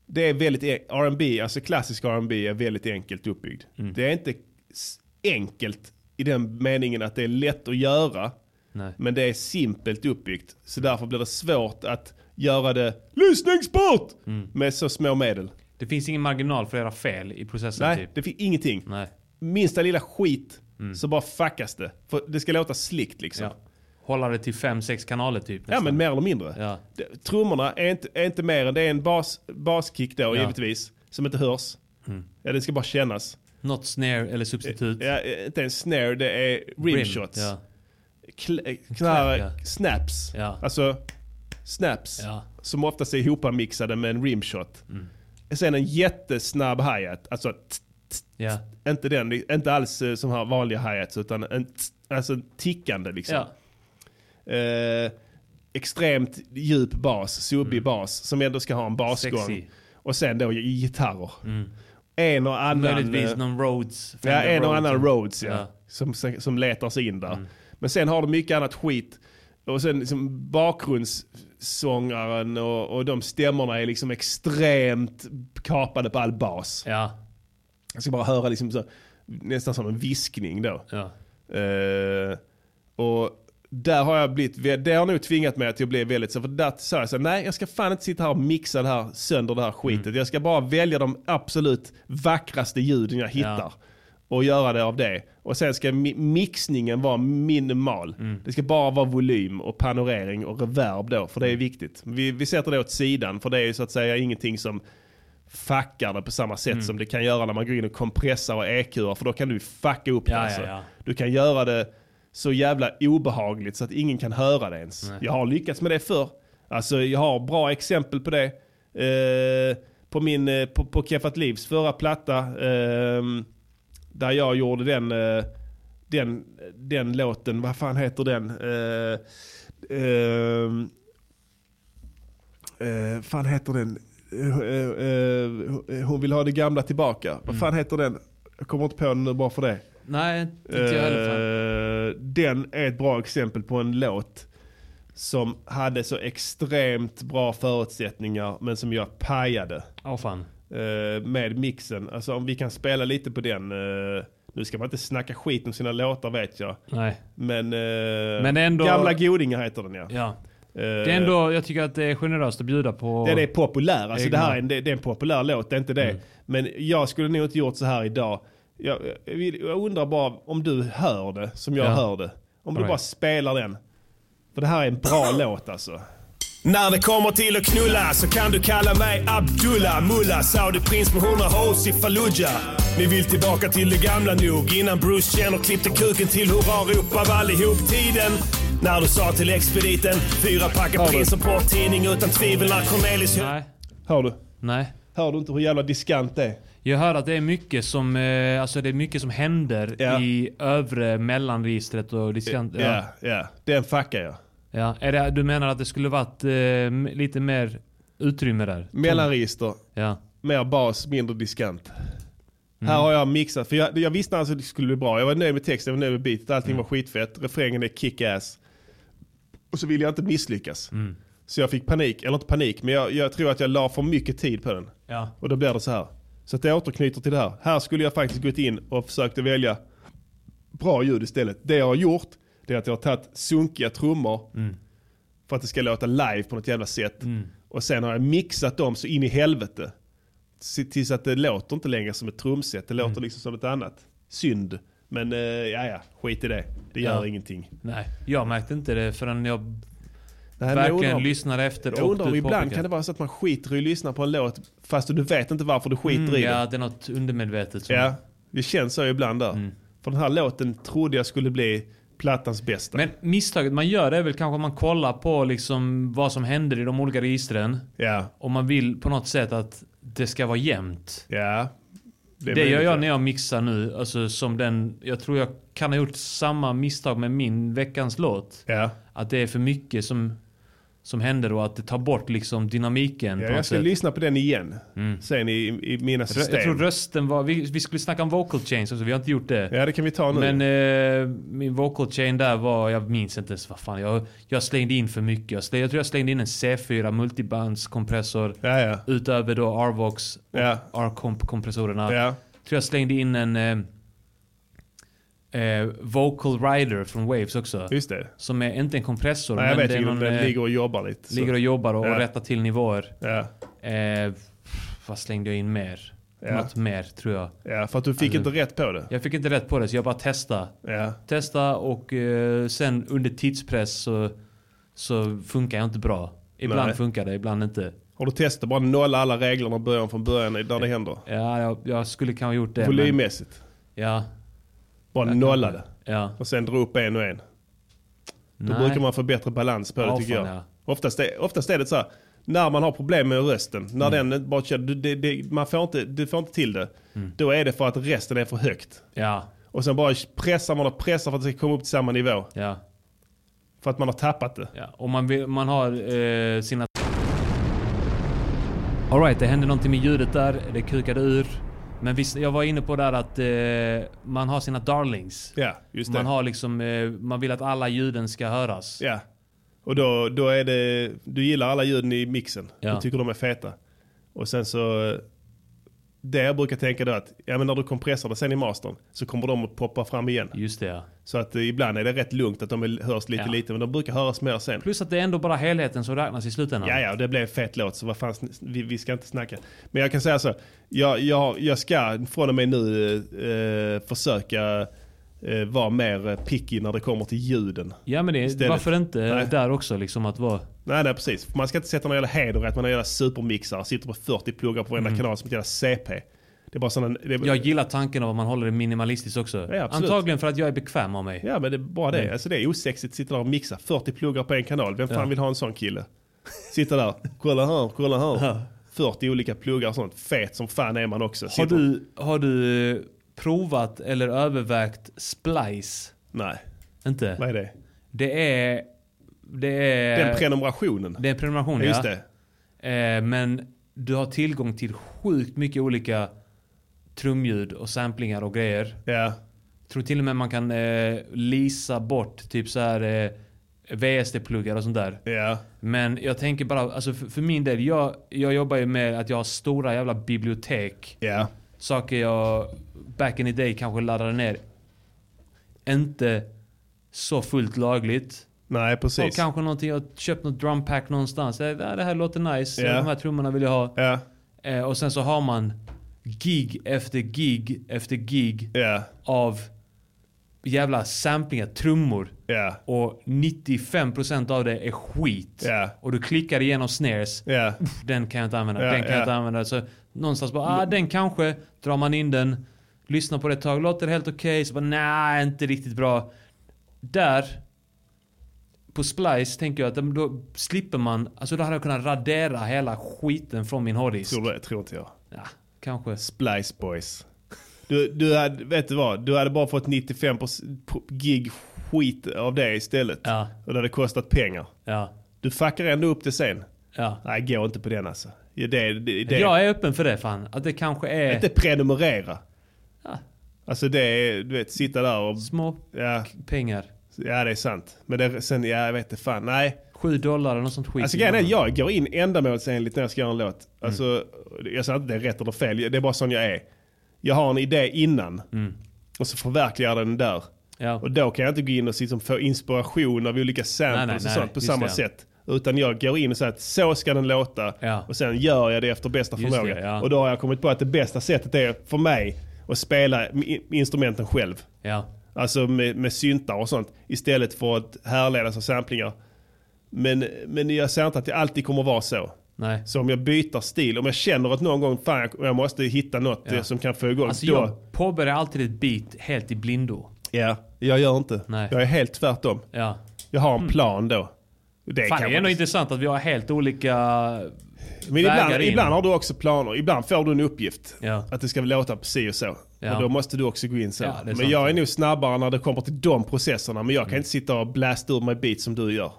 Speaker 1: det är väldigt, e- R&B, alltså klassisk R&B är väldigt enkelt uppbyggd.
Speaker 3: Mm.
Speaker 1: Det är inte s- enkelt i den meningen att det är lätt att göra,
Speaker 3: Nej.
Speaker 1: men det är simpelt uppbyggt. Så därför blir det svårt att göra det lyssningsbart
Speaker 3: Mm.
Speaker 1: med så små medel.
Speaker 3: Det finns ingen marginal för era fel i processen
Speaker 1: Nej,
Speaker 3: typ.
Speaker 1: det finns ingenting.
Speaker 3: Nej. Mm.
Speaker 1: Minsta lilla skit så bara fuckas det. För det ska låta slickt liksom.
Speaker 3: Ja. Hålla det till 5-6 kanaler typ.
Speaker 1: Ja men mer eller mindre.
Speaker 3: Ja.
Speaker 1: Det- Trummorna är inte, är inte mer än, det är en bas, baskick då givetvis. Som inte hörs.
Speaker 3: Mm.
Speaker 1: Ja det ska bara kännas.
Speaker 3: Något snare eller substitut.
Speaker 1: Ja, eh, inte en snare, det är rimshots.
Speaker 3: Ja.
Speaker 1: Kl- eh, knarr,
Speaker 3: Clap, ja.
Speaker 1: snaps.
Speaker 3: Ja.
Speaker 1: Alltså snaps.
Speaker 3: Ja. Mm.
Speaker 1: Som oftast är ihopmixade med en rimshot. Sen en jättesnabb hi-hat. Alltså t-
Speaker 3: Ja.
Speaker 1: inte den, inte alls eh, som har vanliga hi-hats utan en t- alltså en tickande liksom.
Speaker 3: Ja.
Speaker 1: eh, extremt djup bas, subbig bas som ändå ska ha en basgång.
Speaker 3: Sexy.
Speaker 1: Och sen då i- gitarrer. En och annan,
Speaker 3: Möjligtvis
Speaker 1: eh,
Speaker 3: någon Rhodes.
Speaker 1: ja,
Speaker 3: Fender
Speaker 1: en och Mm. annan Rhodes ja, Mm.
Speaker 3: Ja.
Speaker 1: Som, som letar sig in där. Men sen har de mycket annat skit. Och sen liksom bakgrundssångaren och, och de stämmorna är liksom extremt kapade på all bas.
Speaker 3: Ja.
Speaker 1: Jag ska bara höra liksom så, nästan som en viskning då.
Speaker 3: ja.
Speaker 1: Eh, och där har jag blivit, vä- det har nog tvingat mig att jag blev väldigt så, för där sa jag så här, nej jag ska fan inte sitta här och mixa det här, sönder det här skitet. Jag ska bara välja de absolut vackraste ljuden jag hittar. Och göra det av det. Och sen ska mi- mixningen vara minimal. Det ska bara vara volym och panorering och reverb då, för det är viktigt. Vi, vi sätter det åt sidan, för det är ju så att säga ingenting som fuckar det på samma
Speaker 3: Mm.
Speaker 1: sätt som det kan göra när man går in och kompressar och EQar. För då kan du fucka upp det.
Speaker 3: Ja,
Speaker 1: Alltså.
Speaker 3: ja, ja.
Speaker 1: Du kan göra det så jävla obehagligt så att ingen kan höra det ens. Jag har lyckats med det förr. Alltså jag har bra exempel på det. Eh, på min, eh, på, på Keffat Livs förra platta. ehm, där jag gjorde den, eh, den, den låten, vad fan heter den? Eh, ehm, eh, fan heter den? Eh,
Speaker 3: Mm.
Speaker 1: eh, eh, hon vill ha det gamla tillbaka. Vad fan heter den? Jag kommer inte på den nu bara för det.
Speaker 3: Nej, inte jag heller. fan.
Speaker 1: Eh, den är ett bra exempel på en låt som hade så extremt bra förutsättningar men som jag pajade
Speaker 3: Åh fan.
Speaker 1: eh, med mixen. Alltså om vi kan spela lite på den. eh, nu ska man inte snacka skit om sina låtar vet jag.
Speaker 3: Nej.
Speaker 1: Men, eh,
Speaker 3: Men ändå-
Speaker 1: Gamla godingar heter den ja.
Speaker 3: Ja.
Speaker 1: Eh,
Speaker 3: Det är ändå, jag tycker att det är generöst att bjuda på...
Speaker 1: Den är populär, alltså
Speaker 3: Egna. Mm.
Speaker 1: det här är en, det, det är en populär låt, det är inte det. Men jag skulle nog inte gjort så här idag. Jag, jag vill- jag undrar bara om du hör det som jag
Speaker 3: Ja.
Speaker 1: hör det. Om du
Speaker 3: Alright.
Speaker 1: bara spelar den. För det här är en bra låt alltså.
Speaker 2: När det kommer till att knulla så kan du kalla mig Abdullah Mullah Saudi-prins med 100 hoes i Fallujah Ni vill tillbaka till det gamla nog innan Bruce Jenner klippte kuken till hurrarop av allihop tiden när du sa till expediten fyra packar prins och porrtidning utan tvivel när Cornelis...
Speaker 3: Nej.
Speaker 1: Hör du?
Speaker 3: Nej.
Speaker 1: Hör du inte hur jävla diskant det är?
Speaker 3: Jag hör att det är mycket som, eh, alltså det är mycket som händer
Speaker 1: Ja.
Speaker 3: i övre mellanregistret och diskant...
Speaker 1: Ja, ja. Den fuckar jag.
Speaker 3: ja. Är det, du menar att det skulle varit eh, m- lite mer utrymme där?
Speaker 1: Mellanregister,
Speaker 3: Ja.
Speaker 1: mer bas, mindre diskant. Här har jag mixat, för jag, jag visste alltså att det skulle bli bra. Jag var nöjd med texten, jag var nöjd med beatet, allting var skitfett. Refrängen är kick-ass. Och så ville jag inte misslyckas. Så jag fick panik, eller inte panik, men jag, jag tror att jag la för mycket tid på den.
Speaker 3: Ja.
Speaker 1: Och då blir det så här. Så att jag återknyter till det här. Här skulle jag faktiskt gått in och försökt att välja bra ljud istället. Det jag har gjort, det är att jag har tagit sunkiga trummor för att det ska låta live på något jävla sätt. Och sen har jag mixat dem så in i helvete. Se- Tills att det låter inte längre som ett trumset, det låter liksom som något annat. Synd. Men eh, ja, ja, skit i det. Det gör
Speaker 3: Ja.
Speaker 1: ingenting.
Speaker 3: Nej. Jag märkte inte det förrän jag
Speaker 1: Nej, men jag
Speaker 3: verkligen
Speaker 1: undrar om-
Speaker 3: lyssnade efter
Speaker 1: Jag
Speaker 3: och
Speaker 1: undrar om
Speaker 3: du
Speaker 1: ibland
Speaker 3: påpekade.
Speaker 1: kan det vara så att man skiter i att lyssna på en låt fast du vet inte varför du skiter i det.
Speaker 3: Mm, Ja, det är något undermedvetet som...
Speaker 1: Ja, det känns så ibland där.
Speaker 3: Mm.
Speaker 1: För den här låten trodde jag skulle bli plattans bästa.
Speaker 3: Men misstaget man gör är väl kanske att man kollar på liksom vad som händer i de olika registren.
Speaker 1: ja,
Speaker 3: Och man vill på något sätt att det ska vara jämnt.
Speaker 1: ja. är
Speaker 3: Det gör
Speaker 1: möjligt,
Speaker 3: jag
Speaker 1: ja.
Speaker 3: när jag mixar nu. Alltså som den... Jag tror jag kan ha gjort samma misstag med min veckans låt.
Speaker 1: Ja,
Speaker 3: Att det är för mycket som, som händer och att det tar bort liksom dynamiken
Speaker 1: ja
Speaker 3: på
Speaker 1: jag
Speaker 3: något
Speaker 1: ska
Speaker 3: sätt.
Speaker 1: lyssna på den igen. Sen i, i mina
Speaker 3: Rö-
Speaker 1: system.
Speaker 3: jag tror rösten var... Vi, vi skulle snacka om vocal change också, vi har inte gjort det.
Speaker 1: ja, det kan vi ta nu.
Speaker 3: Men eh, min vocal chain där var, jag minns inte ens vad fan. Jag, jag slängde in för mycket. Jag, slängde, jag tror jag slängde in en C4 multibandskompressor
Speaker 1: ja, ja.
Speaker 3: utöver då Arvox och
Speaker 1: Ja.
Speaker 3: R-kompressorerna.
Speaker 1: Ja.
Speaker 3: tror jag slängde in en eh, eh, vocal rider från Waves också.
Speaker 1: Just det.
Speaker 3: Som är inte en kompressor,
Speaker 1: Nej, jag
Speaker 3: men
Speaker 1: vet
Speaker 3: det är
Speaker 1: ju,
Speaker 3: någon,
Speaker 1: den
Speaker 3: eh,
Speaker 1: ligger och jobbar lite. så.
Speaker 3: ligger och jobbar och,
Speaker 1: Ja.
Speaker 3: och rättar till nivåer.
Speaker 1: ja,
Speaker 3: Eh, vad slängde jag in mer?
Speaker 1: Ja.
Speaker 3: Något mer tror jag.
Speaker 1: ja, för att du fick
Speaker 3: Alltså-
Speaker 1: inte rätt på det.
Speaker 3: Jag fick inte rätt på det så jag bara testade.
Speaker 1: Ja.
Speaker 3: testa och eh, sen under tidspress så, så funkar jag inte bra. Ibland
Speaker 1: Nej.
Speaker 3: funkar det, ibland inte.
Speaker 1: Har du testat bara nolla alla reglerna och början från början där det händer?
Speaker 3: Ja, jag, jag skulle kanske ha gjort det. men,
Speaker 1: Volymmässigt.
Speaker 3: ja,
Speaker 1: Bara nolla det.
Speaker 3: ja.
Speaker 1: Och sen dra upp en och en. Då
Speaker 3: Nej.
Speaker 1: brukar man få bättre balans på det
Speaker 3: Ja,
Speaker 1: tycker
Speaker 3: fan,
Speaker 1: jag.
Speaker 3: ja.
Speaker 1: Oftast, är, oftast är det så här, när man har problem med rösten, när
Speaker 3: Mm.
Speaker 1: den bara kör, du, det, det, man får inte, du får inte till det.
Speaker 3: Mm.
Speaker 1: Då är det för att resten är för högt.
Speaker 3: Ja,
Speaker 1: Och sen bara pressar man och pressar för att det ska komma upp till samma nivå.
Speaker 3: ja,
Speaker 1: För att man har tappat det.
Speaker 3: ja. Och man, vill, man har eh, sina... Alright, det hände någonting med ljudet där. Det kukade ur. Men visst, jag var inne på där att eh, man har sina darlings.
Speaker 1: Ja, just det.
Speaker 3: Man har liksom, eh, man vill att alla ljuden ska höras.
Speaker 1: Ja. Och då, då är det, du gillar alla ljuden i mixen.
Speaker 3: Ja.
Speaker 1: Du tycker de är feta. Och sen så, eh, det jag brukar tänka då att, ja men när du kompressar det sen i mastern så kommer de att poppa fram igen.
Speaker 3: Just det ja.
Speaker 1: Så att eh, ibland är det rätt lugnt att de är- hörs lite
Speaker 3: Ja.
Speaker 1: lite men de brukar höras mer sen.
Speaker 3: Plus att det är ändå bara helheten som räknas i slutändan.
Speaker 1: Ja, ja, och det blev en fet låt så vad fan, sn- vi, vi ska inte snacka. Men jag kan säga så, jag, jag, jag ska från och med nu eh, försöka eh, vara mer eh, picky när det kommer till ljuden.
Speaker 3: Ja men det,
Speaker 1: Istället.
Speaker 3: varför inte
Speaker 1: Nej.
Speaker 3: där också liksom att vara...
Speaker 1: Nej, nej precis. Man ska inte sätta någon jävla heder i att man har jävla supermixar och sitter på 40 pluggar på
Speaker 3: Mm.
Speaker 1: varenda kanal som ett jävla CP. Det är bara sådana... Det är,
Speaker 3: Jag gillar tanken av att man håller det minimalistiskt också.
Speaker 1: Ja, absolut.
Speaker 3: Antagligen för att jag är bekväm av mig.
Speaker 1: Ja, men det är bara
Speaker 3: Mm.
Speaker 1: det. Alltså det är osexigt att sitta där och mixa 40 pluggar på en kanal. Vem fan vill ha en sån kille? Sitta där, kolla här, kolla här. 40 olika pluggar och sånt. Fet som fan är man också.
Speaker 3: Har,
Speaker 1: Sitter-
Speaker 3: du, har du eh, provat eller övervägt splice?
Speaker 1: Nej,
Speaker 3: Inte?
Speaker 1: vad är det?
Speaker 3: Det är... Det är...
Speaker 1: Den prenumerationen.
Speaker 3: det är en prenumeration
Speaker 1: Ja,
Speaker 3: ja.
Speaker 1: just det.
Speaker 3: Eh, men du har tillgång till sjukt mycket olika trumljud och samplingar och grejer.
Speaker 1: Ja.
Speaker 3: tror till och med man kan eh, leasa bort typ så här eh, VSD-pluggar och sånt där.
Speaker 1: Ja.
Speaker 3: Men jag tänker bara, alltså för, för min del, jag, jag jobbar ju med att jag har stora jävla bibliotek.
Speaker 1: Ja.
Speaker 3: Saker jag back in the day kanske laddade ner. Inte så fullt lagligt.
Speaker 1: Nej,
Speaker 3: Och
Speaker 1: precis.
Speaker 3: kanske någonting, jag har köpt något drumpack någonstans. Eh, Det här låter nice,
Speaker 1: Ja.
Speaker 3: de här trummorna vill jag ha.
Speaker 1: Ja.
Speaker 3: Eh, Och sen så har man gig efter gig efter gig
Speaker 1: Ja.
Speaker 3: av jävla samplingar, trummor.
Speaker 1: Ja.
Speaker 3: Och 95% av det är skit.
Speaker 1: Ja.
Speaker 3: Och du klickar igenom snares.
Speaker 1: Ja.
Speaker 3: Den kan jag inte använda,
Speaker 1: Ja,
Speaker 3: den kan
Speaker 1: ja.
Speaker 3: jag inte använda. Så någonstans bara, ah, den kanske. Drar man in den, lyssnar på det ett tag, låter helt okej. Så bara, nej, inte riktigt bra. Där, på Splice tänker jag att då slipper man, alltså då hade jag kunnat radera hela skiten från min hårddisk.
Speaker 1: Tror du det? Tror inte jag.
Speaker 3: Ja, kanske.
Speaker 1: Splice Boys. Du, du hade, vet du vad? Du hade bara fått 95 pro- gig skit av det istället.
Speaker 3: Ja.
Speaker 1: Och det hade kostat pengar.
Speaker 3: Ja,
Speaker 1: Du fuckar ändå upp det sen.
Speaker 3: ja.
Speaker 1: Nej, gå inte på den alltså. Ja, Det, det, det.
Speaker 3: Jag är öppen för det fan. Att det kanske är
Speaker 1: Inte prenumerera.
Speaker 3: Ja.
Speaker 1: Alltså det är, du vet, sitta där och...
Speaker 3: små
Speaker 1: Ja,
Speaker 3: pengar.
Speaker 1: ja det är sant. Men det, sen, ja, jag vet inte fan. Nej.
Speaker 3: Sju dollar eller något sånt skit.
Speaker 1: Alltså grejen är, jag går in ändamålsenligt när jag ska göra en låt. Alltså, jag säger inte det är rätt eller fel, det är bara sån jag är. Jag har en idé innan.
Speaker 3: Mm.
Speaker 1: Och så förverkligar jag den där.
Speaker 3: Ja.
Speaker 1: Och då kan jag inte gå in och liksom få inspiration av olika samples
Speaker 3: Nej, nej,
Speaker 1: och
Speaker 3: nej,
Speaker 1: sånt på
Speaker 3: just
Speaker 1: samma
Speaker 3: det.
Speaker 1: sätt. Utan jag går in och säger att så ska den låta.
Speaker 3: Ja.
Speaker 1: Och sen gör jag det efter bästa
Speaker 3: Just
Speaker 1: förmåga.
Speaker 3: det, ja.
Speaker 1: Och då har jag kommit på att det bästa sättet är för mig att spela i- instrumenten själv.
Speaker 3: Ja.
Speaker 1: Alltså med, med syntar och sånt. Istället för att härledas av samplingar. Men, men jag säger inte att det alltid kommer vara så.
Speaker 3: Nej.
Speaker 1: Så om jag byter stil, om jag känner att någon gång fan jag- jag måste hitta något
Speaker 3: Ja.
Speaker 1: eh, som kan få igång.
Speaker 3: Alltså
Speaker 1: då,
Speaker 3: jag påbörjar alltid ett beat helt i blindo.
Speaker 1: Ja, jag gör inte.
Speaker 3: Nej.
Speaker 1: Jag är helt tvärtom.
Speaker 3: Ja.
Speaker 1: Jag har en plan då. Det kan
Speaker 3: Fan, det är
Speaker 1: man-
Speaker 3: ändå intressant att vi har helt olika...
Speaker 1: Men ibland,
Speaker 3: vägar in.
Speaker 1: ibland har du också planer. Ibland får du en uppgift.
Speaker 3: Ja.
Speaker 1: Att det ska låta på si och så.
Speaker 3: Ja.
Speaker 1: Och då måste du också gå in så.
Speaker 3: Ja, det är
Speaker 1: men
Speaker 3: sant.
Speaker 1: jag är nog snabbare när det kommer till de processerna. Men jag kan inte sitta och blästa ur mig beat som du gör.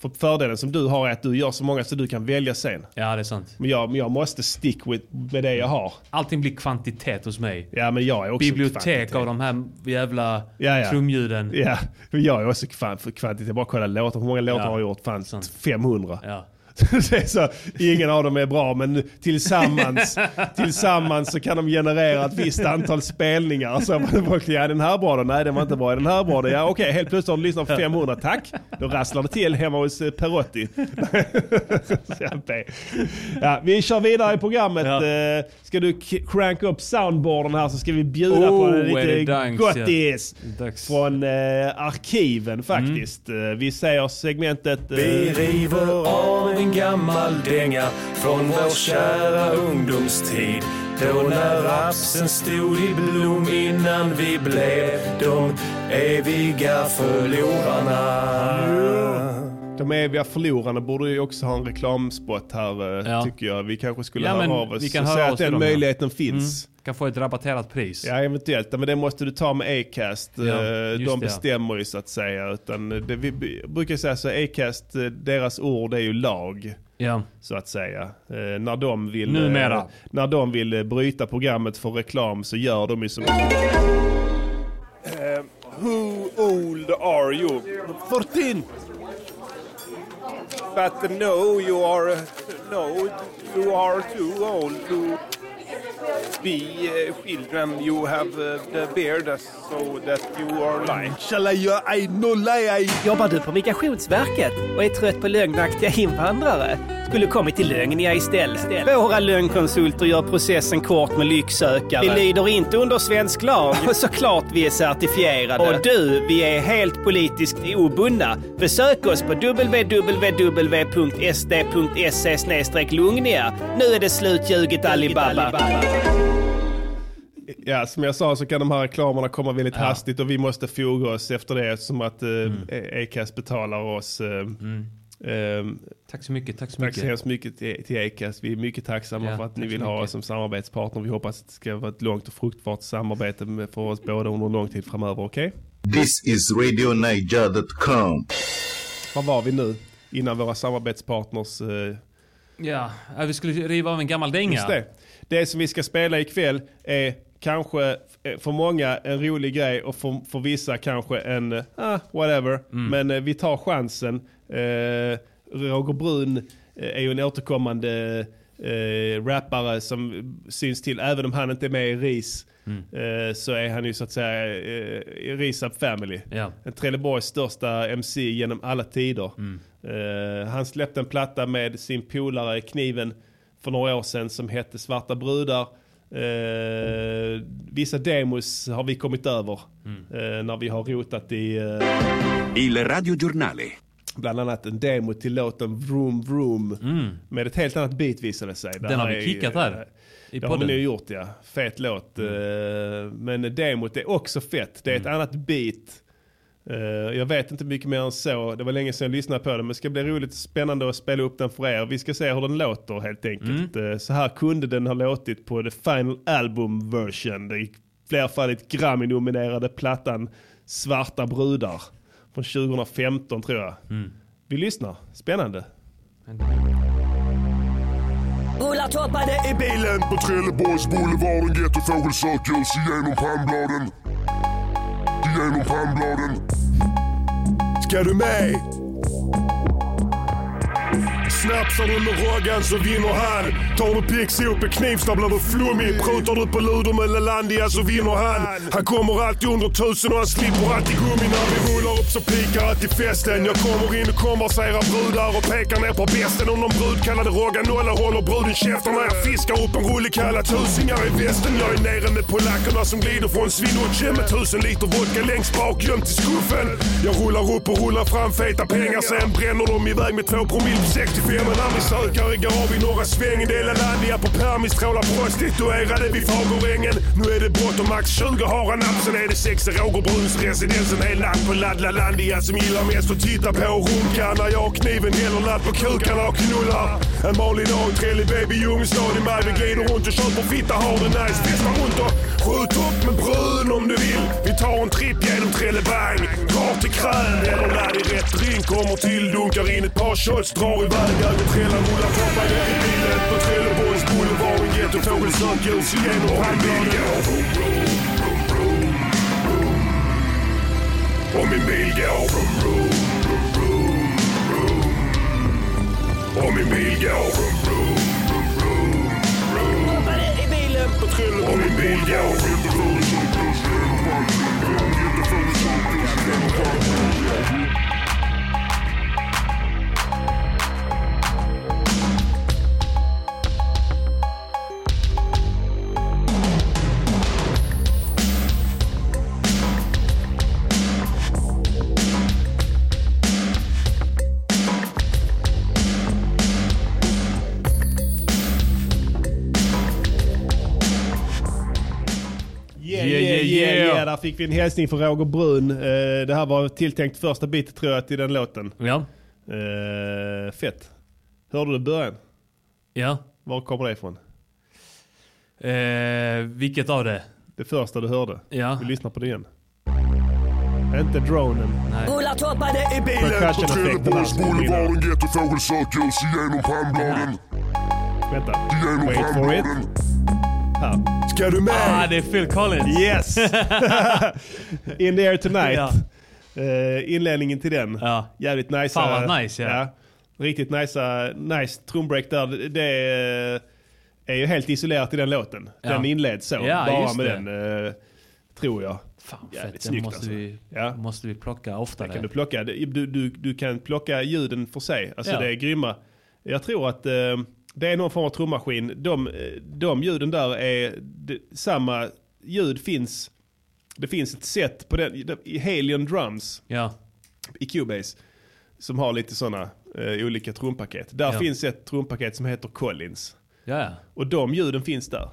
Speaker 1: För fördelen som du har är att du gör så många så du kan välja sen.
Speaker 3: Ja, det är sant.
Speaker 1: Men jag, men jag måste stick with, med det jag har.
Speaker 3: Allting blir kvantitet hos mig.
Speaker 1: Ja men jag är också
Speaker 3: Bibliotek
Speaker 1: kvantitet.
Speaker 3: av de här jävla
Speaker 1: Ja, ja.
Speaker 3: trumljuden.
Speaker 1: Ja, men jag är också kvan- för kvantitet. Bara kolla låtar. Hur många låtar
Speaker 3: Ja.
Speaker 1: har jag gjort? Fan,
Speaker 3: Sant.
Speaker 1: 500.
Speaker 3: Ja.
Speaker 1: det är så, ingen av dem är bra men tillsammans, tillsammans så kan de generera ett visst antal spelningar. Så man bara, ja, är den här bra då? Nej den var inte bra. Är den här bra då? Ja okej, helt plötsligt har du lyssnat på 500, tack. Då rasslar det till hemma hos eh, Perotti. Så jag ber. ja, vi kör vidare i programmet.
Speaker 3: Ja.
Speaker 1: Eh, Ska du k- cranka upp soundboarden här så ska vi bjuda
Speaker 3: Oh,
Speaker 1: på
Speaker 3: är det
Speaker 1: lite
Speaker 3: dags, ja.
Speaker 1: gottis.
Speaker 3: Dags.
Speaker 1: Från eh, arkiven faktiskt. Eh, Vi säger segmentet... eh,
Speaker 5: Mm. Vi river av en gammal dänga från vår kära ungdomstid. Då när rapsen stod i blom innan vi blev de eviga förlorarna.
Speaker 1: De eviga förlorarna borde ju också ha en reklamspot här eh,
Speaker 3: Ja.
Speaker 1: tycker jag. Vi kanske skulle
Speaker 3: Ja,
Speaker 1: höra
Speaker 3: men
Speaker 1: av oss
Speaker 3: vi kan
Speaker 1: och
Speaker 3: höra
Speaker 1: säga
Speaker 3: av
Speaker 1: att
Speaker 3: oss till
Speaker 1: den
Speaker 3: dem, ja.
Speaker 1: möjligheten
Speaker 5: Mm.
Speaker 1: finns.
Speaker 3: Kan få ett rabatterat pris.
Speaker 1: Ja eventuellt, men det måste du ta med Acast. Eh,
Speaker 3: just det, ja.
Speaker 1: De bestämmer ju så att säga. Utan det, vi vi brukar säga så Acast, eh, deras ord är ju lag.
Speaker 3: Ja.
Speaker 1: Så att säga. Eh, när de vill,
Speaker 3: Numera.
Speaker 1: eh, när de vill eh, bryta programmet för reklam så gör de ju som... Eh, who old are you? 14! But no, you are... eh, No, you are too old to be eh, children. You have eh, the beard so that you are lying. Shall I, I no lie, I
Speaker 2: Jobbar du på Migrationsverket och är trött på lögnaktiga invandrare? Skulle kommit till Lögnia istället. Våra lögnkonsulter gör processen kort med lycksökare. Vi lyder inte under svensk lag. Och såklart vi är certifierade. Och du, vi är helt politiskt obundna. Besök oss på www.sd.se e lugnia. Nu är det slut ljuget Alibaba.
Speaker 1: Ja, som jag sa så kan de här reklamerna komma väldigt hastigt och vi måste foga oss efter det som att eh,
Speaker 3: Mm.
Speaker 1: E- Acast betalar oss. Eh, ehm,
Speaker 3: Tack så mycket, tack så
Speaker 1: tack så
Speaker 3: mycket.
Speaker 1: hemskt mycket till till Acast. Vi är mycket tacksamma
Speaker 3: Ja,
Speaker 1: för att ni
Speaker 3: tack så
Speaker 1: vill ha
Speaker 3: mycket.
Speaker 1: oss som samarbetspartner. Vi hoppas att det ska vara ett långt och fruktbart samarbete med, för oss båda under lång tid framöver. Okej?
Speaker 4: This is RadioNiger.com.
Speaker 1: Var var vi nu? Innan våra samarbetspartners... Eh,
Speaker 3: Ja, ja, vi skulle riva av en gammal dänga.
Speaker 1: Just det. Det som vi ska spela ikväll är kanske eh, för många en rolig grej och för, för vissa kanske en, eh, ah, whatever. Men eh, vi tar chansen. Eh, Roger Brun eh, är ju en återkommande eh, rappare som syns till, även om han inte är med i RIS, eh, så är han ju så att säga eh, i RIS Up Family.
Speaker 3: Ja.
Speaker 1: En Trelleborgs största MC genom alla tider.
Speaker 3: Mm.
Speaker 1: Eh, han släppte en platta med sin polare Kniven för några år sedan som hette Svarta brudar. Eh, vissa demos har vi kommit över
Speaker 3: Mm.
Speaker 1: eh, när vi har rotat i eh,
Speaker 10: Il radiogiornale.
Speaker 1: bland annat en demo till låten Vroom Vroom med ett helt annat beat visade sig. Det
Speaker 3: Mm. Den har
Speaker 1: här
Speaker 3: vi
Speaker 1: är- eh,
Speaker 3: kickat här. I
Speaker 1: det har vi
Speaker 3: podden. Mm.
Speaker 1: nu gjort ja. Fet låt. eh, Men demot är också fett. Det är ett annat beat. Eh, Jag vet inte mycket mer än så. Det var länge sedan jag lyssnade på den. Men det ska bli roligt och spännande att spela upp den för er. Vi ska se hur den låter helt enkelt.
Speaker 3: Mm.
Speaker 1: Eh, Så här kunde den ha låtit på the final album version. Det i flerfaldigt Grammy-nominerade plattan Svarta brudar. Från 2015 tror jag.
Speaker 3: Mm.
Speaker 1: Vi lyssnar. Spännande.
Speaker 11: Rullar toppade i bilen
Speaker 12: På Trelleborgs boulevarden gettofågelsök görs igenom palmbladen. Igenom palmbladen.
Speaker 13: Ska du med? Snapsar du med Roggan så vinner han. Tar du pixie upp en kniv så blir du flummig. Prutar du på Ludo med Lalandia så vinner han. Han kommer alltid under tusen och han slipper alltid gummi. När vi rullar upp så pikar alltid festen. Jag kommer in och konverserar brudar och pekar ner på bästen. Om någon brud kallade Roggan nolla håller bruden käften när jag fiskar upp en rulle kalla tusingar i västen. Jag är nere med polackerna som glider från Swinoujscie med tusen liter vodka längst bak gömt i skuffen. Jag rullar upp och rullar fram feta pengar sen bränner de iväg med två promille på 65 Men när vi sökare går av i norra svängen delar landiga på pärm i strålar prostituerade vid Fagerängen. Nu är det bråttom, max 20 har han napp. Sen är det sex i Roger Bruns residens. En hel natt på Ladla Landia som gillar mest att titta på och runka. När jag och kniven häller ladd på kukarna och knullar. En vanlig dag, i trevlig baby i Ljungstad i maj. Vi glider runt och köper fitta, har det nice. Festar runt och skjut upp med brun om du vill. Vi tar en tripp genom Trellebang. Drar till Krön eller ladd i rätt drink. Kommer till, dunkar in ett par shots, drar iväg. Över Trella rullar koppar ner i bilen på Trelleborgs boulevard. En gettofågelsök görs igenom handbladet. Och min bil går vroom, vroom, vroom, vroom, vroom. Och min bil går vroom, vroom, vroom, vroom, vroom.
Speaker 11: i bilen på
Speaker 13: Och min bil går vroom, vroom, vroom, vroom, vroom.
Speaker 1: Yeah, yeah, yeah, yeah, Där fick vi en hälsning från Roger Brun. Eh, det här var tilltänkt första bitet tror jag till den låten.
Speaker 3: Ja.
Speaker 1: Eh, fett. Hörde du början?
Speaker 3: Ja.
Speaker 1: Var kommer det ifrån?
Speaker 3: Eh, vilket av det?
Speaker 1: Det första du hörde.
Speaker 3: Ja.
Speaker 1: Vi lyssnar på det igen. Inte dronen.
Speaker 11: Rullar toppade i bilen
Speaker 1: Percussion
Speaker 11: på
Speaker 1: effekten här
Speaker 11: Trelleborgs
Speaker 1: ska vi vinna.
Speaker 12: Boulevarden gettofågelsök görs igenom palmbladen.
Speaker 1: Vänta.
Speaker 13: er
Speaker 12: Igenom
Speaker 1: Wait for it.
Speaker 12: palmbladen.
Speaker 1: Här.
Speaker 13: Ska du med?
Speaker 3: Ah, det är Phil Collins.
Speaker 1: Yes! In the air tonight.
Speaker 3: Ja.
Speaker 1: Eh, inledningen till den.
Speaker 3: Ja.
Speaker 1: Jävligt nice. eh,
Speaker 3: Fan vad nice, ja.
Speaker 1: Riktigt nice, eh, nice trumbreak där. Det- Det är, är ju helt isolerat i den låten.
Speaker 3: Ja.
Speaker 1: Den inleds så.
Speaker 3: Ja,
Speaker 1: bara
Speaker 3: just
Speaker 1: med
Speaker 3: det.
Speaker 1: den. eh, tror jag.
Speaker 3: Fan,
Speaker 1: Jävligt
Speaker 3: fett. Den
Speaker 1: snyggt
Speaker 3: måste,
Speaker 1: alltså.
Speaker 3: vi,
Speaker 1: Ja.
Speaker 3: måste vi plocka
Speaker 1: Där kan
Speaker 3: oftare.
Speaker 1: du plocka. Du, du, du kan plocka ljuden för sig. Alltså
Speaker 3: Ja.
Speaker 1: det är grymma. Jag tror att eh, det är någon form av trummaskin. De, eh, de ljuden där är det, samma ljud finns. Det finns ett sätt på den. I Halion Drums
Speaker 3: Ja.
Speaker 1: i Cubase. Som har lite sådana eh, olika trumpaket. Där
Speaker 3: Ja.
Speaker 1: finns ett trumpaket som heter Collins.
Speaker 3: Ja, ja.
Speaker 1: Och de ljuden finns där.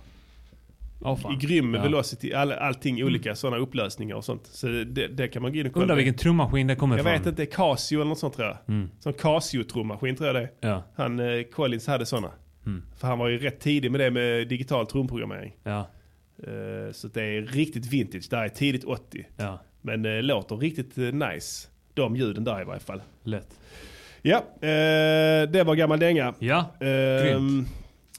Speaker 3: Åh, fan.
Speaker 1: I grym
Speaker 3: Ja. Mm.
Speaker 1: velocity, all, allting olika sådana upplösningar och sånt. Så det, det kan man gå in och kolla.
Speaker 3: Undrar
Speaker 1: på.
Speaker 3: vilken trummaskin det kommer
Speaker 1: Jag
Speaker 3: ifrån.
Speaker 1: vet inte, Casio eller något sånt tror jag. Som Casio-trummaskin tror jag det är.
Speaker 3: Ja. Mm.
Speaker 1: Han, eh, Collins hade sådana. För han var ju rätt tidig med det med digital trumprogrammering.
Speaker 3: Ja,
Speaker 1: Eh, så det är riktigt vintage, det här är tidigt 80.
Speaker 3: ja.
Speaker 1: Men eh, låter riktigt eh, nice. De ljuden där i varje fall.
Speaker 3: Lätt.
Speaker 1: Ja, eh, det var gammal dänga.
Speaker 3: Ja,
Speaker 1: Ehm,
Speaker 3: grymt.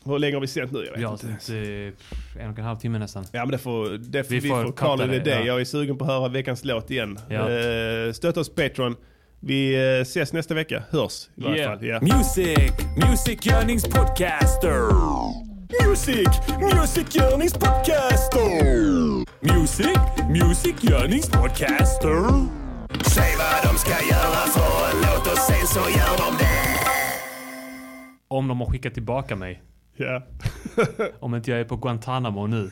Speaker 1: Hur länge har vi sänt nu? Jag vet
Speaker 3: Ja,
Speaker 1: inte.
Speaker 3: typ, eh, en och en halv timme nästan.
Speaker 1: Ja men det får, det får vi,
Speaker 3: Vi får
Speaker 1: får kalla
Speaker 3: cuta
Speaker 1: det det.
Speaker 3: det, ja.
Speaker 1: Jag är sugen på att höra veckans låt igen.
Speaker 3: Ja.
Speaker 1: Eh, stötta oss på Patreon. Vi eh, ses nästa vecka. Hörs i varje fall. Ja.
Speaker 5: Music, Music Yearnings Podcaster. Music, Music Yearnings Podcaster. Music, Music Yearnings Podcaster. Säg vad de ska göra för en låt och sen så gör de det.
Speaker 3: Om de har skickat tillbaka mig.
Speaker 1: Ja.
Speaker 3: Om inte jag är på Guantanamo nu.